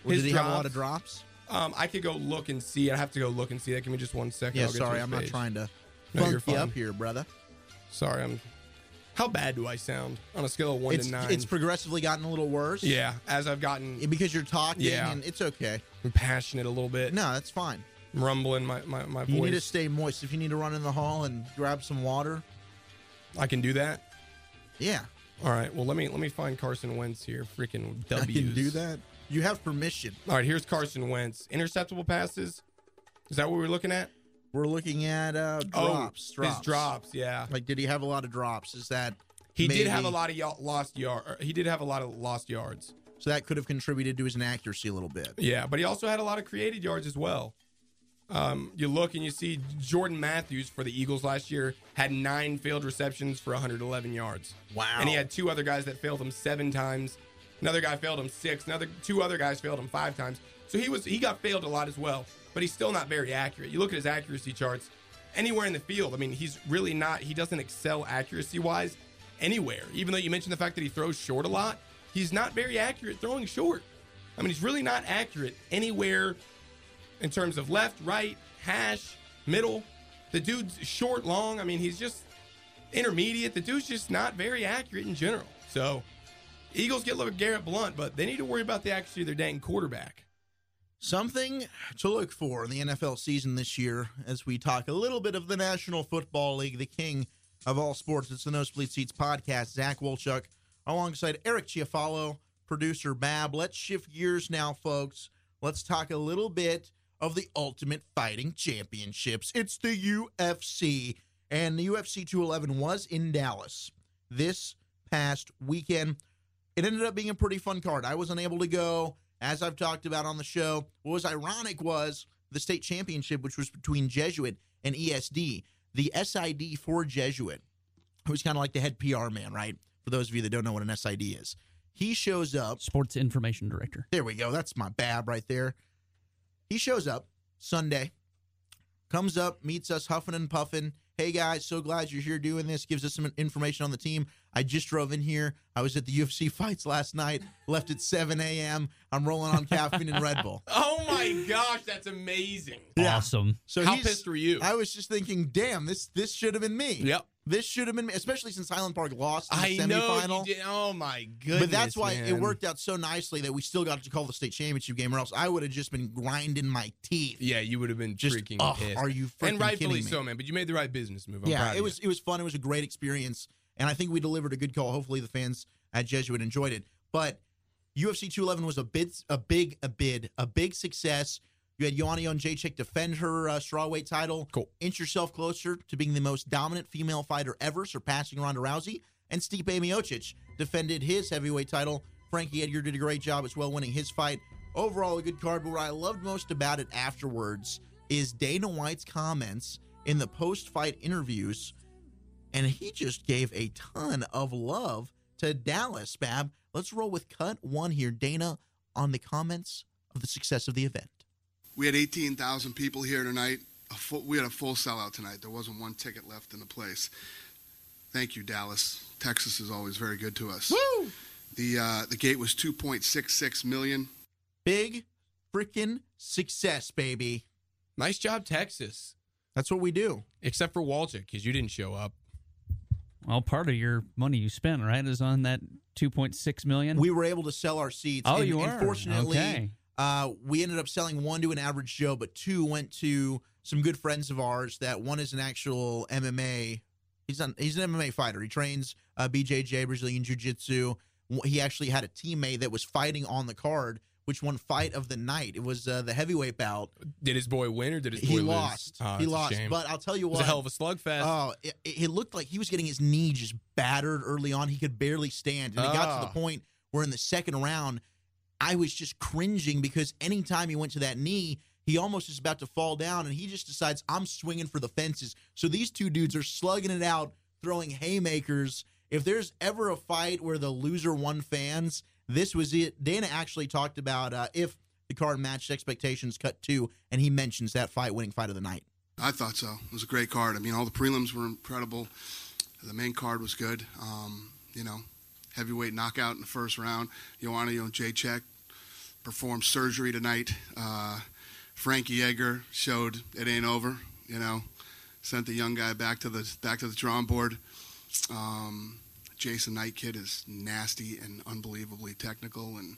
Or
His
did he have a lot of
drops-
drops?
Um, I could go look and see. I have to go look and see that. Give me just one second.
Yeah,
I'll get to
sorry,
his
I'm not
page.
trying to
No,
funk
you're
you
fine.
up here, brother.
Sorry, I'm. How bad do I sound on a scale of one
It's,
to nine?
it's progressively gotten a little worse.
yeah, as I've gotten
Because you're talking
Yeah.
and it's okay.
passionate a little bit,
No, that's fine.
rumbling my my, my
You need to
voice.
stay moist. If you need to run in the hall and grab some water,
I can do that.
yeah.
All right. Well, let me let me find Carson Wentz here. Freaking
I
W's.
can do that. You have permission.
All right, here's Carson Wentz. Interceptable passes. Is that what we're looking at?
We're looking at uh,
Oh,
drops. drops.
His drops, yeah.
Like, did he have a lot of drops? Is that
He
maybe-
did have a lot of y- lost yard. He did have a lot of lost yards.
So that could have contributed to his inaccuracy a little bit.
Yeah, but he also had a lot of created yards as well. Um, you look and you see Jordan Matthews for the Eagles last year had nine failed receptions for 111 yards.
Wow.
And he had two other guys that failed him seven times. Another guy failed him six. Another two other guys failed him five times. So he was he got failed a lot as well. But he's still not very accurate. You look at his accuracy charts anywhere in the field. I mean, he's really not. He doesn't excel accuracy wise anywhere. Even though you mentioned the fact that he throws short a lot, he's not very accurate throwing short. I mean, he's really not accurate anywhere in terms of left, right, hash, middle. The dude's short, long. I mean, he's just intermediate. The dude's just not very accurate in general. So, Eagles get look Garrett Blunt, but they need to worry about the accuracy of their dang quarterback.
Something to look for in the NFL season this year as we talk a little bit of the National Football League, the king of all sports. It's the No Split Seats podcast. Zach Wolchuk alongside Eric Chiafalo, producer Bab. Let's shift gears now, folks. Let's talk a little bit of the Ultimate Fighting Championships. It's the UFC, and the UFC 211 was in Dallas this past weekend. It ended up being a pretty fun card. I was unable to go, as I've talked about on the show. What was ironic was the state championship, which was between Jesuit and ESD. The SID for Jesuit, who's kind of like the head PR man, right? For those of you that don't know what an SID is, he shows up.
Sports Information Director.
There we go. That's my bab right there. He shows up Sunday, comes up, meets us huffing and puffing. Hey guys, so glad you're here doing this. Gives us some information on the team. I just drove in here. I was at the UFC fights last night. Left at 7 a.m. I'm rolling on caffeine and Red Bull.
Oh my gosh, that's amazing.
Awesome.
So
How
he's-
pissed were you?
I was just thinking, damn, this this should have been me.
Yep.
This should have been me, especially since Highland Park lost in
I
the
know.
semifinal.
you did- oh my goodness.
but that's why it
man.
worked out so nicely that we still got to call the state championship game, or else I would have just been grinding my teeth.
Yeah, you would have been freaking
oh,
pissed.
are you freaking
and rightfully
kidding me?
so, man. But you made the right business move. I'm proud
yeah,
of
it
you.
was it was fun. It was a great experience, and I think we delivered a good call. Hopefully, the fans at Jesuit enjoyed it. But UFC 211 was a bid, a big, a bid, a big success. You had Joanna Jacek defend her uh, strawweight title,
cool.
inch yourself closer to being the most dominant female fighter ever, surpassing Ronda Rousey. And Stipe Miocic defended his heavyweight title. Frankie Edgar did a great job as well, winning his fight. Overall, a good card. But what I loved most about it afterwards is Dana White's comments in the post-fight interviews and he just gave a ton of love to Dallas. Bab, let's roll with cut one here, Dana, on the comments of the success of the event.
We had 18,000 people here tonight. A full, we had a full sellout tonight. There wasn't one ticket left in the place. Thank you, Dallas. Texas is always very good to us. Woo! The uh, the gate was 2.66 million.
Big freaking success, baby.
Nice job, Texas.
That's what we do.
Except for Walter, because you didn't show up.
Well, part of your money you spent, right, is on that 2.6 million.
We were able to sell our seats.
Oh,
and,
you
and
were.
fortunately,
Okay.
uh, we ended up selling one to an average Joe, but two went to some good friends of ours. That one is an actual MMA. He's an he's an MMA fighter. He trains uh, BJJ Brazilian Jiu Jitsu. He actually had a teammate that was fighting on the card, which won fight of the night. It was uh, the heavyweight bout.
Did his boy win or did his boy
He
lose?
lost.
Ah,
he
it's a
lost.
shame.
But I'll tell you
It
what,
was a hell of a slugfest.
Oh, it, it it looked like he was getting his knee just battered early on. He could barely stand. And it got to
Ah.
the point where in the second round, I was just cringing because anytime he went to that knee, he almost is about to fall down and he just decides, I'm swinging for the fences. So these two dudes are slugging it out, throwing haymakers. If there's ever a fight where the loser won fans, this was it. Dana actually talked about uh, if the card matched expectations, cut two, and he mentions that fight winning fight of the night.
I thought so. It was a great card. I mean, all the prelims were incredible. The main card was good. Um, you know, heavyweight knockout in the first round. Joanna Jacek performed surgery tonight. Uh, Frankie Edgar showed it ain't over. You know, sent the young guy back to the back to the drawing board. Um, Jason Knightkid is nasty and unbelievably technical, and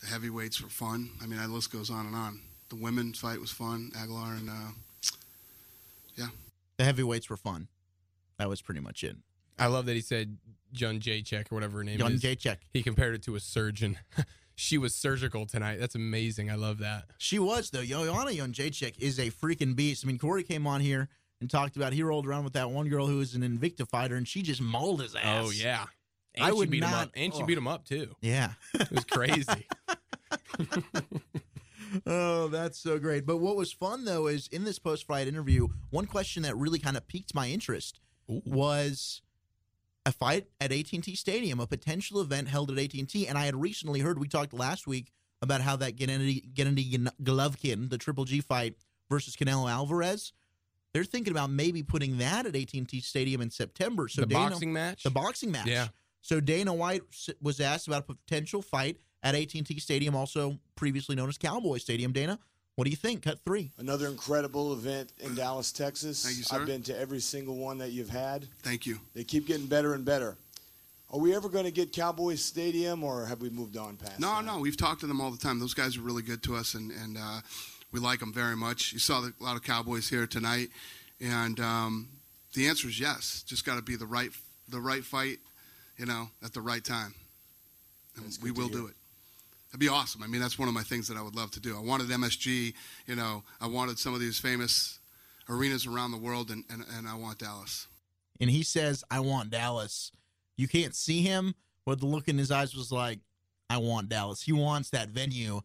the heavyweights were fun. I mean, that list goes on and on. The women's fight was fun. Aguilar and uh,
The heavyweights were fun. That was pretty much it.
I love that he said John Jacek or whatever her name
Jun
is.
Jacek.
He compared it to a surgeon. she was surgical tonight. That's amazing. I love that.
She was though. Joanna Jacek is a freaking beast. I mean, Corey came on here and talked about he rolled around with that one girl who was an Invicta fighter, and she just mauled his ass.
Oh yeah. And
I
she
would
beat
not.
him up. And she
oh.
beat him up too.
Yeah,
It was crazy.
Oh, that's so great. But what was fun though is in this post fight interview, one question that really kind of piqued my interest was a fight at AT&T Stadium, a potential event held at AT&T, and I had recently heard we talked last week about how that Gennady, Gennady Golovkin, the Triple G fight versus Canelo Alvarez, they're thinking about maybe putting that at AT&T Stadium in September. So
The
Dana,
boxing match?
the boxing match.
Yeah.
So Dana White s- was asked about a potential fight at AT&T Stadium, also previously known as Cowboy Stadium. Dana, what do you think? Cut three.
Another incredible event in Dallas, Texas.
Thank you, sir.
I've been to every single one that you've had.
Thank you.
They keep getting better and better. Are we ever going to get Cowboys Stadium, or have we moved on past?
No, no, we've talked to them all the time. Those guys are really good to us, and and uh, we like them very much. You saw the, a lot of Cowboys here tonight, and um, the answer is yes. Just got to be the right the right fight, you know, at the right time, and we
good to
will
hear.
do it. That'd be awesome. I mean, that's one of my things that I would love to do. I wanted MSG, you know, I wanted some of these famous arenas around the world, and, and, and I want Dallas.
and he says, I want Dallas. You can't see him, but the look in his eyes was like, I want Dallas. He wants that venue.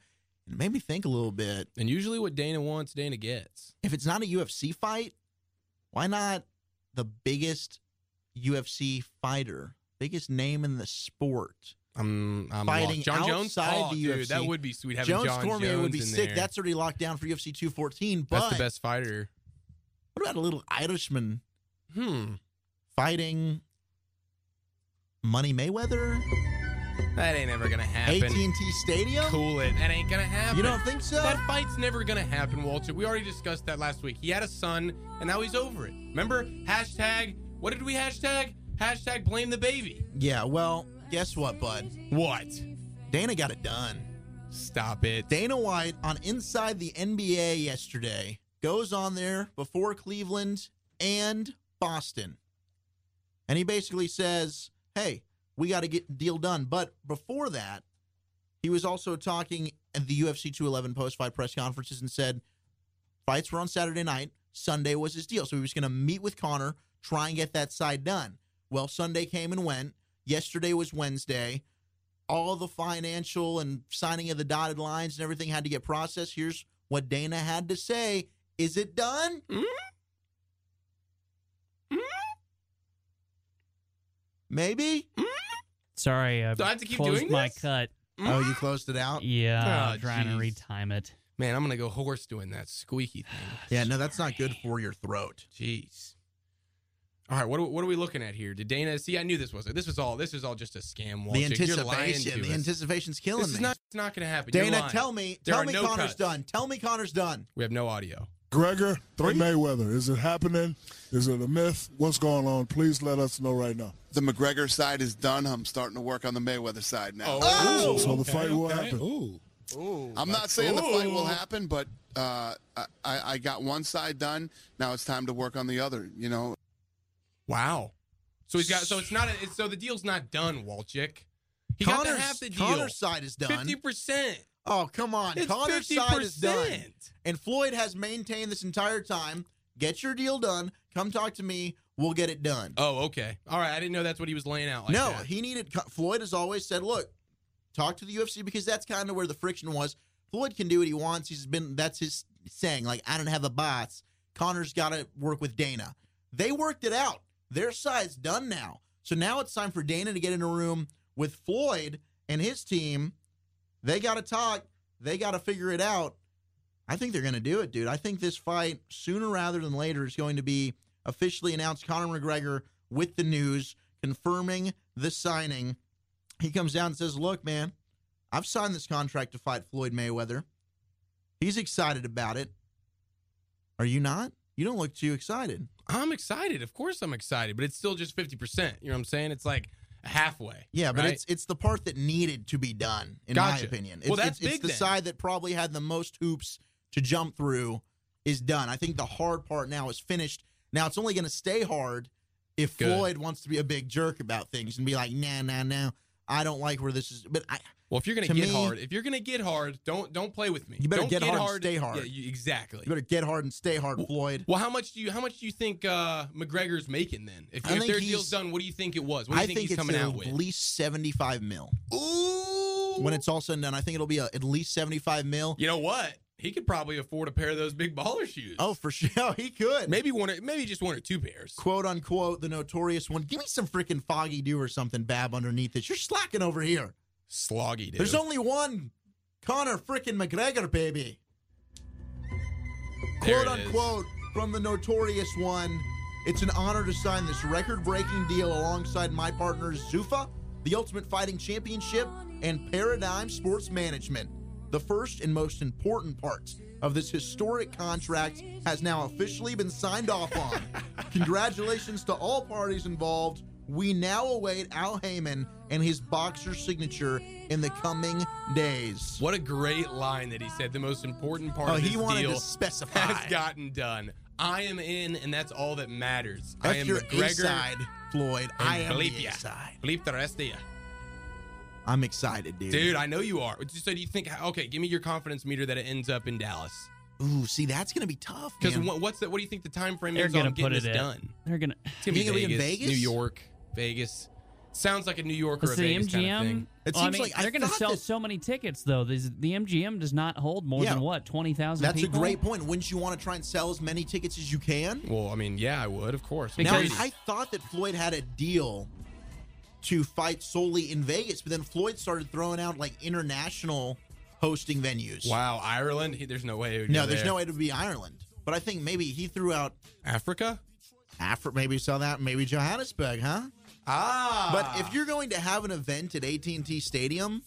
And it made me think a little bit.
And usually what Dana wants, Dana gets.
If it's not a UFC fight, why not the biggest UFC fighter, biggest name in the sport?
I'm, I'm
fighting
lost. John Jones?
outside
Oh,
the
dude,
UFC.
that would be sweet having John
Cormier
Jones
would be
in
sick.
there.
That's already locked down for UFC 214. But
That's the best fighter.
what about a little Irishman
Hmm.
fighting Money Mayweather?
That ain't ever gonna happen.
AT&T Stadium?
Cool it. That ain't gonna happen.
You don't think so?
That fight's never gonna happen, Walter. We already discussed that last week. He had a son, and now he's over it. Remember hashtag? What did we hashtag? Hashtag blame the baby.
Yeah, well, guess what, bud?
What?
Dana got it done.
Stop it.
Dana White on Inside the NBA yesterday goes on there before Cleveland and Boston. And he basically says, "Hey, we got to get deal done." But before that, he was also talking at the UFC 211 post-fight press conferences and said fights were on Saturday night, Sunday was his deal. So he was going to meet with Connor, try and get that side done. Well, Sunday came and went. Yesterday was Wednesday all the financial and signing of the dotted lines and everything had to get processed. Here's what Dana had to say. Is it done?
Mm-hmm.
Maybe.
Sorry, I,
Do I have to keep
closed
doing
my
this? Mm-hmm.
cut.
Oh, you closed it out?
Yeah,
Oh,
trying
jeez.
to retime it.
Man, I'm gonna go horse doing that squeaky thing.
Yeah, no, that's not good for your throat.
Jeez. All right, what are, what are we looking at here? Did Dana see? I knew this was This was all. This is all just a scam. Walter.
The
You're lying to
anticipation, the
us.
anticipation's killing
this
me.
is not. It's not going to happen. You're
Dana,
lying.
tell me,
There
tell
are
me
no
Connor's
cuts.
done. Tell me Connor's done.
We have no audio.
Gregor Mayweather, is it happening? Is it a myth? What's going on? Please let us know right now.
The McGregor side is done. I'm starting to work on the Mayweather side now.
Oh! so the fight will happen.
I'm not saying the fight will happen, but uh, I, I got one side done. Now it's time to work on the other. You know.
Wow. So he's got. So it's not. A, it's, so the deal's not done, Walchick. He got
Connor's-
to half the deal.
Connor's side is done.
Fifty percent.
Oh, come on.
It's
Connor's side is done.
50%.
And Floyd has maintained this entire time. Get your deal done. Come talk to me. We'll get it done.
Oh, okay. All right. I didn't know that's what he was laying out. Like
no,
that.
he needed. Floyd has always said, "Look, talk to the UFC because that's kind of where the friction was." Floyd can do what he wants. He's been that's his saying. Like, I don't have a boss. Connor's got to work with Dana. They worked it out. Their side's done now. So now it's time for Dana to get in a room with Floyd and his team. They got to talk. They got to figure it out. I think they're going to do it, dude. I think this fight sooner rather than later is going to be officially announced. Conor McGregor with the news confirming the signing. He comes down and says, "Look, man, I've signed this contract to fight Floyd Mayweather. He's excited about it. Are you not? You don't look too excited."
I'm excited. Of course, I'm excited. But it's still just fifty percent. You know what I'm saying? It's like halfway.
Yeah, but
right?
it's it's the part that needed to be done, in my
Gotcha.
opinion. It's,
Well, that's
it's, it's
big
the
then.
side that probably had the most hoops to jump through is done. I think the hard part now is finished. Now it's only going to stay hard if
Good.
Floyd wants to be a big jerk about things and be like, "Nah, nah, nah, I don't like where this is." But I,
Well, if you're gonna
to
get
me-
hard, if you're gonna get hard, don't don't play with me.
You better
Don't
get hard and stay
Yeah,
hard.
you- exactly.
you better get hard and stay hard, Floyd.
Well, how much do you how much do you think uh, McGregor's making then? If,
I
if
think
their
he's-
deal's done, what do you think it was? What do you
I
think, he's
it's
coming
at
out with?
least seventy-five mil.
Ooh,
when it's all said and done. I think it'll be a, at least 75 mil.
You know what? He could probably afford a pair of those big baller shoes.
Oh, for sure. He could.
Maybe one, or- maybe just one or two pairs.
Quote unquote, the notorious one. Give me some freaking foggy dew or something, Bab, underneath this. You're slacking over here.
Sloggy, dude.
There's only one Connor freaking McGregor, baby.
There it
Quote
is.
unquote from the notorious one. It's an honor to sign this record breaking deal alongside my partners Zuffa, the Ultimate Fighting Championship, and Paradigm Sports Management. The first and most important part of this historic contract has now officially been signed off on. Congratulations to all parties involved. We now await Al Heyman and his boxer signature in the coming days.
What a great line that he said. The most important part
Oh,
of
he
this
wanted to
deal
specify.
has gotten done. I am in, and that's all that matters. I
That's
am
your
McGregor.
A-side, Floyd.
and
I am the
bleep ya.
A-side.
Bleep the rest of you.
I'm excited, dude.
Dude, I know you are. So do you think? Okay, give me your confidence meter that it ends up in Dallas.
Ooh, see, that's gonna be tough.
Because
man.
what, what's the, what do you think the time frame
They're
is on
gonna
getting
put it
this
in.
done?
They're gonna.
It's gonna be,
You think it'll be in Vegas?
New York, Vegas. Sounds like a New York or a
It's the
Vegas
MGM.
kind of thing.
Well, I mean, they're going to sell so many tickets though. These- the MGM does not hold more
Yeah.
than what twenty thousand.
That's a great point. Wouldn't you want to try and sell as many tickets as you can?
Well, I mean, yeah, I would, of course. I'm
now,
crazy.
I thought that Floyd had a deal to fight solely in Vegas, but then Floyd started throwing out like international hosting venues.
wow, Ireland. He- there's no way. it would
No,
go
there's
there.
no way to be Ireland. But I think maybe he threw out
Africa.
Africa. Maybe he saw that. Maybe Johannesburg, huh?
Ah.
But if you're going to have an event at AT&T Stadium,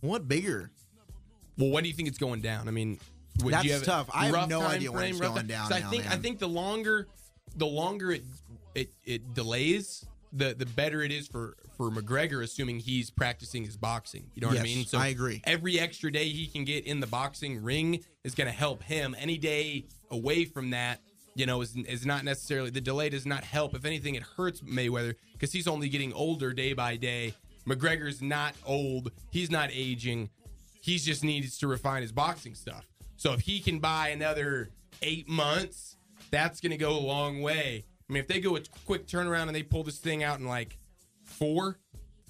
what bigger?
Well, when do you think it's going down? I mean, would
That's
you have
tough. I have
rough
no
time
idea when
frame,
it's
rough
going
ti-
down
'cause I
now,
think I
man.
think the longer, the longer it it, it delays, the the better it is for for McGregor, assuming he's practicing his boxing. You know what I
Yes,
mean?
I agree.
Every extra day he can get in the boxing ring is going to help him. Any day away from that. You know, is, is not necessarily the delay does not help. If anything, it hurts Mayweather because he's only getting older day by day. McGregor's not old. He's not aging he just needs to refine his boxing stuff. So if he can buy another eight months, that's going to go a long way. I mean, if they go a quick turnaround and they pull this thing out in like four,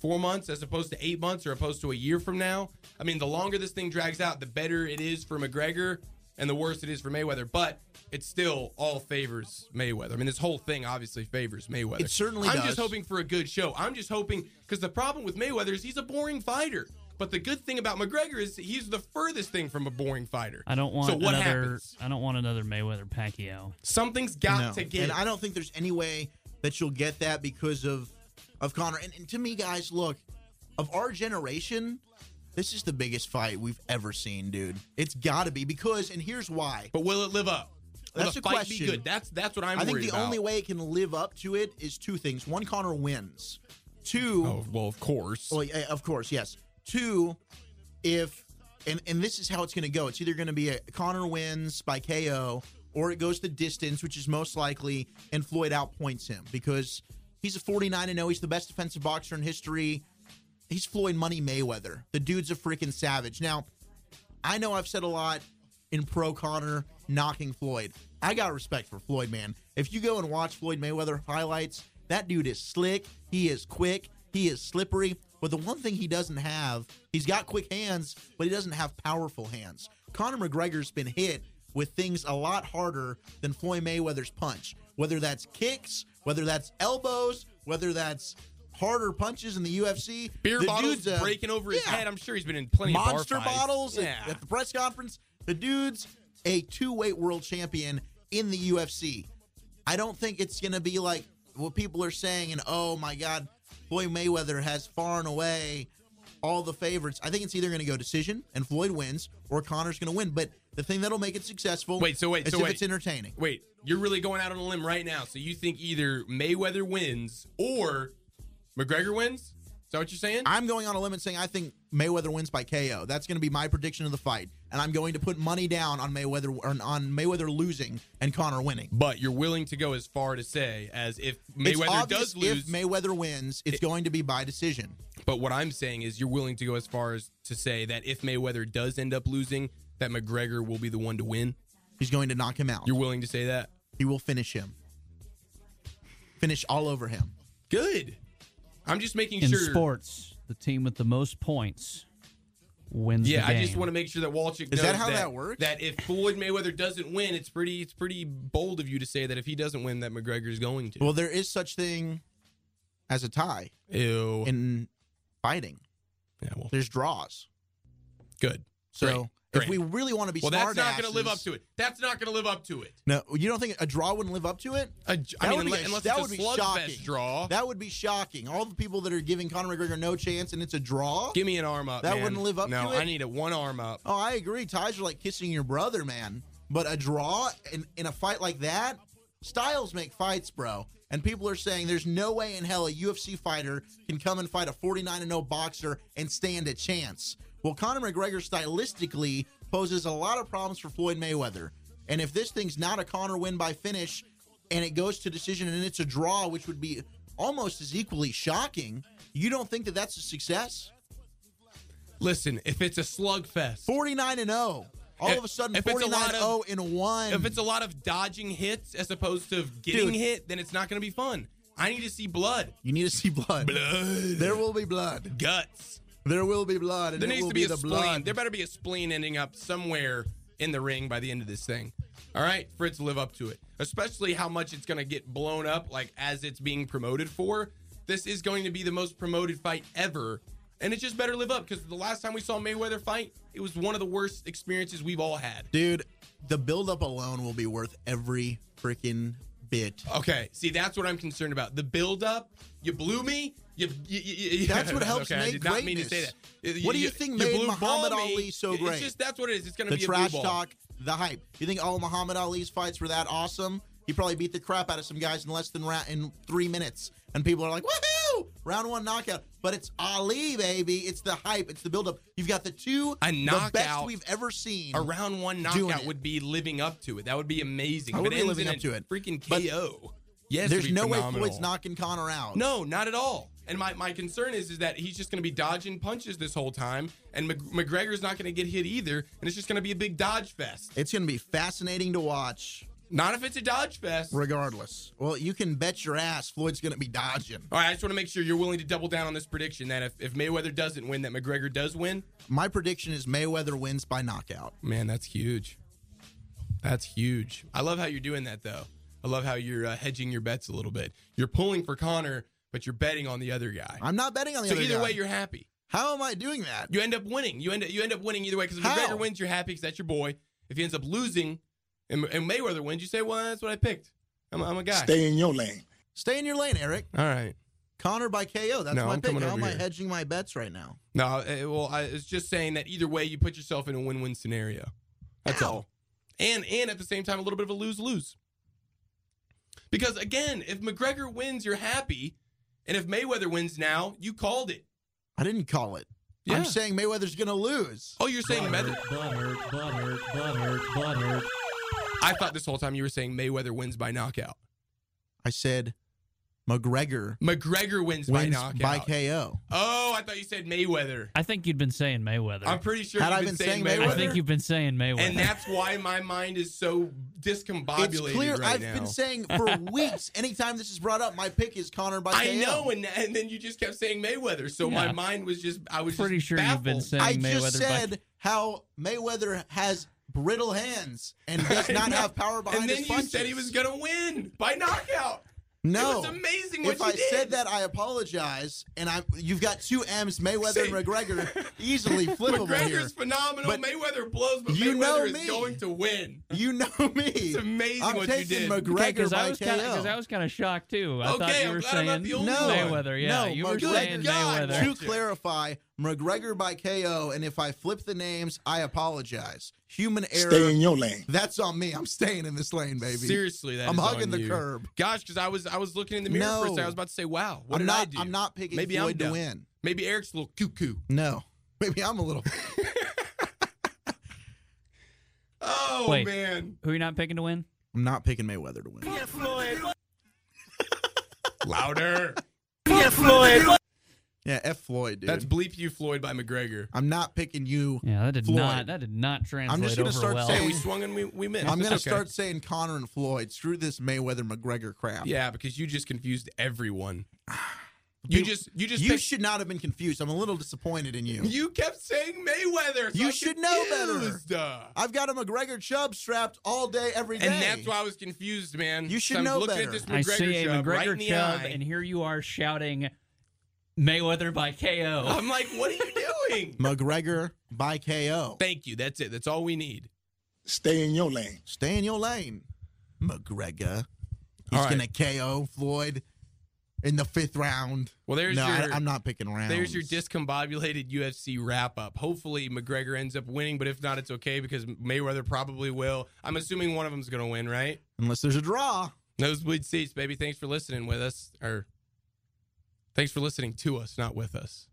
four months as opposed to eight months or opposed to a year from now, I mean, the longer this thing drags out, the better it is for McGregor and the worse it is for Mayweather. But it still all favors Mayweather. I mean, this whole thing obviously favors Mayweather.
It certainly
I'm
does.
just hoping for a good show. I'm just hoping because the problem with Mayweather is he's a boring fighter. But the good thing about McGregor is he's the furthest thing from a boring fighter.
I don't want
So what
another.
happens?
I don't want another Mayweather Pacquiao.
Something's got
No.
to get.
And I don't think there's any way that you'll get that because of of Connor. And, and to me, guys, look, of our generation, this is the biggest fight we've ever seen, dude. It's got to be because, and here's why.
But will it live up? Will
That's
the
a
fight
question.
Be good. That's that's what I'm.
I think
worried
the
about.
only way it can live up to it is two things. One, Connor wins. Two,
Oh, well, of course.
Well, yeah, of course, yes. Two, if and and this is how it's going to go. It's either going to be a Connor wins by KO or it goes the distance, which is most likely, and Floyd outpoints him because he's a 49 and 0. He's the best defensive boxer in history. He's Floyd Money Mayweather. The dude's a freaking savage. Now, I know I've said a lot in pro Connor knocking Floyd. I got respect for Floyd, man. If you go and watch Floyd Mayweather highlights, that dude is slick. He is quick. He is slippery. But the one thing he doesn't have, he's got quick hands, but he doesn't have powerful hands. Conor McGregor's been hit with things a lot harder than Floyd Mayweather's punch, whether that's kicks, whether that's elbows, whether that's harder punches in the UFC.
Beer
The
bottles
dude's a-
breaking over his
uh, Yeah
head. I'm sure he's been in plenty
monster
of bar fights.
bottles at-
Yeah.
at the press conference. The dude's a two weight world champion in the UFC. I don't think it's going to be like what people are saying and oh my god, Floyd Mayweather has far and away all the favorites. I think it's either going to go decision and Floyd wins or Connor's going to win. But the thing that'll make it successful
Wait, so wait,
is
so
if
wait.
it's entertaining.
Wait, you're really going out on a limb right now. So you think either Mayweather wins or McGregor wins? Is that what you're saying?
I'm going on a limb and saying I think Mayweather wins by KO. That's going to be my prediction of the fight, and I'm going to put money down on Mayweather on- on Mayweather losing and Connor winning.
but you're willing to go as far to say as if Mayweather
it's obvious
does lose.
If Mayweather wins, it's going to be by decision.
But what I'm saying is you're willing to go as far as to say that if Mayweather does end up losing, that McGregor will be the one to win.
He's going to knock him out.
You're willing to say that?
He will finish him. Finish all over him.
Good. I'm just making
In
sure
sports, the team with the most points wins
Yeah,
the
I
game.
just want to make sure that Walchick knows
Is that how that works?
That if Floyd Mayweather doesn't win, it's pretty it's pretty bold of you to say that if he doesn't win, that McGregor's going to.
Well, there is such thing as a tie.
Ew.
In fighting.
Yeah, well.
There's draws.
Good.
So
Great.
if we really want to be
well, that's
smart
not going to live up
asses-
to it. That's not going to live up to it.
No, you don't think a draw wouldn't live up to it?
A, I mean, unless- unless it's
that
a
would be
slugfest
shocking.
draw.
That would be shocking. All the people that are giving Conor McGregor no chance and it's a draw.
Give me an arm up.
Oh. That
man.
wouldn't live up
no,
to it.
I need a one arm up.
Oh, I agree. Ties are like kissing your brother, man. But a draw in, in a fight like that, styles make fights, bro. And people are saying there's no way in hell a UFC fighter can come and fight a 49 0 boxer and stand a chance. Well, Conor McGregor stylistically poses a lot of problems for Floyd Mayweather. And if this thing's not a Conor win by finish and it goes to decision and it's a draw, which would be almost as equally shocking, you don't think that that's a success?
Listen, if it's a slugfest,
49 and 0. All
If-
of a sudden,
if it's a
49
lot of-
0 in one.
if it's a lot of dodging hits as opposed to getting
Dude.
hit, then it's not going to be fun. I need to see blood,
you need to see blood.
Blood.
There will be blood.
guts.
There will be blood. And
there
it
needs
will
to be, a
the
spleen.
blood.
There better be a spleen ending up somewhere in the ring by the end of this thing. All right, for it to live up to it, especially how much it's going to get blown up, like as it's being promoted for. This is going to be the most promoted fight ever, and it just better live up because the last time we saw Mayweather fight, it was one of the worst experiences we've all had.
Dude, the buildup alone will be worth every freaking bit.
Okay, see that's what I'm concerned about. The build up, you blew me. You, you, you, you-
That's what helps
okay, I
make
did not mean to say
greatness.
that.
What do you think made
blew
Muhammad
ball
Ali so great?
It's just that's what it is. It's going to
The
be a blue
trash
ball.
talk, the hype. You think all Muhammad Ali's fights were that awesome? He probably beat the crap out of some guys in less than ra- in three minutes, and people are like, "Woohoo! Round one knockout!" But it's Ali, baby. It's the hype. It's the buildup. You've got the two
A
the best
knockout
we've ever seen.
A round one
doing
knockout
it.
would be living up to it. That would be amazing.
I
If
would
it
be
ends
living
in
up
a
to it.
Freaking
But
KO. Yes,
There's
it'd be
no way
phenomenal.
Floyd's knocking Connor out.
No, not at all. And my, my concern is is that he's just going to be dodging punches this whole time, and Mc, McGregor's not going to get hit either, and it's just going to be a big dodge fest.
It's going to be fascinating to watch.
Not if it's a dodge fest.
Regardless. Well, you can bet your ass Floyd's going to be dodging.
All right, I just want to make sure you're willing to double down on this prediction that if, if Mayweather doesn't win, that McGregor does win.
My prediction is Mayweather wins by knockout.
Man, that's huge. That's huge. I love how you're doing that, though. I love how you're uh, hedging your bets a little bit. You're pulling for Connor, but you're betting on the other guy.
I'm not betting on the
so
other
either
guy.
way, you're happy.
How am I doing that?
You end up winning. You end up, you end up winning either way because if
How?
McGregor wins, you're happy because that's your boy. If he ends up losing, and, and Mayweather wins, you say, "Well, that's what I picked. I'm, I'm a guy."
Stay in your lane.
Stay in your lane, Eric.
All right.
Connor by KO. That's
No,
my
I'm
pick.
coming
How
over
am I
here.
hedging my bets right now?
No, eh, well, I was just saying that either way, you put yourself in a win-win scenario. That's all. And and at the same time, a little bit of a lose-lose. Because again, if McGregor wins, you're happy, and if Mayweather wins now, you called it.
I didn't call it.
Yeah.
I'm saying Mayweather's going to lose.
Oh, you're saying Mayweather.
Butthurt, butthurt, butthurt, butthurt.
I thought this whole time you were saying Mayweather wins by knockout.
I said McGregor
McGregor wins, by
wins
knockout.
by KO.
oh, I thought you said Mayweather.
I think you'd been saying Mayweather.
I'm pretty sure
Had
you've
I
been
been
saying,
saying
Mayweather.
I think you've been saying Mayweather.
and that's why my mind is so discombobulated
It's clear.
right
I've
now.
been saying for weeks, anytime this is brought up, my pick is Connor by KO.
I know, and and then you just kept saying Mayweather, so my
Yeah.
mind was just I was
Pretty
just
sure
baffled.
you've been saying
I
Mayweather.
just
by-
said how Mayweather has brittle hands and does
I
not
know.
have power behind
And then
his
you
punches.
said he was gonna win by knockout.
no,
it was amazing what
If
you
I
did.
said that, I apologize. And I, you've got two M's, Mayweather and McGregor, easily flippable
McGregor's
here.
phenomenal.
But
Mayweather blows, but
you
Mayweather
know
is
me.
going to win.
You know me. It's
amazing
I'm
what you
taking
did.
Okay,
McGregor by
I was
KO.
kinda, 'cause I was kind of shocked too. I
Okay,
thought you
I'm
were
glad I'm not
saying
the only
no,
Mayweather. Yeah,
no,
you were
McGregor.
saying
God,
Mayweather.
To clarify, McGregor by KO, and if I flip the names, I apologize. Human error.
Stay in your lane.
That's on me. I'm staying in this lane, baby.
Seriously, that
I'm
is
hugging
on
the
you.
curb.
Gosh, because I was I was looking in the mirror
No.
for a second. I was about to say, wow, what
I'm
did I
not.
do?
I'm not picking
Maybe
Floyd
I'm
to
dumb.
win.
Maybe Eric's a little cuckoo.
No, maybe I'm a little.
Oh
Wait.
man,
Who are you not picking to win?
I'm not picking Mayweather to win.
louder.
Yeah, F Floyd, dude.
That's bleep you Floyd by McGregor.
I'm not picking you.
Yeah, that did
Floyd.
not. That did not translate
I'm just gonna
over
start
well.
Hey,
saying-
we swung and we, we missed.
I'm
It's
gonna
okay.
start saying Connor and Floyd. Screw this Mayweather McGregor crap.
Yeah, because you just confused everyone. You just you just
you
picked-
should not have been confused. I'm a little disappointed in you.
You kept saying Mayweather. so
you
I
should know better.
confused, uh,
I've got a McGregor Chubb strapped all day, every day.
And that's why I was confused, man.
You should
So I'm
know
looking
better.
At this McGregor
I see a
shove
McGregor
right in the
Chubb,
eye.
and here you are shouting Mayweather by KO.
I'm like, what are you doing?
McGregor by KO.
Thank you. That's it. That's all we need.
Stay in your lane.
Stay in your lane, McGregor. He's
All right.
gonna KO Floyd in the fifth round.
Well, there's
no,
your-
I, am not picking rounds.
There's your discombobulated UFC wrap up. Hopefully McGregor ends up winning, but if not, it's okay because Mayweather probably will. I'm assuming one of them's going to win, right?
unless there's a draw.
Nosebleed seats, baby. Thanks for listening with us, or thanks for listening to us, not with us.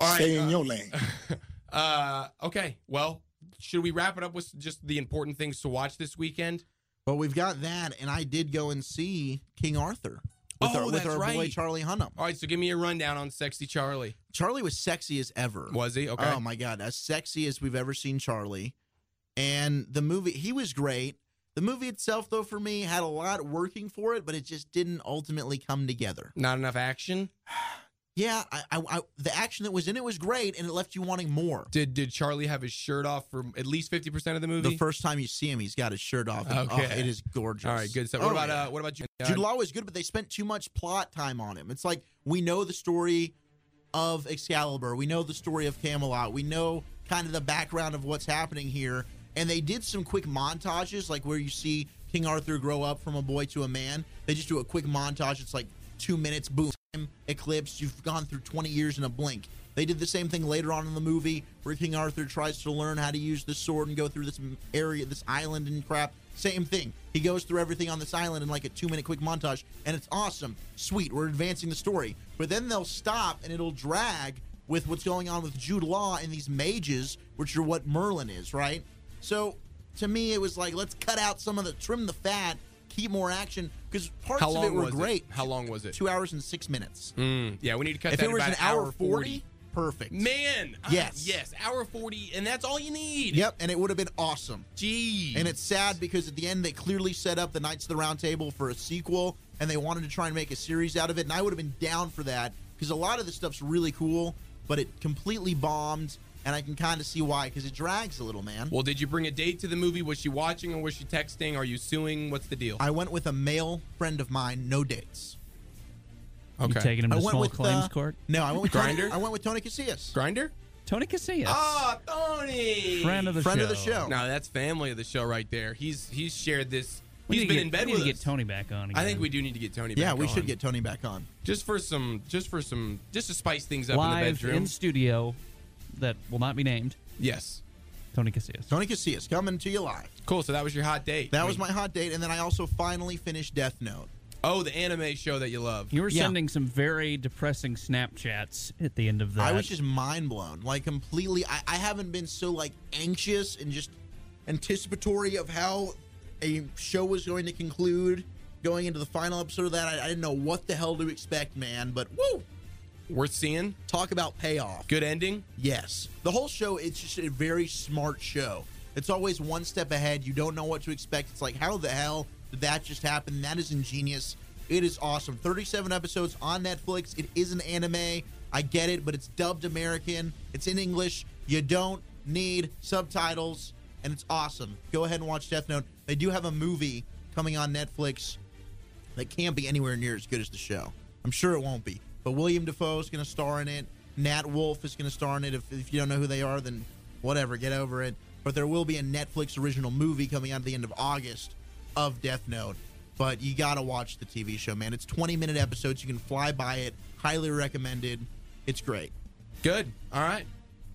All right,
Stay
uh,
in your lane.
Uh, okay. Well, should we wrap it up with just the important things to watch this weekend?
But we've got that, and I did go and see King Arthur with
Oh,
our, with
that's
our boy
right.
Charlie Hunnam.
All right. So give me a rundown on Sexy Charlie.
Charlie was sexy as ever.
Was he? Okay.
Oh my god, as sexy as we've ever seen Charlie. And the movie, he was great. The movie itself, though, for me, had a lot working for it, but it just didn't ultimately come together.
Not enough action.
Yeah, I, I, I, the action that was in it was great, and it left you wanting more.
Did Did Charlie have his shirt off for at least fifty percent of the movie?
The first time you see him, he's got his shirt off. And,
Okay.
oh, it is gorgeous.
All right. Good stuff. What
Oh,
about
yeah.
uh, What about you?
Jude Law is good, but they spent too much plot time on him. It's like we know the story of Excalibur, we know the story of Camelot, we know kind of the background of what's happening here, and they did some quick montages, like where you see King Arthur grow up from a boy to a man. They just do a quick montage. It's like two minutes, boom, time eclipse. You've gone through 20 years in a blink. They did the same thing later on in the movie, where King Arthur tries to learn how to use this sword and go through this area, this island and crap. Same thing. He goes through everything on this island in like a two minute quick montage, and it's awesome. Sweet, we're advancing the story. But then they'll stop and it'll drag with what's going on with Jude Law and these mages, which are what Merlin is, right? So to me, it was like, let's cut out some of the, trim the fat, keep more action, because parts
How long
of it were
was
great.
It? How long was it?
Two hours and six minutes.
Mm, yeah, we need to cut
if
that.
it was
about
an hour
40.
40, perfect.
Man, I-
Yes.
yes, hour forty, and that's all you need.
Yep, and it would have been awesome.
Jeez.
And it's sad because at the end they clearly set up the Knights of the Round Table for a sequel, and they wanted to try and make a series out of it. And I would have been down for that because a lot of the stuff's really cool, but it completely bombed, and I can kind of see why because it drags a little, man.
Well, did you bring a date to the movie? Was she watching or was she texting? Are you suing? What's the deal?
I went with a male friend of mine, no dates.
You taking him
I
to
went
small
with,
claims
uh,
court?
No, I went with
Grindr?
Tony, I went with Tony Casillas.
Grinder?
Tony Casillas.
Oh, Tony.
Friend of the
friend
show.
of the show.
No, that's family of the show right there. He's he's shared this.
We
He's
need
been
to get,
in bed
we
with
need to
us.
get Tony back on. Again.
I think we do need to get Tony
yeah,
back
we
on.
should get Tony back on.
just for some just for some just to spice things up in the
live
bedroom.
in studio that will not be named.
yes.
Tony Casillas.
Tony Casillas coming to you live.
Cool. So that was your hot date.
That was my hot date, and then I also finally finished Death Note.
Oh, the anime show that you love.
You were
Yeah.
sending some very depressing Snapchats at the end of that.
I was just mind blown, like completely. I, I haven't been so like anxious and just anticipatory of how a show was going to conclude. Going into the final episode of that, I, I didn't know what the hell to expect, man. But woo,
Worth seeing.
talk about payoff.
Good ending.
Yes, the whole show. It's just a very smart show. It's always one step ahead. You don't know what to expect. It's like how the hell did that just happen? That is ingenious. It is awesome. Thirty-seven episodes on Netflix. It is an anime. I get it, but it's dubbed American. It's in English. You don't need subtitles, and it's awesome. Go ahead and watch Death Note. They do have a movie coming on Netflix that can't be anywhere near as good as the show. I'm sure it won't be. But William Defoe is going to star in it. Nat Wolf is going to star in it. If, if you don't know who they are, then whatever, get over it. But there will be a Netflix original movie coming out at the end of August of Death Note. But you got to watch the TV show, man. It's 20 minute episodes. You can fly by it. Highly recommended. It's great.
Good. All right.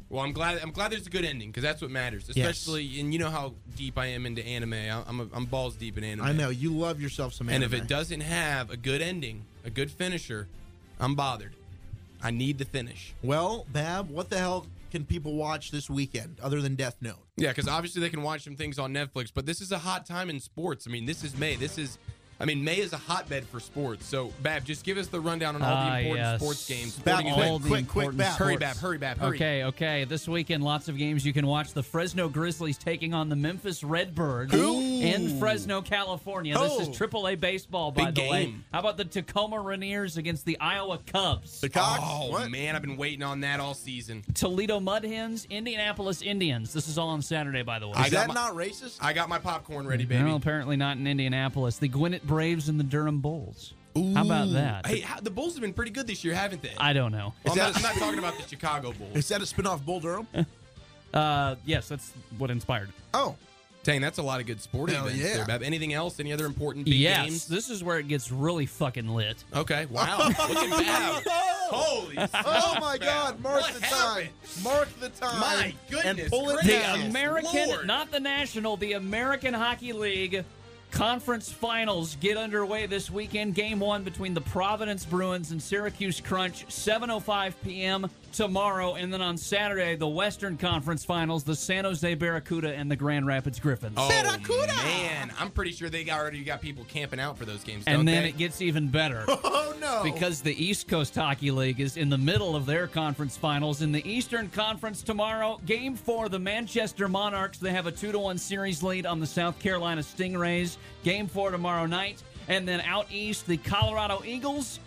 Well, I'm glad. I'm glad there's a good ending because that's what matters.
Yes.
Especially, and you know how deep I am into anime. I- I'm a, I'm balls deep in anime.
I know. You love yourself some
And
anime.
if it doesn't have a good ending, a good finisher, I'm bothered. I need to finish.
Well, Bab, what the hell can people watch this weekend other than Death Note?
Yeah, because obviously they can watch some things on Netflix, but this is a hot time in sports. I mean, this is May. This is, I mean, May is a hotbed for sports. So, Bab, just give us the rundown on all
Ah,
the important
yes.
sports games.
Bab,
sporting
All
events.
the important
Hurry,
sports.
Bab, hurry, Bab, hurry.
Okay, okay. This weekend, lots of games you can watch. The Fresno Grizzlies taking on the Memphis Redbirds.
Who?
in Fresno, California. This
Oh.
is AAA baseball, by
Big
the way.
game.
How about the Tacoma Rainiers against the Iowa Cubs?
Oh man, I've been waiting on that all season.
Toledo Mud Hens, Indianapolis Indians. This is all on Saturday, by the way.
I got my-
racist?
I got my popcorn ready, baby.
No, apparently not in Indianapolis. The Gwinnett Braves and the Durham Bulls. How about
Ooh.
that?
Hey, how, the Bulls have been pretty good this year, haven't they?
I don't know.
I'm, not, I'm not talking about the Chicago Bulls.
Is that a spinoff Bull Durham?
Uh, yes, that's what inspired. it.
Oh,
dang, that's a lot of good sporting
Hell
events
yeah.
there, Bab. Anything else? Any other important big
yes,
games?
this is where it gets really fucking lit.
Okay, wow. Look at Bab. Holy
Oh my God! Mark the time. Mark the time.
My
and pull it
The
down.
American, not the National, the American Hockey League conference finals get underway this weekend. Game one between the Providence Bruins and Syracuse Crunch, 7.05 p.m. tomorrow. And then on Saturday, the Western Conference finals, the San Jose Barracuda and the Grand Rapids Griffins.
Oh, man, I'm pretty sure they already got people camping out for those games. don't
And then
they?
it gets even better.
Oh no!
Because the East Coast Hockey League is in the middle of their conference finals in the Eastern Conference tomorrow. Game four, the Manchester Monarchs. They have a two to one series lead on the South Carolina Stingrays. Game four tomorrow night, and then out east, the Colorado Eagles.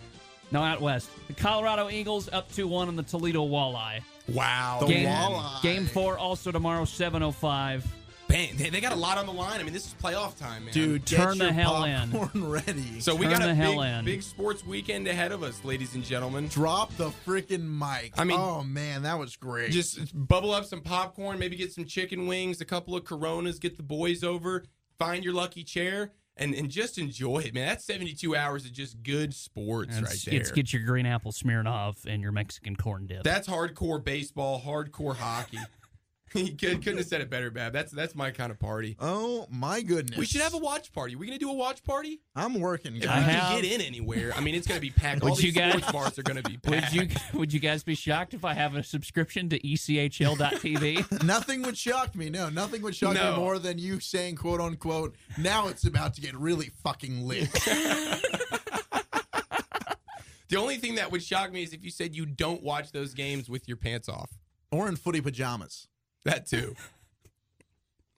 No, out west, the Colorado Eagles up two one on the Toledo Walleye.
Wow,
game,
man.
Game four also tomorrow, seven oh five.
Bang, they, they got a lot on the line. I mean, this is playoff time, man.
Dude, turn the hell in.
ready.
So we
Turn
got a
the hell
big,
in.
big sports weekend ahead of us, ladies and gentlemen.
Drop the freaking mic.
I mean-
oh man, that was great.
Just bubble up some popcorn, maybe get some chicken wings, a couple of Coronas, get the boys over, find your lucky chair, and, and just enjoy it, man. That's 72 hours of just good sports right
It's-
there.
it's get your green apple Smirnoff and your Mexican corn dip.
That's hardcore baseball, hardcore hockey. you could, couldn't have said it better, Bab. That's that's my kind of party.
Oh my goodness.
We should have a watch party. we gonna do a watch party?
I'm working.
If
guys.
we can get in anywhere, I mean, it's gonna be packed.
Would
All
you
these
guys-
sports bars are gonna be
Would
packed.
you would you guys be shocked if I have a subscription to E ECHL.tv?
nothing would shock me. No, nothing would shock
No.
me more than you saying "quote unquote." Now it's about to get really fucking lit.
The only thing that would shock me is if you said you don't watch those games with your pants off.
or in footy pajamas.
That too.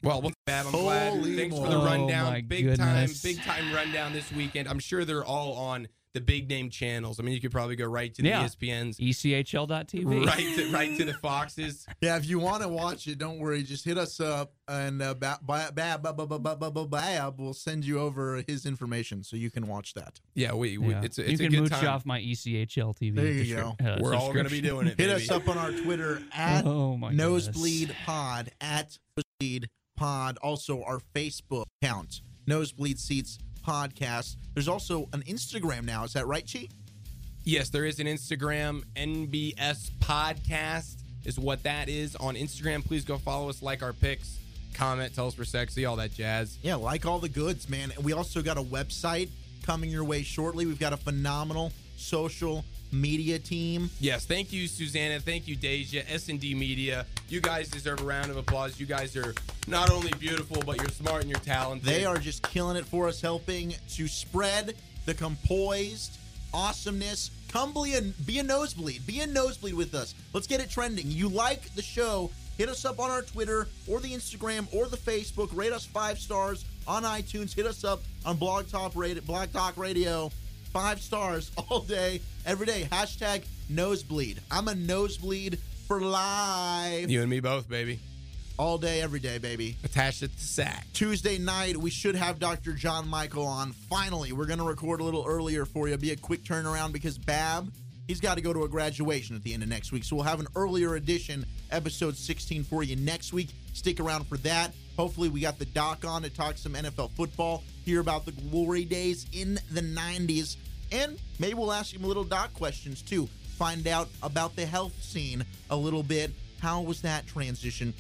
Well, well Bab, I'm glad.
Holy
Thanks for
moly.
the
Oh,
rundown.
my
big
goodness.
time, big time rundown this weekend. I'm sure they're all on the big name channels. I mean, you could probably go right to the E
Yeah.
ESPNs,
E ECHL.tv.
right to, right to the Foxes.
Yeah, if you want to watch it, don't worry. Just hit us up, and uh, Ba- Ba- Ba- Ba- Ba- Ba- Ba- Ba- Ba- Bab will send you over his information so you can watch that.
Yeah, we, we it's a, it's
you
a
can
good
mooch
time.
off my E ECHL TV.
There you go.
uh,
We're all gonna be
subscription.
doing it.
Hit
baby.
us up on our Twitter at
Oh, my goodness.
Nosebleed Pod at Nosebleed Pod. Also our Facebook account, Nosebleed Seats Podcast. There's also an Instagram now. Is that right, Chi?
Yes, there is an Instagram NBS podcast is what that is on Instagram. Please go follow us, like our pics, comment, tell us we're sexy, all that jazz.
Yeah, like all the goods, man. And we also got a website coming your way shortly. We've got a phenomenal social media team.
Yes, thank you, Susanna. Thank you, Deja. S and D Media. You guys deserve a round of applause. You guys are not only beautiful, but you're smart and you're talented.
They are just killing it for us, helping to spread the composed awesomeness. Come be a, be a nosebleed. Be a nosebleed with us. Let's get it trending. You like the show, hit us up on our Twitter or the Instagram or the Facebook. Rate us five stars on iTunes. Hit us up on Blog Top Radio, Blog Talk Radio. Five stars all day, every day. Hashtag nosebleed. I'm a nosebleed for life.
You and me both, baby.
All day, every day, baby.
Attached at the sack.
Tuesday night, we should have Dr. John Michael on. Finally, we're going to record a little earlier for you. Be a quick turnaround because Bab, he's got to go to a graduation at the end of next week. So we'll have an earlier edition, episode 16, for you next week. Stick around for that. Hopefully, we got the doc on to talk some NFL football, hear about the glory days in the 90s, and maybe we'll ask him little doc questions too. Find out about the health scene a little bit. How was that transition?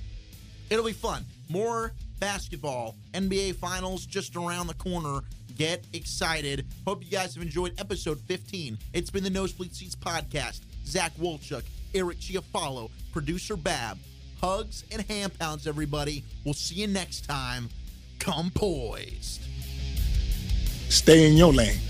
It'll be fun. More basketball, NBA Finals just around the corner. Get excited. Hope you guys have enjoyed episode 15. It's been the Nosebleed Seats podcast. Zach Wolchuk, Eric Chiafalo, producer Bab. Hugs and hand pounds, everybody. We'll see you next time. Come poised.
Stay in your lane.